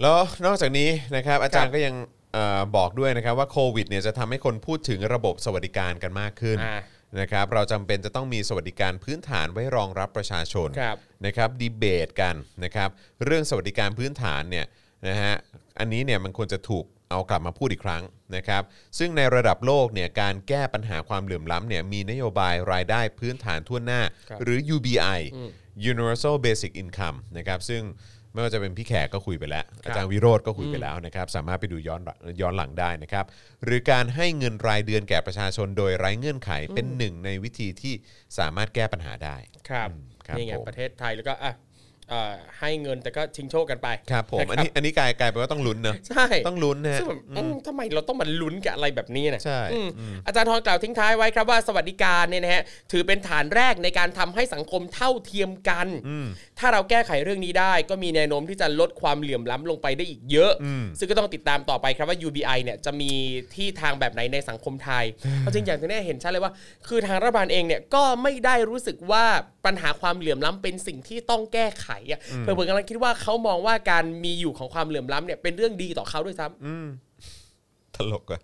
แล้วนอกจากนี้นะครับ อาจารย์ก็ยังเอ่อบอกด้วยนะครับว่าโควิดเนี่ยจะทำให้คนพูดถึงระบบสวัสดิการกันมากขึ้น อ่า นะครับ เราจำเป็นจะต้องมีสวัสดิการพื้นฐานไว้รองรับประชาชน ครับ นะครับดีเบตกันนะครับ เรื่องสวัสดิการพื้นฐานเนี่ยนะฮะอันนี้เนี่ยมันควรจะถูกเอากลับมาพูดอีกครั้งนะครับ ซึ่งในระดับโลกเนี่ยการแก้ปัญหาความเหลื่อมล้ำเนี่ยมีนโยบายรายได้พื้นฐานทั่วหน้า ครับ หรือ UBI Universal Basic Income นะครับซึ่งไม่ว่าจะเป็นพี่แขกก็คุยไปแล้ว อาจารย์วิโรธก็คุยไปแล้วนะครับสามารถไปดูย้อนหลังย้อนหลังได้นะครับหรือการให้เงินรายเดือนแก่ประชาชนโดยไร้เงื่อนไขเป็นหนึ่งในวิธีที่สามารถแก้ปัญหาได้ ครับ อืมครับ นี่ไง ผม ประเทศไทยแล้วก็อ่ะ เอ่อให้เงินแต่ก็ชิงโชคกันไป ครับผม ะ อันนี้อันนี้กลายกลายไปนว่าต้องลุ้นเนอะ ใช่ ต้องลุ้นนะฮะ ซึ่งแบบ อื อื ม มทำไมเราต้องมาลุ้นกับอะไรแบบนี้นะ ใช่ อืม อืม อาจารย์ทรกล่าวทิ้งท้ายไว้ครับว่าสวัสดิการเนี่ยนะฮะถือเป็นฐานแรกในการทำให้สังคมเท่าเทียมกัน อืม ถ้าเราแก้ไขเรื่องนี้ได้ ก็มีแนวโน้มที่จะลดความเหลื่อมล้ำลงไปได้อีกเยอะ อืม ซึ่งก็ต้องติดตามต่อไปครับว่า UBI เนี่ยจะมีที่ทางแบบไหนในสังคมไทยเอาจริงอย่างที่แน่เห็นชัดเลยว่า คือทางรัฐบาลเองเนี่ยก็ไม่ได้รู้สึกว่าปัญหาความเหลื่อมล้ำเป็นสิ่งที่ต้องแก้ไขอะเผื่อๆกำลังคิดว่าเขามองว่าการมีอยู่ของความเหลื่อมล้ำเนี่ยเป็นเรื่องดีต่อเขาด้วยซ้ อืมตลกอะ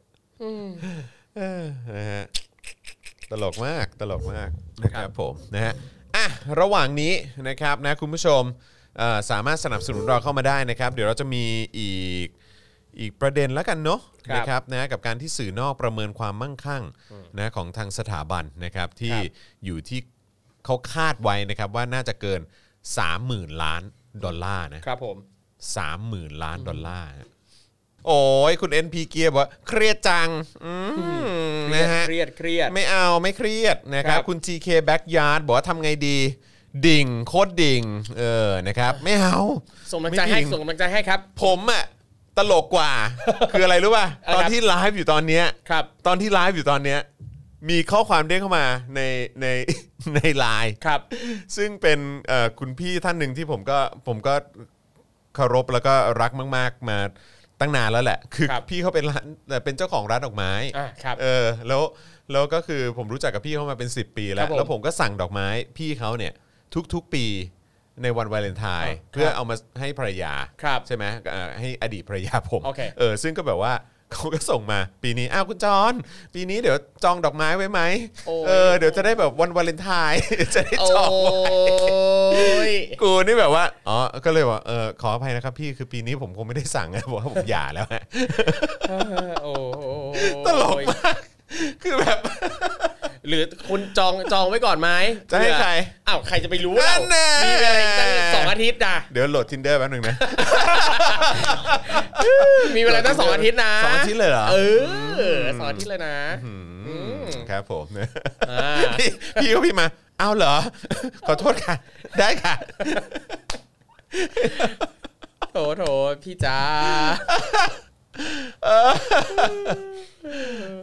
เออนะฮะตลกมากตลกมากนะครับผมนะฮะอ่ะระหว่างนี้นะครับนะคุณผู้ชมเอ่อสามารถสนับสนุนเราเข้ามาได้นะครับ เดี๋ยวเราจะมีอีกอีกประเด็นแล้วกันเนาะนะครับนะกับการที่สื่อนอกประเมินความมั่งคั่งนะของทางสถาบันนะครับที่อยู่ที่เขาคาดไว้นะครับว่าน่าจะเกิน 30,000 ล้านดอลลาร์นะ ำครับผม สามหมื่นล้านดอลลาร์ฮะโอ้ยคุณ NP เกียร์บอกว่าเครียดจังอืมนะฮะ เครียดเครียด ไม่เอาไม่เครียดนะครั ครับ บ คุณ TK Backyard บอกว่าทำไงดี ดิ่ง โคตรดิ่ง เออนะครับ ไม่เอา ส่งกำลังใจให้ ไม่ดิ่ง ส่งกำลังใจให้ครับ ผมอะตลกกว่า <laughs> คืออะไรรู้ป่ะ อะไรครับ ตอนที่ไลฟ์อยู่ตอนเนี้ย ครับ ตอนที่ไลฟ์อยู่ตอนเนี้ย มีข้อความเด้งเข้ามาในใน <laughs> ในไลน์ ครับ ซึ่งเป็นเอ่อคุณพี่ท่านหนึ่งที่ผมก็ผมก็เคารพแล้วก็รักมาก ๆ มาตั้งนานแล้วแหละ คือ ครับ พี่เขาเป็นร้านเอ่อเป็นเจ้าของร้านดอกไม้ อ่ะครับ เออแล้วแล้วก็คือผมรู้จักกับพี่เขามาเป็น 10 ปีแล้ ครั ว บผม แล้วผมก็สั่งดอกไม้พี่เขาเนี่ยทุกๆปีในวันวาเลนไทน์ อ่ะ เพื่อ ครับ เอามาให้ภรรยา ครับ ใช่ไหมเอ่อให้อดีตภรรยาผม โอเค เออซึ่งก็แบบว่าเขาก็ส่งมาปีนี้อ้าวคุณจอนปีนี้เดี๋ยวจองดอกไม้ไว้ไหมเออเดี๋ยวจะได้แบบวันวาเลนไทน์ <laughs> จะได้ โอ้ จองไว้ ย กูนี่แบบว่า อ๋อ ก็เลยว่าเออขออภัยนะครับพี่ คือปีนี้ผมคงไม่ได้สั่งนะเพราะว่าผมหย่าแล้วฮะ โอ้โห ตลกมาก คือแบบ <laughs> หรือคุณจองจองไว้ก่อนไหม จะให้ใคร อ้าวใครจะไปรู้ นั่ เรา นน่ะ มีเวลาอีกตั้งสองอาทิตย์นะ เดี๋ยวโหลด tinder แป๊บหนึงนะ มีเวลาตั้งสองอาทิตย์นะ <laughs> สองอาทิตย์เลยเหรอ เออสองอาทิตย์เลยนะ มครับ <laughs> ผมนะ อ่า พี่พี่ก็พี่มา เอาเหรอ <laughs> ขอโทษค่ะ ได้ <laughs> ค่ะ โถโถพี่จ้า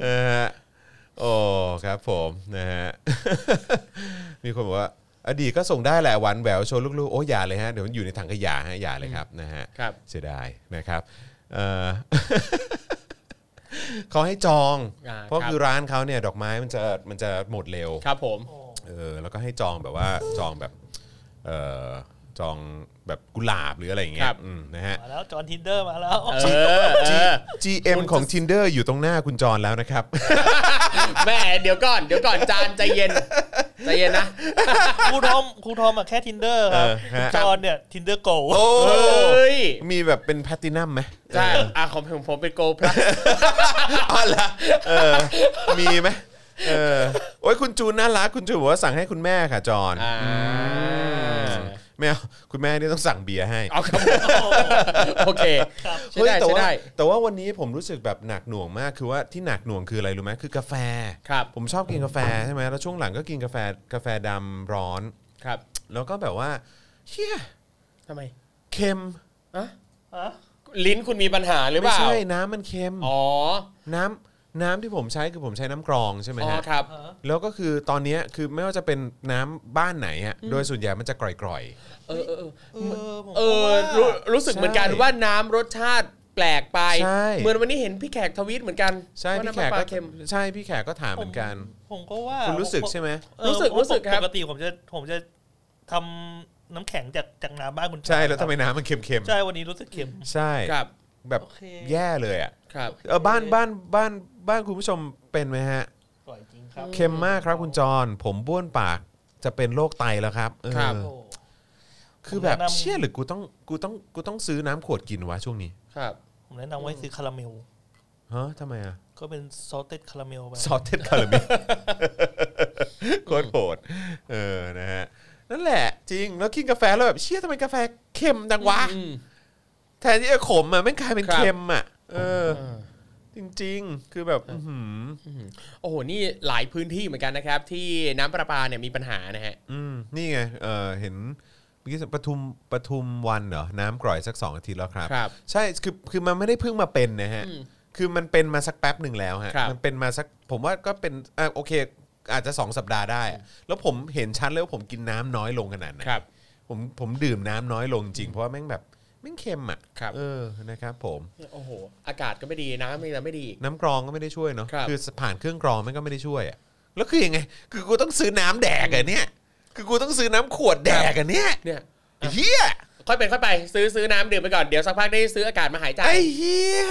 นะฮะโอ้ครับผมนะฮะ <laughs> มีคนบอกว่า อดีตก็ส่งได้แหละหวันแหววโชว์ลูกๆ โอ้อย่าเลยฮะ เดี๋ยวมันอยู่ในถังขยะฮะอย่าเลยครับนะฮะ ครับ เสียดายนะครับเอ่อ <laughs> เขาให้จอง อ่า เพราะ ครับ คือร้านเขาเนี่ยดอกไม้มันจะมันจะหมดเร็ว ครับผม เออแล้วก็ให้จองแบบว่าจองแบบเออจองแบบกุหลาบหรืออะไรอย่างเงี้ ครั ย บ อืมนะฮะ มาแล้วจอห์นทินเดอร์มาแล้ว เออเออ GM ของ Tinder อยู่ตรงหน้าคุณจรแล้วนะครับ แม่เดี๋ยวก่อนเดี๋ยวก่อนจานใจเย็นใจเย็นนะ ครูทอมครูทอมอะแค่ทินเดอร์ครับ เออฮะ จอห์นเนี่ยทินเดอร์โก โอ้ เฮ้ย มีแบบเป็นแพลตตินัมไหม ใช่อ่ะของผมผมเป็นโกพลัส อ๋อเหรอเออ มีไหมเออ โอ้ยคุณจูนน่ารัก คุณจูนบอกว่าสั่งให้คุณแม่ค่ะ จอน อ่า แม่เอาคุณแม่นี่ต้องสั่งเบียร์ให้ เอา <laughs> ครับโอเคใช่ เฮ้ย ได้ แต่ ใช่ ว่า ได้ แต่ว่าวันนี้ผมรู้สึกแบบหนักหน่วงมาก คือว่าที่หนักหน่วงคืออะไรรู้ไหมคือกาแฟ ครับ ผมชอบกินกาแฟใช่ไหมแล้วช่วงหลังก็กินกาแฟกาแฟดำร้อน ครับ แล้วก็แบบว่าเฮีย ทำไม เค็ม อ่ะ อะ ลิ้นคุณมีปัญหาหรือเป ไม่ ล่า ใช่น้ำมันเค็ม อ๋อ น้ำน้ำที่ผมใช้คือผมใช้น้ำกรองใช่ไหม อ๋อ ฮะ ครับ แล้วก็คือตอนเนี้ยคือไม่ว่าจะเป็นน้ำบ้านไหนอะโดยส่วนใหญ่มันจะกร่อย เออเออเออ เออผม เออก็ว่า รู้รู้สึกเหมือนกัน ใช่ ว่าน้ำรสชาติแปลกไป ใช่ เหมือนวันนี้เห็นพี่แขกทวีตเหมือนกัน ๆ ใช่ ว่า พี่ น้ำ แข มะ ก ปลา ก็ เค็ม ใช่พี่แขกก็ถามเหมือนกัน ผมก็ว่า คุณรู้สึกใช่ไหม เออ รู้สึก ผม รู้สึกครับ ปกติผมจะผมจะทำน้ำแข็งจากจากน้ำบ้านคุณจอห์น ใช่แล้วทำไมน้ำมันเค็ม ใช่วันนี้รู้สึกเค็ม ๆ ใช่ ครับ แบบ โอเค แย่เลยอ่ะ ครับ เออบ้านบ้านบ้านบ้านคุณผู้ชมเป็นไหมฮะ อร่อยจริงครับ เค็มมากครับคุณจร ผมบ้วนปากจะเป็นโรคไตแล้วครับเออ ครับ โอ้ คือแบบ ผมแนะนำ เชี่ยหรือกูต้องกูต้องกูต้องซื้อน้ำขวดกินวะช่วงนี้ ครับ ผมแนะนำไว้ซื้อคาราเมล ฮะทำไมอ่ะ ก็เป็นซอสเต็ดคาราเมลไป ซอสเทดคาราเมลโคตรโหดเออนะฮะนั่นแหละจริงแล้วกินกาแฟแล้วแบบเชี่ยทำไมกาแฟเค็มดังวะ อืม แทนที่จะขมอ่ะไม่งกลายเป็น ครับ เค็มอ่ะเออ จริง ๆ คือแบบอื้อหือ โอ้โห นี่หลายพื้นที่เหมือนกันนะครับ ที่น้ำประปาเนี่ยมีปัญหานะฮะ อืมนี่ไงเออเห็น เมื่อกี้ปทุมปทุมวันเหรอน้ำกร่อยสัก 2 อาทิตย์แล้วครับ ครับ ใช่คือคือมันไม่ได้เพิ่งมาเป็นนะฮะ อืม คือมันเป็นมาสักแป๊บหนึ่งแล้วฮะ ครับ มันเป็นมาสักผมว่าก็เป็นอ่ะโอเค อาจจะ 2 สัปดาห์ได้อะแล้วผมเห็นชัดเลยว่าผมกินน้ำน้อยลงขนาดไหน ครับ ผมผมดื่มน้ำน้อยลงจริง เพราะว่าแม่งแบบแม่งเค็มอ่ะ ครับ เออนะครับผม โอ้โห อากาศก็ไม่ดีน้ำอะไรไม่ดีอีก น้ำกรองก็ไม่ได้ช่วยเนาะ ครับ อผ่านเครื่องกรองมันก็ไม่ได้ช่วยอะแล้วคือยังไง คือกูต้องซื้อน้ำแดกอะเนี่ย คือกูต้องซื้อน้ำขวดแดกอะเนี่ย เนี่ย เฮีย ค่อยเป็นค่อยไป ซื้อซื้อน้ำดื่มไปก่อน เดี๋ยวสักพักได้ซื้ออากาศมาหายใจ ไอ้เฮีย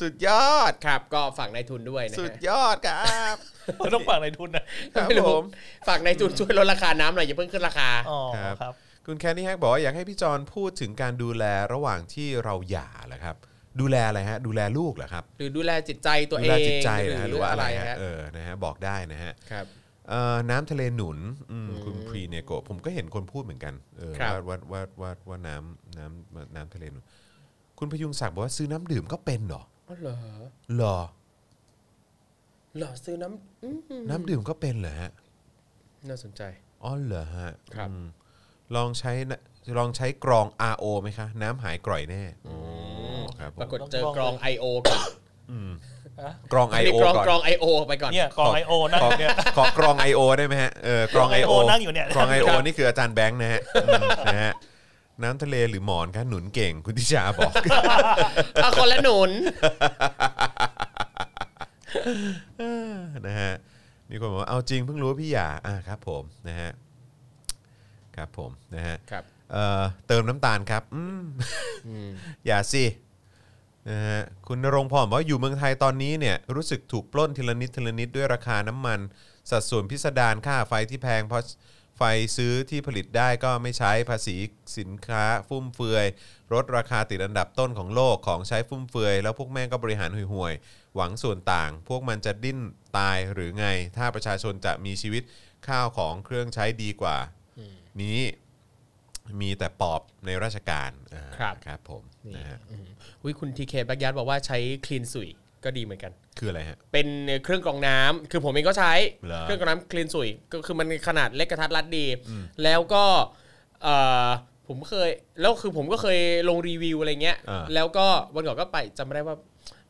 สุดยอด ครับ ก็ฝั่งนายทุนด้วยนะ สุด ฮะ ยอดครับ ไม่ <laughs> ต้องฝากในทุนนะครับ ไม่ ผ รู้ ม ฝากนายทุนช่วยลดราคาน้ำหน่อยอย่าเพิ่งขึ้นราคา อ๋อ ครับ ครับ คุณแคนนี่แฮกบอกว่าอยากให้พี่จอนพูดถึงการดูแลระหว่างที่เราหย่าแหละครับ ดูแลอะไรฮะ ดูแลลูกเหรอครับ หรือดูแลจิตใจตัว ดู เอง แลจิตใจนะฮะหรือว่าอะไรฮะเออนะฮะบอกได้นะฮะ ครับ เอ่อน้ำทะเลหนุนอืมคุณพรีเนโกะผมก็เห็นคนพูดเหมือนกันเออ ครับ ว่าว่าว่าว่าว่าน้ำน้ำน้ำทะเลหนุน คุณพยุงศักดิ์บอกว่าซื้อน้ำดื่มก็เป็นเหรอ อ๋อเหรอ เหรอ เหรอซื้อน้ำอืม น้ำดื่มก็เป็นเหรอฮะ น่าสนใจ อ๋อเหรอฮะ ครับ อืมลองใช้นะลองใช้กรอง RO ไหมคะ น้ำหายกร่อยแน่อ๋อครับผม ปรากฏเจอกรอง I.O. ก่อน กรอง มี IO กรอง ก่อน กรอง I.O. ไปก่อน เนี่ยกองไอโอนั่ง ขอ อยู่เนี่ย ขอกรอง IO ได้ไหมฮะเออกรอง IO กรอง IO นั่งอยู่เนี่ย กรอง IO ครับ นี่คืออาจารย์แบงค์นะฮะอืมนะฮะน้ำทะเลหรือหมอนคะหนุนเก่งคุณทิชาบอก เอาคนละหนุน นะฮะมีคนบอกว่าเอาจริงเพิ่งรู้ว่าพี่หย่าอ่าครับผมนะฮะครับผมนะฮะ ครับ เอ่อเติมน้ำตาลครับอืม <laughs> อย่าสินะฮะคุณณรงค์พรบอกว่าอยู่เมืองไทยตอนนี้เนี่ยรู้สึกถูกปล้นทีละนิดทีละนิดด้วยราคาน้ำมัน สัดส่วนพิสดารค่าไฟที่แพงเพราะไฟซื้อที่ผลิตได้ก็ไม่ใช้ภาษีสินค้าฟุ่มเฟือยลดราคาติดอันดับต้นของโลกของใช้ฟุ่มเฟือยแล้วพวกแม่งก็บริหารห่วยๆหวังส่วนต่าง พวกมันจะดิ้นตายหรือไง ถ้าประชาชนจะมีชีวิตข้าวของเครื่องใช้ดีกว่า นี้มีแต่ปอบในราชการอ่า ครับ ครับผมนะฮะ อุ้ยคุณทีเคแบ็กยาร์ดบอกว่าใช้คลีนสุยก็ดีเหมือนกัน คืออะไรฮะ เป็นเครื่องกรองน้ำคือผมเองก็ใช้ เหรอ เครื่องกรองน้ำคลีนสุยก็คือมันขนาดเล็กกระทัดรัดดี แล้วก็เอ่อผมเคยแล้วคือผมก็เคยลงรีวิวอะไรเงี้ย อ่า แล้วก็วันก่อนก็ไปจำไม่ได้ว่า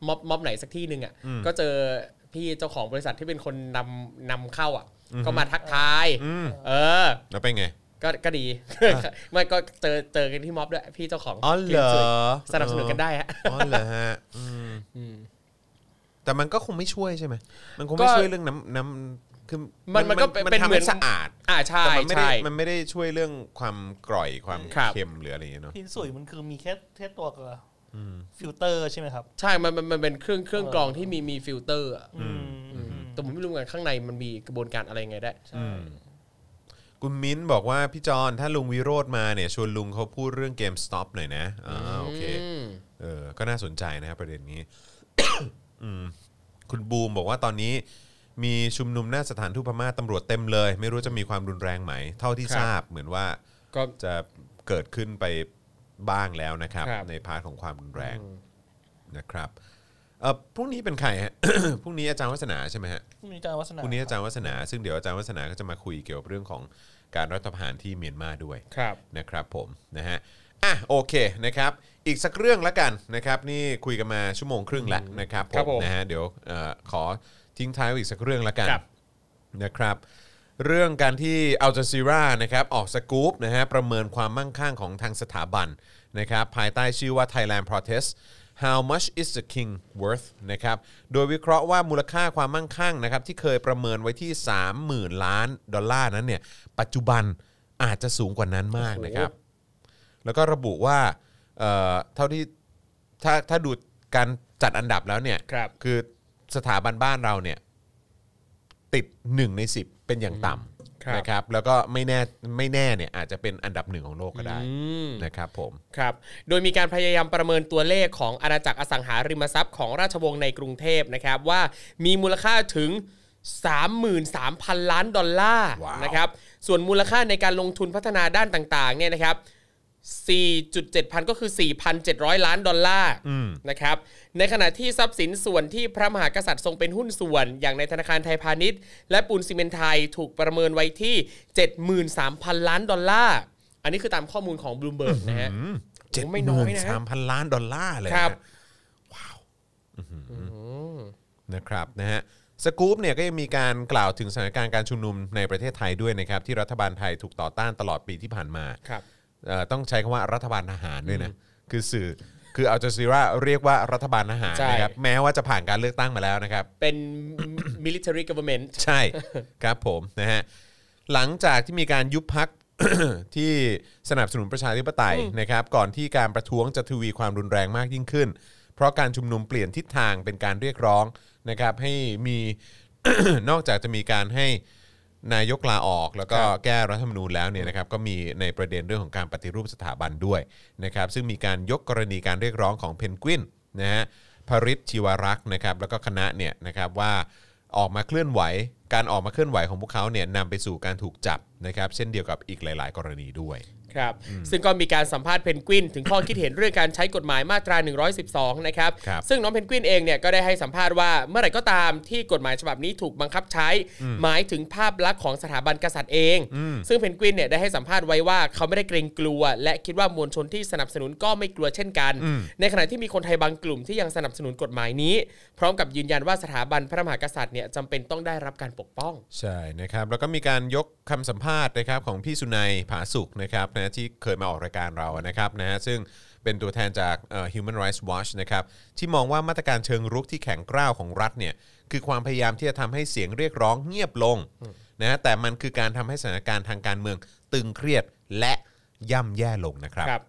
ม็อบม็อบไหนสักที่หนึ่งอ่ะก็เจอพี่เจ้าของบริษัทที่เป็นคนนำนำเข้าอ่ะ ก็มาทักทาย อืม เออ แล้วเป็นไง ก็ก็ดี <laughs> ไม่ก็เจอเจอกันที่ม็อบด้วยพี่เจ้าของ อ๋อเหรอ คลีนสุยสนับสนุนกันได้ฮะ อ๋อเหรอฮะอืมแต่มันก็คงไม่ช่วยใช่ไหมมันคง ก็ ไม่ช่วยเรื่องน้ำน้ำคือ มันมันก็เป็น ทำ เหมื ให้ อน สะอาด อ่าใช่ แต่มันไม่ได้ ใช่ มันไม่ได้ช่วยเรื่องความกร่อยความ ครับ เค็มหรืออะไรอย่างเงี้ยเนาะ พินสุยมันคือมีแค่แค่ตัวเกลืออฟิลเตอร์ใช่ไหมครับ ใช่ มันมันมันเป็นเครื่องเครื่องกรองที่มีมีฟิลเตอร์อะ อืม แต่ผมไม่รู้เหมือนกันข้างในมันมีกระบวนการอะไรไงได้ ใช่ คุณมิ้นบอกว่าพี่จอนถ้าลุงวิโรธมาเนี่ยชวนลุงเขาพูดเรื่องเกมสต็อปหน่อยนะอ่าโอเค อืม เออ ก็น่าสนใจนะครับประเด็นนี้ <coughs> อืมคุณบูมบอกว่าตอนนี้ มีชุมนุมหน้าสถานทูตพม่าตำรวจเต็มเลย ไม่รู้จะมีความรุนแรงไหม เท่าที่ ครับ ทราบเหมือนว่า ก็ จะเกิดขึ้นไปบ้างแล้วนะครับ ครับ ในพาร์ทของความรุนแรงนะครับเออพรุ่งนี้เป็นใครฮะ <coughs> พรุ่งนี้อาจารย์วัฒนาใช่ไหมฮะ พรุ่งนี้อาจารย์วัฒนา พรุ่งนี้อาจารย์วัฒนาซึ่งเดี๋ยวอาจารย์วัฒนาก็จะมาคุยเกี่ยวกับเรื่องของการรัฐประหารที่เมียนมาด้วย ครับ นะครับผมนะฮะอ่ะโอเคนะครับอีกสักเรื่องละกันนะครับนี่คุยกันมาชั่วโมงครึ่งแล้วนะครับ ครับผม นะฮะเดี๋ยวเอ่อขอทิ้งท้ายไว้อีกสักเรื่องละกัน ครับ นะครับ เรื่องการที่อัลจ z ซีรานะครับออกสกู๊ปนะฮะประเมินความมั่งคั่งของทางสถาบันนะครับภายใต้ชื่อว่า Thailand Protest How much is the king worth นะครับโดยวิเคราะห์ว่ามูลค่าความมั่งคั่งนะครับที่เคยประเมินไว้ที่ 30,000 ล้านดอลลาร์นั้นเนี่ยปัจจุบันอาจจะสูงกว่านั้นมากนะครับ แล้วก็ระบุว่าเอ่อเท่าที่ถ้าถ้าดูการจัดอันดับแล้วเนี่ย ครับ อสถาบันบ้านเราเนี่ยติด 1 ใน 10 เป็นอย่างต่ คำรับนะครับ แล้วก็ไม่แน่ไม่แน่เนี่ยอาจจะเป็นอันดับหนึ่งของโลกก็ได้นะครับผม ครับ โดยมีการพยายามประเมินตัวเลขของอาณาจักรอสังหาริมทรัพย์ของราชวงศ์ในกรุงเทพนะครับ ว่ามีมูลค่าถึง 33,000 ล้านดอลลาร์ ว้าว นะครับ ส่วนมูลค่าในการลงทุนพัฒนาด้านต่างๆเนี่ยนะครับ 4.7 พันก็คือ 4,700 ล้านดอลลาร์นะครับ ในขณะที่ทรัพย์สินส่วนที่พระมหากษัตริย์ทรงเป็นหุ้นส่วน อย่างในธนาคารไทยพาณิชย์ และปูนซีเมนต์ไทยถูกประเมินไว้ที่ 73,000 ล้านดอลลาร์ อันนี้คือตามข้อมูลของบลูเบิร์กนะฮะ เจ็ด ไม่ ไม่ น้ น้ อ อย ย นะ นะ ฮะ สามพันล้านดอลลาร์เลย ค นะ รับ ฮะ นะครับนะฮะสกู๊ปเนี่ยก็ยังมีการกล่าวถึงสถานการณ์การชุมนุมในประเทศไทยด้วยนะครับ ที่รัฐบาลไทยถูกต่อต้านตลอดปีที่ผ่านมา ครับ เอ่อต้องใช้คำว่ารัฐบาลทหารด้วยนะ คือสื่อคืออัลจซีราเรียกว่ารัฐบาลทหาร ใช่ นะครับแม้ว่าจะผ่านการเลือกตั้งมาแล้วนะครับ <coughs> เป็น <coughs> military government ใช่ครับผมนะฮะหลังจากที่มีการยุบพัก <coughs> ที่สนับสนุนประชาธิปไตยนะครับ ก่อนที่การประท้วงจะทวีความรุนแรงมากยิ่งขึ้น เพราะการชุมนุมเปลี่ยนทิศทางเป็นการเรียกร้องนะครับ ให้มี <coughs> นอกจากจะมีการให้นายกลาออก แล้วก็แก้รัฐธรรมนูญแล้วเนี่ยนะครับ ก็มีในประเด็นเรื่องของการปฏิรูปสถาบันด้วยนะครับ ซึ่งมีการยกกรณีการเรียกร้องของเพนกวินนะฮะพริษชีวรักษ์นะครับ แล้วก็คณะเนี่ยนะครับว่า ออกมาเคลื่อนไหว การออกมาเคลื่อนไหวของพวกเขาเนี่ยนำไปสู่การถูกจับนะครับ เช่นเดียวกับอีกหลาย ๆ กรณีด้วย ครับซึ่งก็มีการสัมภาษณ์เพนกวิน ถึงข้อคิดเห็นเรื่องการใช้กฎหมายมาตรา 112 นะครับ ครับ ซึ่งน้องเพนกวินเองเนี่ยก็ได้ให้สัมภาษณ์ว่าเมื่อไหร่ก็ตามที่กฎหมายฉบับนี้ถูกบังคับใช้ หมายถึงภาพลักษณ์ของสถาบันกษัตริย์เอง ซึ่งเพนกวินเนี่ยได้ให้สัมภาษณ์ไว้ว่าเขาไม่ได้เกรงกลัว และคิดว่ามวลชนที่สนับสนุนก็ไม่กลัวเช่นกัน ในขณะที่มีคนไทยบางกลุ่มที่ยังสนับสนุนกฎหมายนี้ พร้อมกับยืนยันว่าสถาบันพระมหากษัตริย์เนี่ยจำเป็นต้องได้รับการปกป้อง ใช่นะครับ แล้วก็มีการยกคำสัมภาษณ์นะครับของพี่สุนัยผาสุกนะครับนะที่เคยมาออกรายการเรานะครับนะฮะซึ่งเป็นตัวแทนจากเอ่อ Human Rights Watch นะครับที่มองว่ามาตรการเชิงรุกที่แข็งกร้าวของรัฐเนี่ยคือความพยายามที่จะทำให้เสียงเรียกร้องเงียบลงนะฮะแต่มันคือการทำให้สถานการณ์ทางการเมืองตึงเครียดและย่ำแย่ลงนะครับ ครับ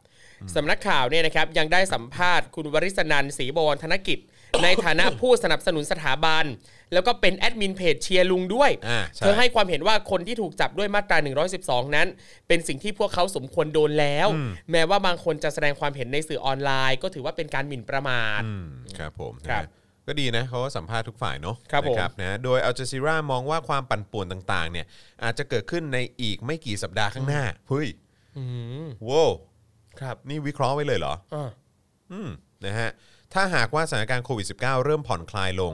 สำนักข่าวเนี่ยนะครับยังได้สัมภาษณ์คุณวริศนันท์ศรีบวรธน <coughs> กิจ ในฐานะผู้สนับสนุนสถาบัน แล้วก็เป็นแอดมินเพจเชียร์ลุงด้วย อ่าใช่ เธอให้ความเห็นว่าคนที่ถูกจับด้วยมาตรา 112 นั้น เป็นสิ่งที่พวกเขาสมควรโดนแล้ว แม้ว่าบางคนจะแสดงความเห็นในสื่อออนไลน์ ก็ถือว่าเป็นการหมิ่นประมาท อืมครับผมนะครับ ฮะก็ดีนะเขาก็สัมภาษณ์ทุกฝ่ายเนาะ ครับผม นะนะฮะโดยอัลจ z ซีรามองว่าความปั่นป่วนต่างๆ เนี่ย อาจจะเกิดขึ้นในอีกไม่กี่สัปดาห์ข้างหน้าเฮ้ยโว้ว ครับ นี่วิเคราะห์ไว้เลยเหรอ อ่า อืมนะฮะถ้าหากว่าสถานการณ์โควิด -19 เริ่มผ่อนคลายลง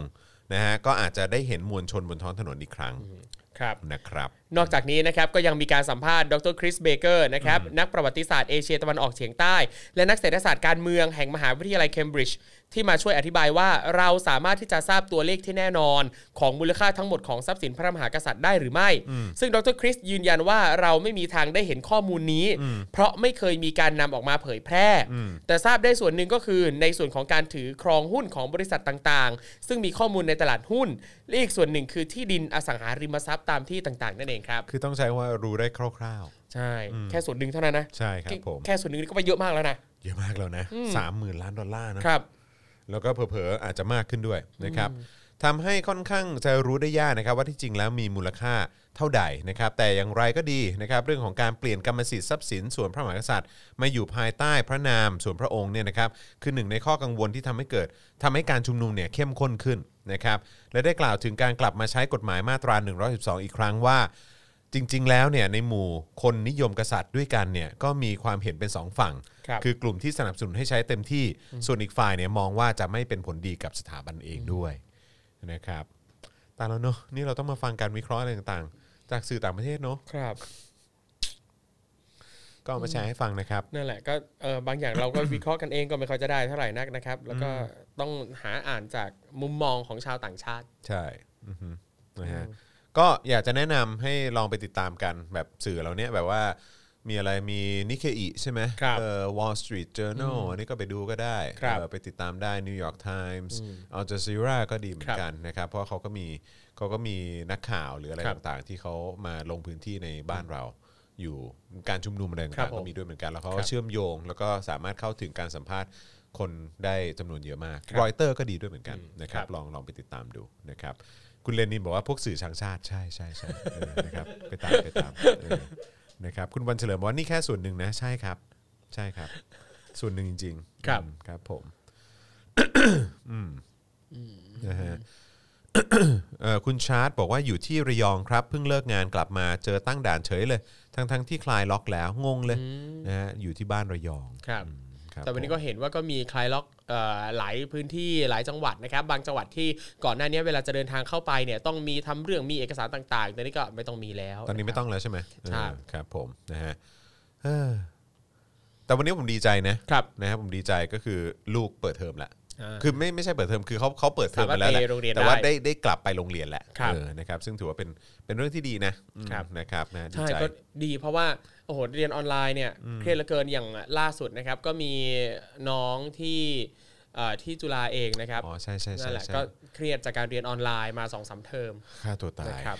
นะฮะก็อาจจะได้เห็นมวลชนบนท้องถนนอีกครั้ง ครับ นะครับ นอกจากนี้นะครับก็ยังมีการสัมภาษณ์ดรคริสเบเกอร์นะครับนักประวัติศาสตร์เอเชียตะวันออกเฉียงใต้ และนักเศรษฐศาสตร์การเมืองแห่งมหาวิทยาลัยเคมบริดจ์ที่มาช่วยอธิบายว่าเราสามารถที่จะทราบตัวเลขที่แน่นอน ของมูลค่าทั้งหมดของทรัพย์สินพระมหากษัตริย์ได้หรือไม่ ซึ่งดรคริสยืนยันว่าเราไม่มีทางได้เห็นข้อมูลนี้ เพราะไม่เคยมีการนำออกมาเผยแพร่ แต่ทราบได้ส่วนหนึ่งก็คือในส่วนของการถือครองหุ้นของบริษัทต่างๆ ซึ่งมีข้อมูลในตลาดหุ้นและอีกส่วนหนึ่งคือที่ดินอสังหาริมทรัพย์ตามที่ต่างๆนั่นเองครับ คือต้องใช้ว่ารู้ได้คร่าว ใช่ แค่ส่วนหนึ่งเท่านั้นนะ ๆ ใช่ครับผม แค่ส่วนหนึ่งนี่ก็ไปเยอะมากแล้วนะ เยอะมากแล้วนะสามหมื่นล้านดอลลาร์นะ ครับ แล้วก็เผลอๆอาจจะมากขึ้นด้วยนะครับทำให้ค่อนข้างจะรู้ได้ยากนะครับ ว่าที่จริงแล้วมีมูลค่าเท่าใดนะครับ แต่อย่างไรก็ดีนะครับ เรื่องของการเปลี่ยนกรรมสิทธิ์ทรัพย์สินส่วนพระมหากษัตริย์มาอยู่ภายใต้พระนามส่วนพระองค์เนี่ยนะครับคือหนึ่งในข้อกังวลที่ทำให้เกิดทำให้การชุมนุมเนี่ยเข้มข้นขึ้นนะครับ และได้กล่าวถึงการกลับมาใช้กฎหมายมาตรา 112 อีกครั้งว่า จริงๆ แล้วเนี่ยในหมู่คนนิยมกษัตริย์ด้วยกันเนี่ยก็มีความเห็นเป็นสองฝั่ง ครับ คือกลุ่มที่สนับสนุนให้ใช้เต็มที่ ส่วนอีกฝ่ายเนี่ยมองว่าจะไม่เป็นผลดีกับสถาบันเองด้วยนะครับตามแล้วเนอะนี่เราต้องมาฟังการวิเคราะห์อะไรต่างๆ จากสื่อต่างประเทศเนอะ ครับ ก็เอามาแชร์ให้ฟังนะครับ นั่นแหละก็เออบางอย่างเราก็ วิเคราะห์กันเองก็ไม่ค่อยจะได้เท่าไหร่นักนะครับ แล้วก็ต้องหาอ่านจากมุมมองของชาวต่างชาติ ใช่อือฮึนะฮะก็อยากจะแนะนำให้ลองไปติดตามกันแบบสื่อเราเนี้ยแบบว่ามีอะไรมีนิเคอิใช่ไหม ครับ เอ่อ Wall Street Journal อันนี้ก็ไปดูก็ได้ ครับ เอ่อไปติดตามได้ New York Times อัลจ z ซีราก็ดีเหมือนกันนะครับ เพราะเขาก็มีเขาก็มีนักข่าวหรืออะไรต่างๆ ที่เขามาลงพื้นที่ในบ้านเราอยู่การชุมนุมอะไร ครั ต่างบๆ ผม ก็มีด้วยเหมือนกันแล้วเขา ครั ก็ บ เชื่อมโยง แล้วก็สามารถเข้าถึงการสัมภาษณ์คนได้จำนวนเยอะมาก ครับ รอยเตอร์ก็ดีด้วยเหมือนกันนะครั ครับ บ ลองลองไปติดตามดูนะครับ คุณเลนินบอกว่าพวกสื่อช้างชาติใช่ใช่ใช่เออนะครับ ไปตามไปตามเออนะครับ คุณวันเฉลิมบอกว่านี่แค่ส่วนหนึ่งนะใช่ครับ ใช่ครับ ส่วนหนึ่งจริงๆ ครับ อืมครับผม <coughs> อืมนะฮ <coughs> ะ เอ่อคุณชาร์ตบอกว่าอยู่ที่ระยองครับ เพิ่งเลิกงานกลับมาเจอตั้งด่านเฉยเลย ทั้งทั้งๆที่คลายล็อกแล้วงงเลยนะฮะอยู่ที่บ้านระยอง ครับ ครับ แต่วันนี้ ผม ก็เห็นว่าก็มีคลายล็อกเอ่อหลายพื้นที่หลายจังหวัดนะครับ บางจังหวัดที่ก่อนหน้านี้เวลาจะเดินทางเข้าไปเนี่ยต้องมีทำเรื่องมีเอกสารต่างๆตอนนี้ก็ไม่ต้องมีแล้ว ตอนนี้ไม่ ะครับ ต้องแล้วใช่ไหม ใช่ เออครับผมนะฮะ เออแต่วันนี้ผมดีใจนะครับ นะครับผมดีใจก็คือลูกเปิดเทอมละ อ่า คือไม่ไม่ใช่เปิดเทอมคือเขาเขาเปิดเทอม สามารถ มาแล้วแหละ ไปโรงเรียน แต่ว่า ได้ ได้ได้กลับไปโรงเรียนแหละ ครับ เออนะครับซึ่งถือว่าเป็นเป็นเรื่องที่ดีนะอืม ครับ นะครับนะดี ใช่ ใจ ก็ดีเพราะว่าโอ้โหเรียนออนไลน์เนี่ยเครียดเหลือเกินอย่างล่าสุดนะครับ ก็มีน้องที่เอ่อที่จุฬาเองนะครับ อ๋อใช่ใช่ใช่ นั่นแหละ ใช่ ก็เครียดจากการเรียนออนไลน์มาสองสามเทอม ฆ่าตัวตาย นะครับ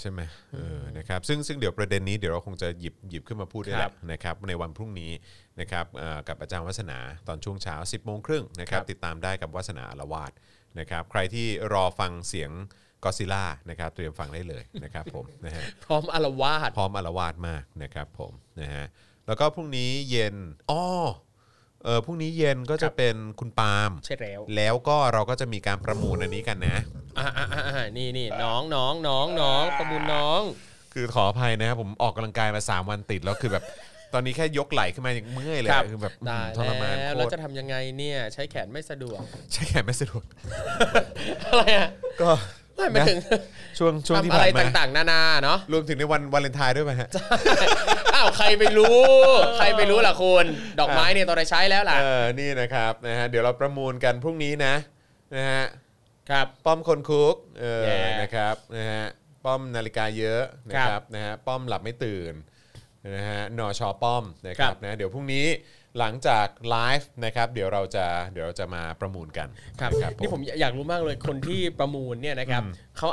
ใช่ไหมเออนะครับซึ่งซึ่งเดี๋ยวประเด็นนี้เดี๋ยวเราคงจะหยิบหยิบขึ้นมาพูดด้วยแหละนะครับในวันพรุ่งนี้นะครับเอ่อกับอาจารย์วัฒนาตอนช่วงเช้า 10บโมงครึ่งนะครับติดตามได้กับวัฒนาอาละวาดนะครับใครที่รอฟังเสียงก็ซิล่านะครับเตรียมฟังได้เลยนะครับผม <laughs> นะฮะ พร้อมอารวาส พร้อมอารวาสมากนะครับผมนะฮะแล้วก็พรุ่งนี้เย็นอ้อเออพรุ่งนี้เย็นก็ ครั จะ บ เป็นคุณปาล์ม ใช่แล้ว แล้วก็เราก็จะมีการประมูลอันนี้กันนะ อ่าอ่าอ่านี่นี่น้องน้องน้องน้องประมูลน้อง คือขออภัยนะครับผมออกกำลังกายมา 3 วันติด แล้วคือแบบ ตอนนี้แค่ยกไหล่ขึ้นมายังเมื่อยเลยอะคือแบบอืม ตาย ทรมาน แล้ว โค แล้ว ตร จะทำยังไงเนี่ยใช้แขนไม่สะดวก ใช้แขนไม่สะดวก <laughs> อะไรอ่ะ ก็ ไม่ไม่ถึง ช่วงช่วงที่ ทำอะไร ผ่านมา ต่างๆ นานาเนาะ รวมถึงในวันวาเลนไทน์ด้วยไหมฮะ อ้าวใครไปรู้ <laughs> ใครไปรู้ล่ะคุณดอกไม้เนี่ยตอนได้ใช้แล้วล่ะ เออนี่นะครับนะฮะเดี๋ยวเราประมูลกันพรุ่งนี้นะนะฮะ ครับ ป้อมคนคุกเออ Yeah. นะครับ นะฮะ ป้อมนาฬิกาเยอะนะค ครั รับบ นะฮะ ป้อมหลับไม่ตื่นนะฮะ นอชอป้อมนะครั ครับ บ นะ เดี๋ยวพรุ่งนี้หลังจากไลฟ์นะครับ เดี๋ยวเราจะ เดี๋ยวเราจะมาประมูลกัน ครับ ะ นี่ผมอยากรู้มากเลยคนที่ประมูลเนี่ยนะครับเขา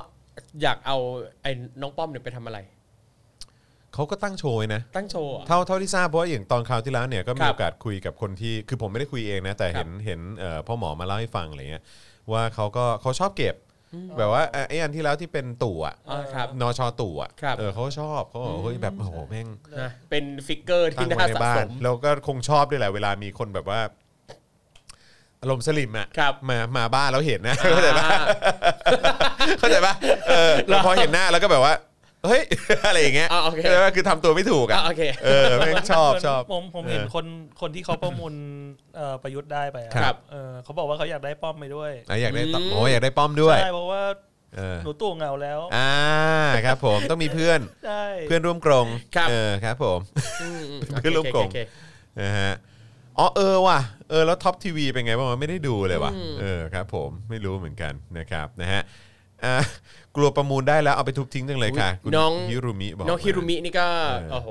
อยากเอาไอ้น้องป้อมเนี่ยไปทำอะไร เขาก็ตั้งโชว์ไว้นะ ตั้งโชว์เหรอ เท่าเท่าที่ทราบเพราะว่าอย่างตอนคราวที่แล้วเนี่ยก็มี ครับ โอกาสคุยกับคนที่คือผมไม่ได้คุยเองนะแต่เห็นเห็นเอ่อพ่อหมอมาเล่าให้ฟังอะไรเงี้ยว่าเขาก็เขาชอบเก็บ แบบว่าเอ่อไอ้อันที่แล้วที่เป็นตู่อะ อ๋อครับ นอชอตู่อะ ครับ เออเขาก็ชอบเขาบอกว่าเฮ้ยแบบโอ้โหแม่ง นะเป็นฟิกเกอร์ ตั้ ที่ งไว้ น่า ใน สะ บ้า ส น ม แล้วก็คงชอบด้วยแหละเวลามีคนแบบว่าอารมณ์สลิมอ่ะ ครับ มามาบ้านแล้วเห็นนะ อ่า เข้าใจปะ <laughs> เข้าใจปะเออแล้วพอเห็นหน้าแล้วก็แบบว่า เฮ้ย <laughs> อะไรอย่างเงี้ย อ่าโอเค เข้าใจปะคือทำตัวไม่ถูกอ่ะ อ่ะโอเค เออแม่งชอบชอบ ผมผมเห็น เออ คนคนที่เขาประมูลเอ่อประยุทธ์ได้ไปอะ ครับ เออเขาบอกว่าเขาอยากได้ป้อมไปด้วย อ่ะอยากได้ต่อ อืม โอ้อยากได้ป้อมด้วย ใช่เพราะว่า เออ หนูตู่เหงาแล้ว อ่าครับ ผมต้องมีเพื่อน <laughs> ใช่ เพื่อนร่วมกรง ครับ เออครับ ผม <laughs> อืมม เพื่อนร่วมกลุ่ม โอเค นะฮะอ๋อเออว่ะเออแล้วท็อปทีวีเป็นไงบ้างวะไม่ได้ดูเลยว่ะ อืม เออครับผมไม่รู้เหมือนกันนะครับนะฮะอ่ะกลัวประมูลได้แล้วเอาไปทุบทิ้งจังเลยค่ะคุณ น้อง ฮิรุมิบอก น้องฮิรุมิ า นี่ก็ เออ โอ้โห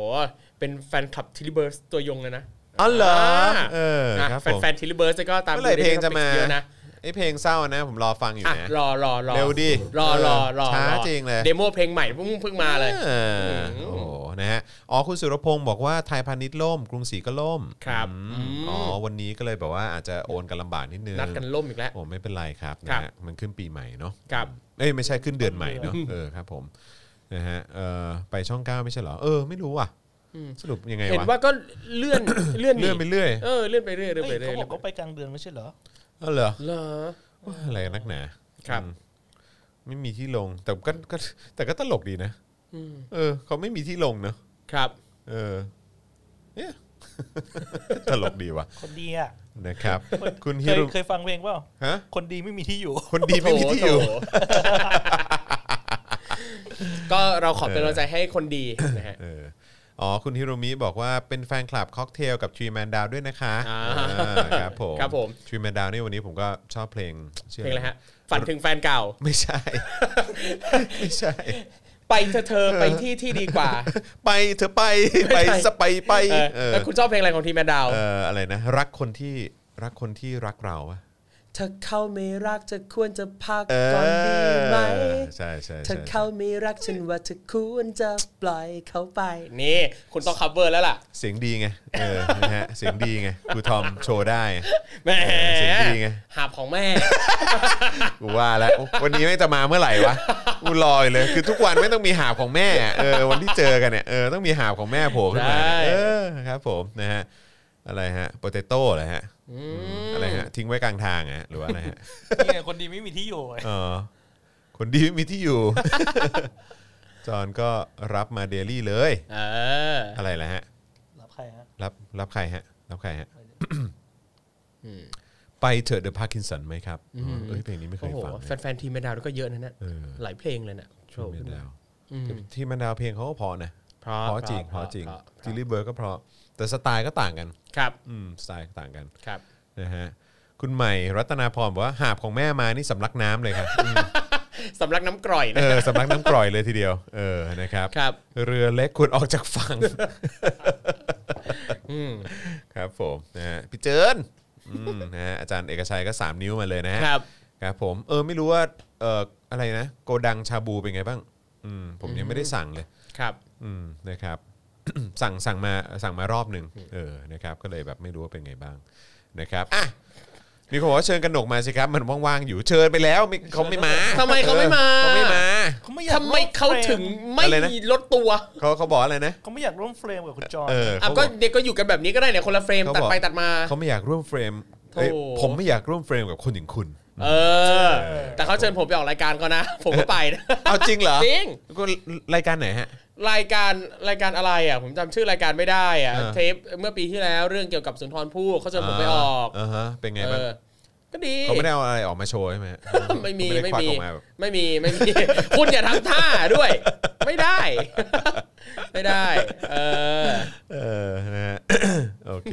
เป็นแฟนคลับทิลิเบิร์สตัวยงเลยนะ อ๋อเหรอา เออครับ แฟ ผ น ม แฟนทิลิเบิร์สก็ตาม เมื่อไหร่เพลงจะมา เยอะนะ ไอเพลงเศร้านะ ผมรอฟังอยู่ อ่ะ นะ รอรอรอ เร็วดิ รอรอรอ ช้าร อ จริงเลย เดโมเพลงใหม่เพิ่งเพิ่งมาเลย เออโอ้โหนะฮะอ๋อคุณสุรพงศ์บอกว่าไทยพาณิชย์ล่ม กรุงศรีก็ล่ม ครับ อืม อืม อ๋อวันนี้ก็เลยแบบว่าอาจจะโอนกันลำบากนิดนึง นัดกันล่มอีกแล้ว โอ้ไม่เป็นไรครับ ครับ นะฮะมันขึ้นปีใหม่เนาะ ครับ เอ้ยไม่ใช่ขึ้นเดือนใหม่เนาะเออครับผมนะฮะเออไปช่องเก้าไม่ใช่เหรอเออไม่รู้ว่ะ อืม สรุปยังไง เห็น วะ ว่าก็เลื่อน <coughs> เลื่อนห เลื่อนไปเรื่อย เออเลื่อนไปเรื่อยเลื่อน เฮ้ย ไปเรื่อ เขา ย บอกว่าไปกลางเดือนไม่ใช่เหรอ เออเหรอ เหรอ ว่าอะไรนักหนา ครับ อืมไม่มีที่ลงแต่ก็ก็แต่ก็ตลกดีนะ อืม เออเขาไม่มีที่ลงเนาะ ครับ เออเนี่ย <laughs> ตลกดีว่ะ คนดีอ่ะ <laughs> นะครับ คุณ เค ฮิ ย รุ เคยฟังเพลงเปล่า ฮะ คนดีไม่มีที่อยู่ คนดีไม่มีที่อยู่ โถ <laughs> ก็เราขอเป็นกำลังใจให้คนดีนะฮะ เอออ๋อ คุณฮิโรมิบอกว่าเป็นแฟนคลับค็อกเทลกับทรีแมนดาวด้วยนะคะ อ่า อ่าครับผม ครับผม ทรีแมนดาวนี่วันนี้ผมก็ชอบเพลงชื่ เพลงอะไรฮะ ฝันถึงแฟนเก่า ไม่ใช่ <laughs> ไม่ใช่ <laughs> ไปเธอะเธอไปที่ที่ดีกว่า ไปเธอไปไป ไม่ใช่ สไปไป เออ เออ แล้วคุณชอบเพลงอะไรของทีมแมนดาว เอออะไรนะ รักคนที่รักคนที่รักเราอะ เธอเข้าไม่รักเธอควรจะพัก เอ ก่อนดีไหม อใช่ใช่ เธ ใช่ อเข้าไม่รักฉันว่าเธอควรจะปล่อยเขาไป นี่ คุณต้อง cover แล้วล่ะ เสียงดีไงเออนะฮะเสียงดีไงครูทอมโชว์ได้ แหม เออเสียงดีไง หาบของแม่ กูว่าแล้วโอ้วันนี้ไม่งจะมาเมื่อไหร่วะกูรออยเลย คือทุกวันไม่ต้องมีหาบของแม่อะเออวันที่เจอกันเนี่ยเออต้องมีหาบของแม่โผล่ขึ้นมา ได้ เออครับผมนะฮะอะไรฮะโปเตโต้อะไรอฮะอะไรฮะทิ้งไว้กลางทางอะหรือว่าอะไรฮะ นี่ไงคนดีไม่มีที่อยู่ไง เออคนดีไม่มีที่ <laughs> อยู่ จอนก็รับมาเดลี่เลย เออ อะไรละฮะ รับใครฮะ รับรับใครฮะ รับใคร <coughs> ฮะ ไปเถอะเดอะพาร์กินสันไหมครับอ๋อเอ้ยเพลงนี้ไม่เค โอ้ ย โห ฟังเลย แฟนๆทีมแมนดาวนี่ก็เยอะนะเนี่ย เออ หลายเพลงเลยนะโชว์ ที่ ขึ้น แมน มา ดาวที่แมนดาวเพลงเขาก็พอนะ เพราะ เพราะจริงเพราะจริงจิลลี่เบิร์กก็เพราะแต่สไตล์ก็ต่างกัน ครับ อืมสไตล์ก็ต่างกัน ครับ นะฮะคุณใหม่รัตนาพรบอกว่าหาบของแม่มานี่สำลักน้ำเลยค่ะอืม สำลักน้ำกร่อย เออนะสำลักน้ำกร่อยเลยทีเดียวเออนะครับ ครับ เรือเล็กควรออกจากฝั่ง อืม ครับผมนะฮะพี่เจิญอืมนะฮะอาจารย์เอกชัยก็ 3 นิ้วมาเลยนะฮะ ครับ ครับผมเออไม่รู้ว่าเอ่ออะไรนะ โกดังชาบูเป็นไงบ้างอืมผมยังไม่ได้สั่งเลย ครับ อืมนะครับ <coughs> สั่งสั่งมาสั่งมารอบหนึ่งเออนะครับก็เลยแบบไม่รู้ว่าเป็นไงบ้างนะครับอ่ะมีคนบอกว่าเชิญกนกมาสิครับ มันว่างๆอยู่เชิญไปแล้วไม่เขาไม่มา ทำไมเขาไม่มา เออเขาไม่มา เขาไม่อยาก ทำไมเขาถึงไม่ อะไรนะ ลดตัว เขาเขาบอกอะไรนะ เขาไม่อยากร่วมเฟรมกับคุณจอน เออ อ่ะ เขาบ ก็ อก เด็กก็อยู่กันแบบนี้ก็ได้เนี่ยคนละเฟรม เขา ตัด บอก ไปตัดมา เขาไม่อยากร่วมเฟรมเอ้ย โถ ผมไม่อยากร่วมเฟรมกับคนอย่างคุณ เออ แต่เขาเชิญผมไปออกรายการเขานะ <laughs> ผมก็ไปนะ เอาจริงเหรอ จริง ก็รายการไหนฮะ รายการรายการอะไรอ่ะ ผมจำชื่อรายการไม่ได้อ่ะ เออ เทปเมื่อปีที่แล้วเรื่องเกี่ยวกับสุนทรภู่เขาเชิญผมไปออก อ่าฮะเป็นไง เอ บ้าง อก็ดี เขาไม่ได้เอาอะไรออกมาโชว์ใช่ไหมฮะ ไม่มี เขาด้ ไม่ ควัก มี ออกาแบบ ไม่มีไม่มี คุณอย่าทำท่าด้วย ไม่ได้ ไม่ได้ เออ เออนะฮ <coughs> ะ โอเค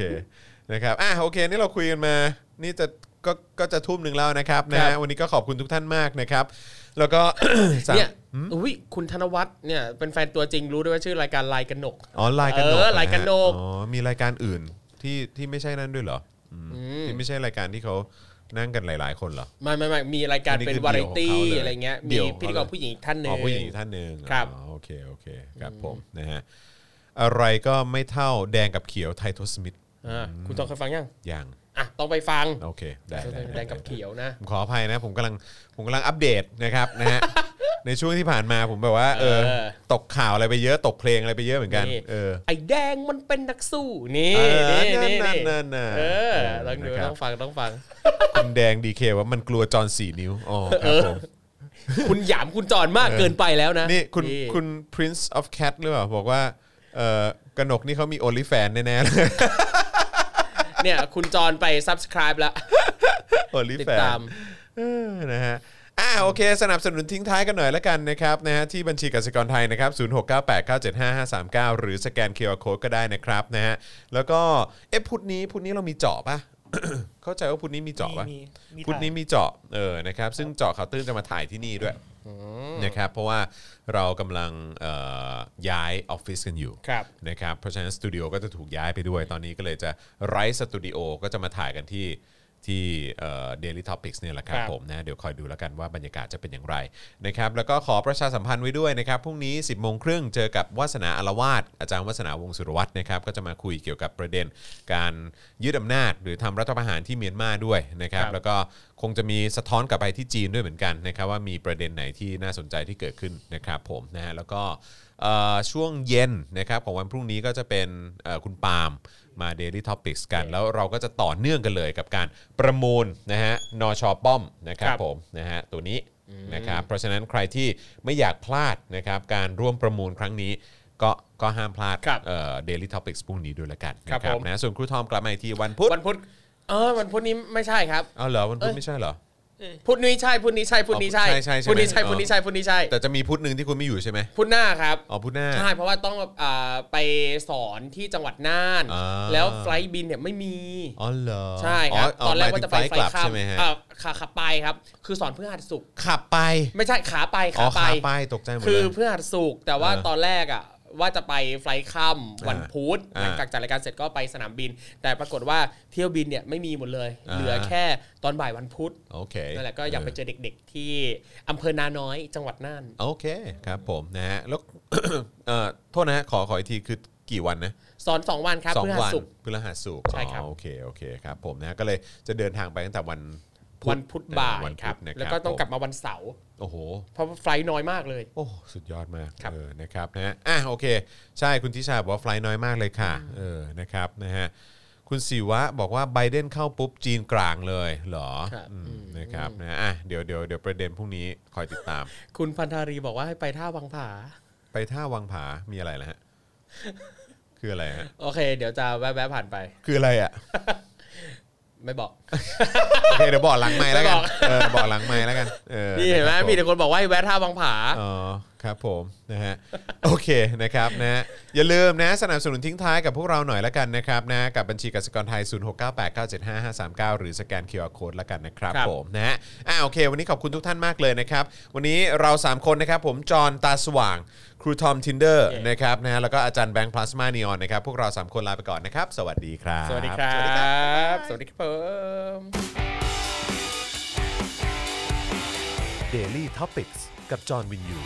นะครับ อ่ะ โอเค นี่เราคุยกันมา นี่จะ ก็ ก็จะทุ่มหนึ่งแล้วนะครับนะ ครั ฮะ บ วันนี้ก็ขอบคุณทุกท่านมากนะครับ แล้วก็ <coughs> สาม เนี่ยอุ้ยคุณธนวัฒน์เนี่ยเป็นแฟนตัวจริงรู้ด้วยว่าชื่อรายการลายกนก อ๋อรายการ เออ หะฮะ รายการหนก อ๋อ มีรายการอื่นที่ ที่ไม่ใช่นั่นด้วยเหรออืมที่ไม่ใช่รายการที่เขานั่งกันหลาย ๆ คนเหรอ ไม่ไม่ไม่มีรายการ อันนี้ เป็น คือ วาไรตี้ เดี่ยวของเขาเลย อะไรเงี้ย เดี่ มี ยว พิธีกรผู้หญิงอีกท่านหนึ่ อ๋อง ผู้หญิงอีกท่านหนึ่ง ครับ อ๋อโอเค โอเค ครับผม นะฮะ อะไรก็ไม่เท่าแดงกับเขียวไททอสมิธ อ่าคุณต้องเคยฟังยัง ยัง อ่ะต้องไปฟัง โอเค ได้ไไ แดงกับเขียวนะ ผมขออภัยนะผมกำลังผมกำลังอัปเดตนะครับนะ <laughs> ฮะ ในช่วงที่ผ่านมาผมแบบว่าเออ เออ ตกข่าวอะไรไปเยอะตกเพลงอะไรไปเยอะเหมือนกัน นี่ เออ ไอ้แดงมันเป็นนักสู้นี่ เออ นี่ นั่น นี่ นั่น นี่ นั่นน่ะ เออต้องดู นะครั ต้ บ องฟังต้องฟัง คุณแดงดีเคว่ามันกลัวจอนสีนิ้วอ๋อครับผม คุณหยามคุณจอนมากเกินไปแล้วนะ นี่คุณคุณ Prince of Cat หรือเปล่าบอกว่าเออกนกนี่เขามีโอลิแฟนแน่ๆเลย เนี่ย คุณจอนไป subscribe แล้ว โอลิ ติด แฟน ตาม เออนะฮะ อ่าโอเค สนับสนุนทิ้งท้ายกันหน่อยละกันนะครับนะฮะที่บัญชีกสิกรไทยนะครับ 0698975539 หรือสแกน QR Code ก็ได้นะครับนะฮะ แล้วก็ เอ๊ะพุธนี้พุธนี้เรามีเจาะปะ <coughs> เข้าใจว่าพุธนี้มีเจาะปะ มีมี พุธนี้มีเจาะเออนะครับ ซึ่งเจาะข่าวตื้นจะมาถ่ายที่นี่ด้วยนะครับ เพราะว่าเรากำลังเอ่อย้ายออฟฟิศกันอยู่ ครับ นะครับ เพราะฉะนั้นสตูดิโอก็จะถูกย้ายไปด้วย ตอนนี้ก็เลยจะไร้สตูดิโอก็จะมาถ่ายกันที่ที่เดลิทอพิกส์เนี่ยแหละครับ ครับ ผมนะเดี๋ยวคอยดูแล้วกันว่าบรรยากาศจะเป็นอย่างไรนะครับแล้วก็ขอประชาสัมพันธ์ไว้ด้วยนะครับพรุ่งนี้ 10บโมงครึ่งเจอกับวาสนาอารวาสอาจารย์วาสนาวงศ์สุรวัตรนะครับก็จะมาคุยเกี่ยวกับประเด็น การยึดอำนาจหรือทำรัฐประหารที่เมียนมาด้วยนะครับ ครับ แล้วก็คงจะมีสะท้อนกลับไปที่จีนด้วยเหมือนกันนะครับ ว่ามีประเด็นไหนที่น่าสนใจที่เกิดขึ้นนะครับผมนะฮะแล้วก็เอ่อช่วงเย็นนะครับของวันพรุ่งนี้ก็จะเป็นเอ่อคุณปาล์มมา Daily Topics กัน แล้วเราก็จะต่อเนื่องกันเลยกับการประมูลนะฮะนชป้อมนะครับ ครับ ผมนะฮะตัวนี้นะครับเพราะฉะนั้นใครที่ไม่อยากพลาดนะครับการร่วมประมูลครั้งนี้ก็ก็ห้ามพลาด ครับ เดลิทอพิกส์พรุ่งนี้ด้วยละกันนะครับ ผม นะส่วนครูทอมกลับมาอีกทีวันพุธ วันพุธเออวันพุธนี้ไม่ใช่ครับ เอาเหรอวันพุธไม่ใช่เหรอ พุธนี้ใช่พุธนี้ใช่พุธนี้ใช่ อ๋อใช่ใช่ใช่ พุธนี้ใช่ ไหม พุธนี้ใช่พุธนี้ใช่ แต่จะมีพุธหนึ่งที่คุณไม่อยู่ใช่ไหม พุธหน้าครับ อ๋อพุธหน้า ใช่เพราะว่าต้องอ่าไปสอนที่จังหวัดน่าน อ่า แล้วไฟลท์บินเนี่ยไม่มี อ๋อเหรอ ใช่ครับ อ๋อ ตอนแรกว่าจะไป หมยถึง ไฟ กลับ ข้าม ใช่ไหมฮะ อ่าขาขับไปครับ คือสอนพฤหัสศุกร์ ขับไป ไม่ใช่ขาไป อ๋อ ขาไป ขาไปตกใจหมด คื เล อย พฤหัสศุกร์แต่ว่า เออ ตอนแรกอ่ะว่าจะไปไฟลท์ค่ำวันพุธ อ่า หลังจากจัดรายการเสร็จก็ไปสนามบิน แต่ปรากฏว่าเที่ยวบินเนี่ยไม่มีหมดเลย อ่า เหลือแค่ตอนบ่ายวันพุธ โอเค นั่นแหละก็อยากไปเจอเด็ก ๆ ที่อำเภอนาน้อยจังหวัดน่าน โอเคครับผมนะฮะแล้ว <coughs> เอ่อโทษนะฮะขอขออีกทีคือกี่วันนะ สอน 2 วันครับ สอง พฤหั วั สศุกร์ พฤหัสศุกร์ ใช่ครับ อ๋อโอเคโอเคครับผมนะฮะก็เลยจะเดินทางไปตั้งแต่วันพุธ วันพุธบ่าย วัน ค พุ รับ ธนะ แล้วก็ต้องกลับ ผ มาวันเสาร์ โอ้โห เพราะว่าไฟลท์น้อยมากเลย โอ้สุดยอดมาก ครับ เออนะครับนะฮะอ่ะโอเค ใช่คุณทิชาบอกว่าไฟล์น้อยมากเลยค่ะเออนะครับนะฮะคุณศิวะบอกว่าไบเดนเข้าปุ๊บจีนกลางเลยเหรอ ครับ อืมนะครับนะอ่ะเดี๋ยวเดี๋ยวเดี๋ยวประเด็นพรุ่งนี้คอยติดตาม คุณพันธารีบอกว่าให้ไปท่าวังผา ไปท่าวังผา มีอะไรนะฮะ คืออะไรฮะ โอเค เดี๋ยวจะแวะๆผ่านไป คืออะไรอ่ะ ไม่บอก โอเคเดี๋ยวบอกหลังไม้แล้วกับนอก เออบอกหลังไม้แล้วกันออ นี่เห็นไหม ะครับผ มีแต่คนบอกว่าให้แวะท่าวังผา อ๋อครับผมนะฮ <laughs> ะ โอเคนะครับนะฮะอย่าลืมนะสนับสนุนทิ้งท้ายกับพวกเราหน่อยละกันนะครับนะกับบัญชีกสิกรไทย 0698975539 หรือสแกน QR Code ละกันนะครับ ครับ ผมนะฮะอ่าโอเค วันนี้ขอบคุณทุกท่านมากเลยนะครับ วันนี้เรา 3 คนนะครับ ผมจอห์นตาสว่าง ครูทอมทินเดอร์นะครับนะฮะแล้วก็อาจารย์แบงค์พลาสมานีออนนะครับพวกเรา 3 คนลาไปก่อนนะครับ สวัสดีครับ สวัสดีครับ สวัสดีครับผม Daily t o p i c กกับจอห์นวินยู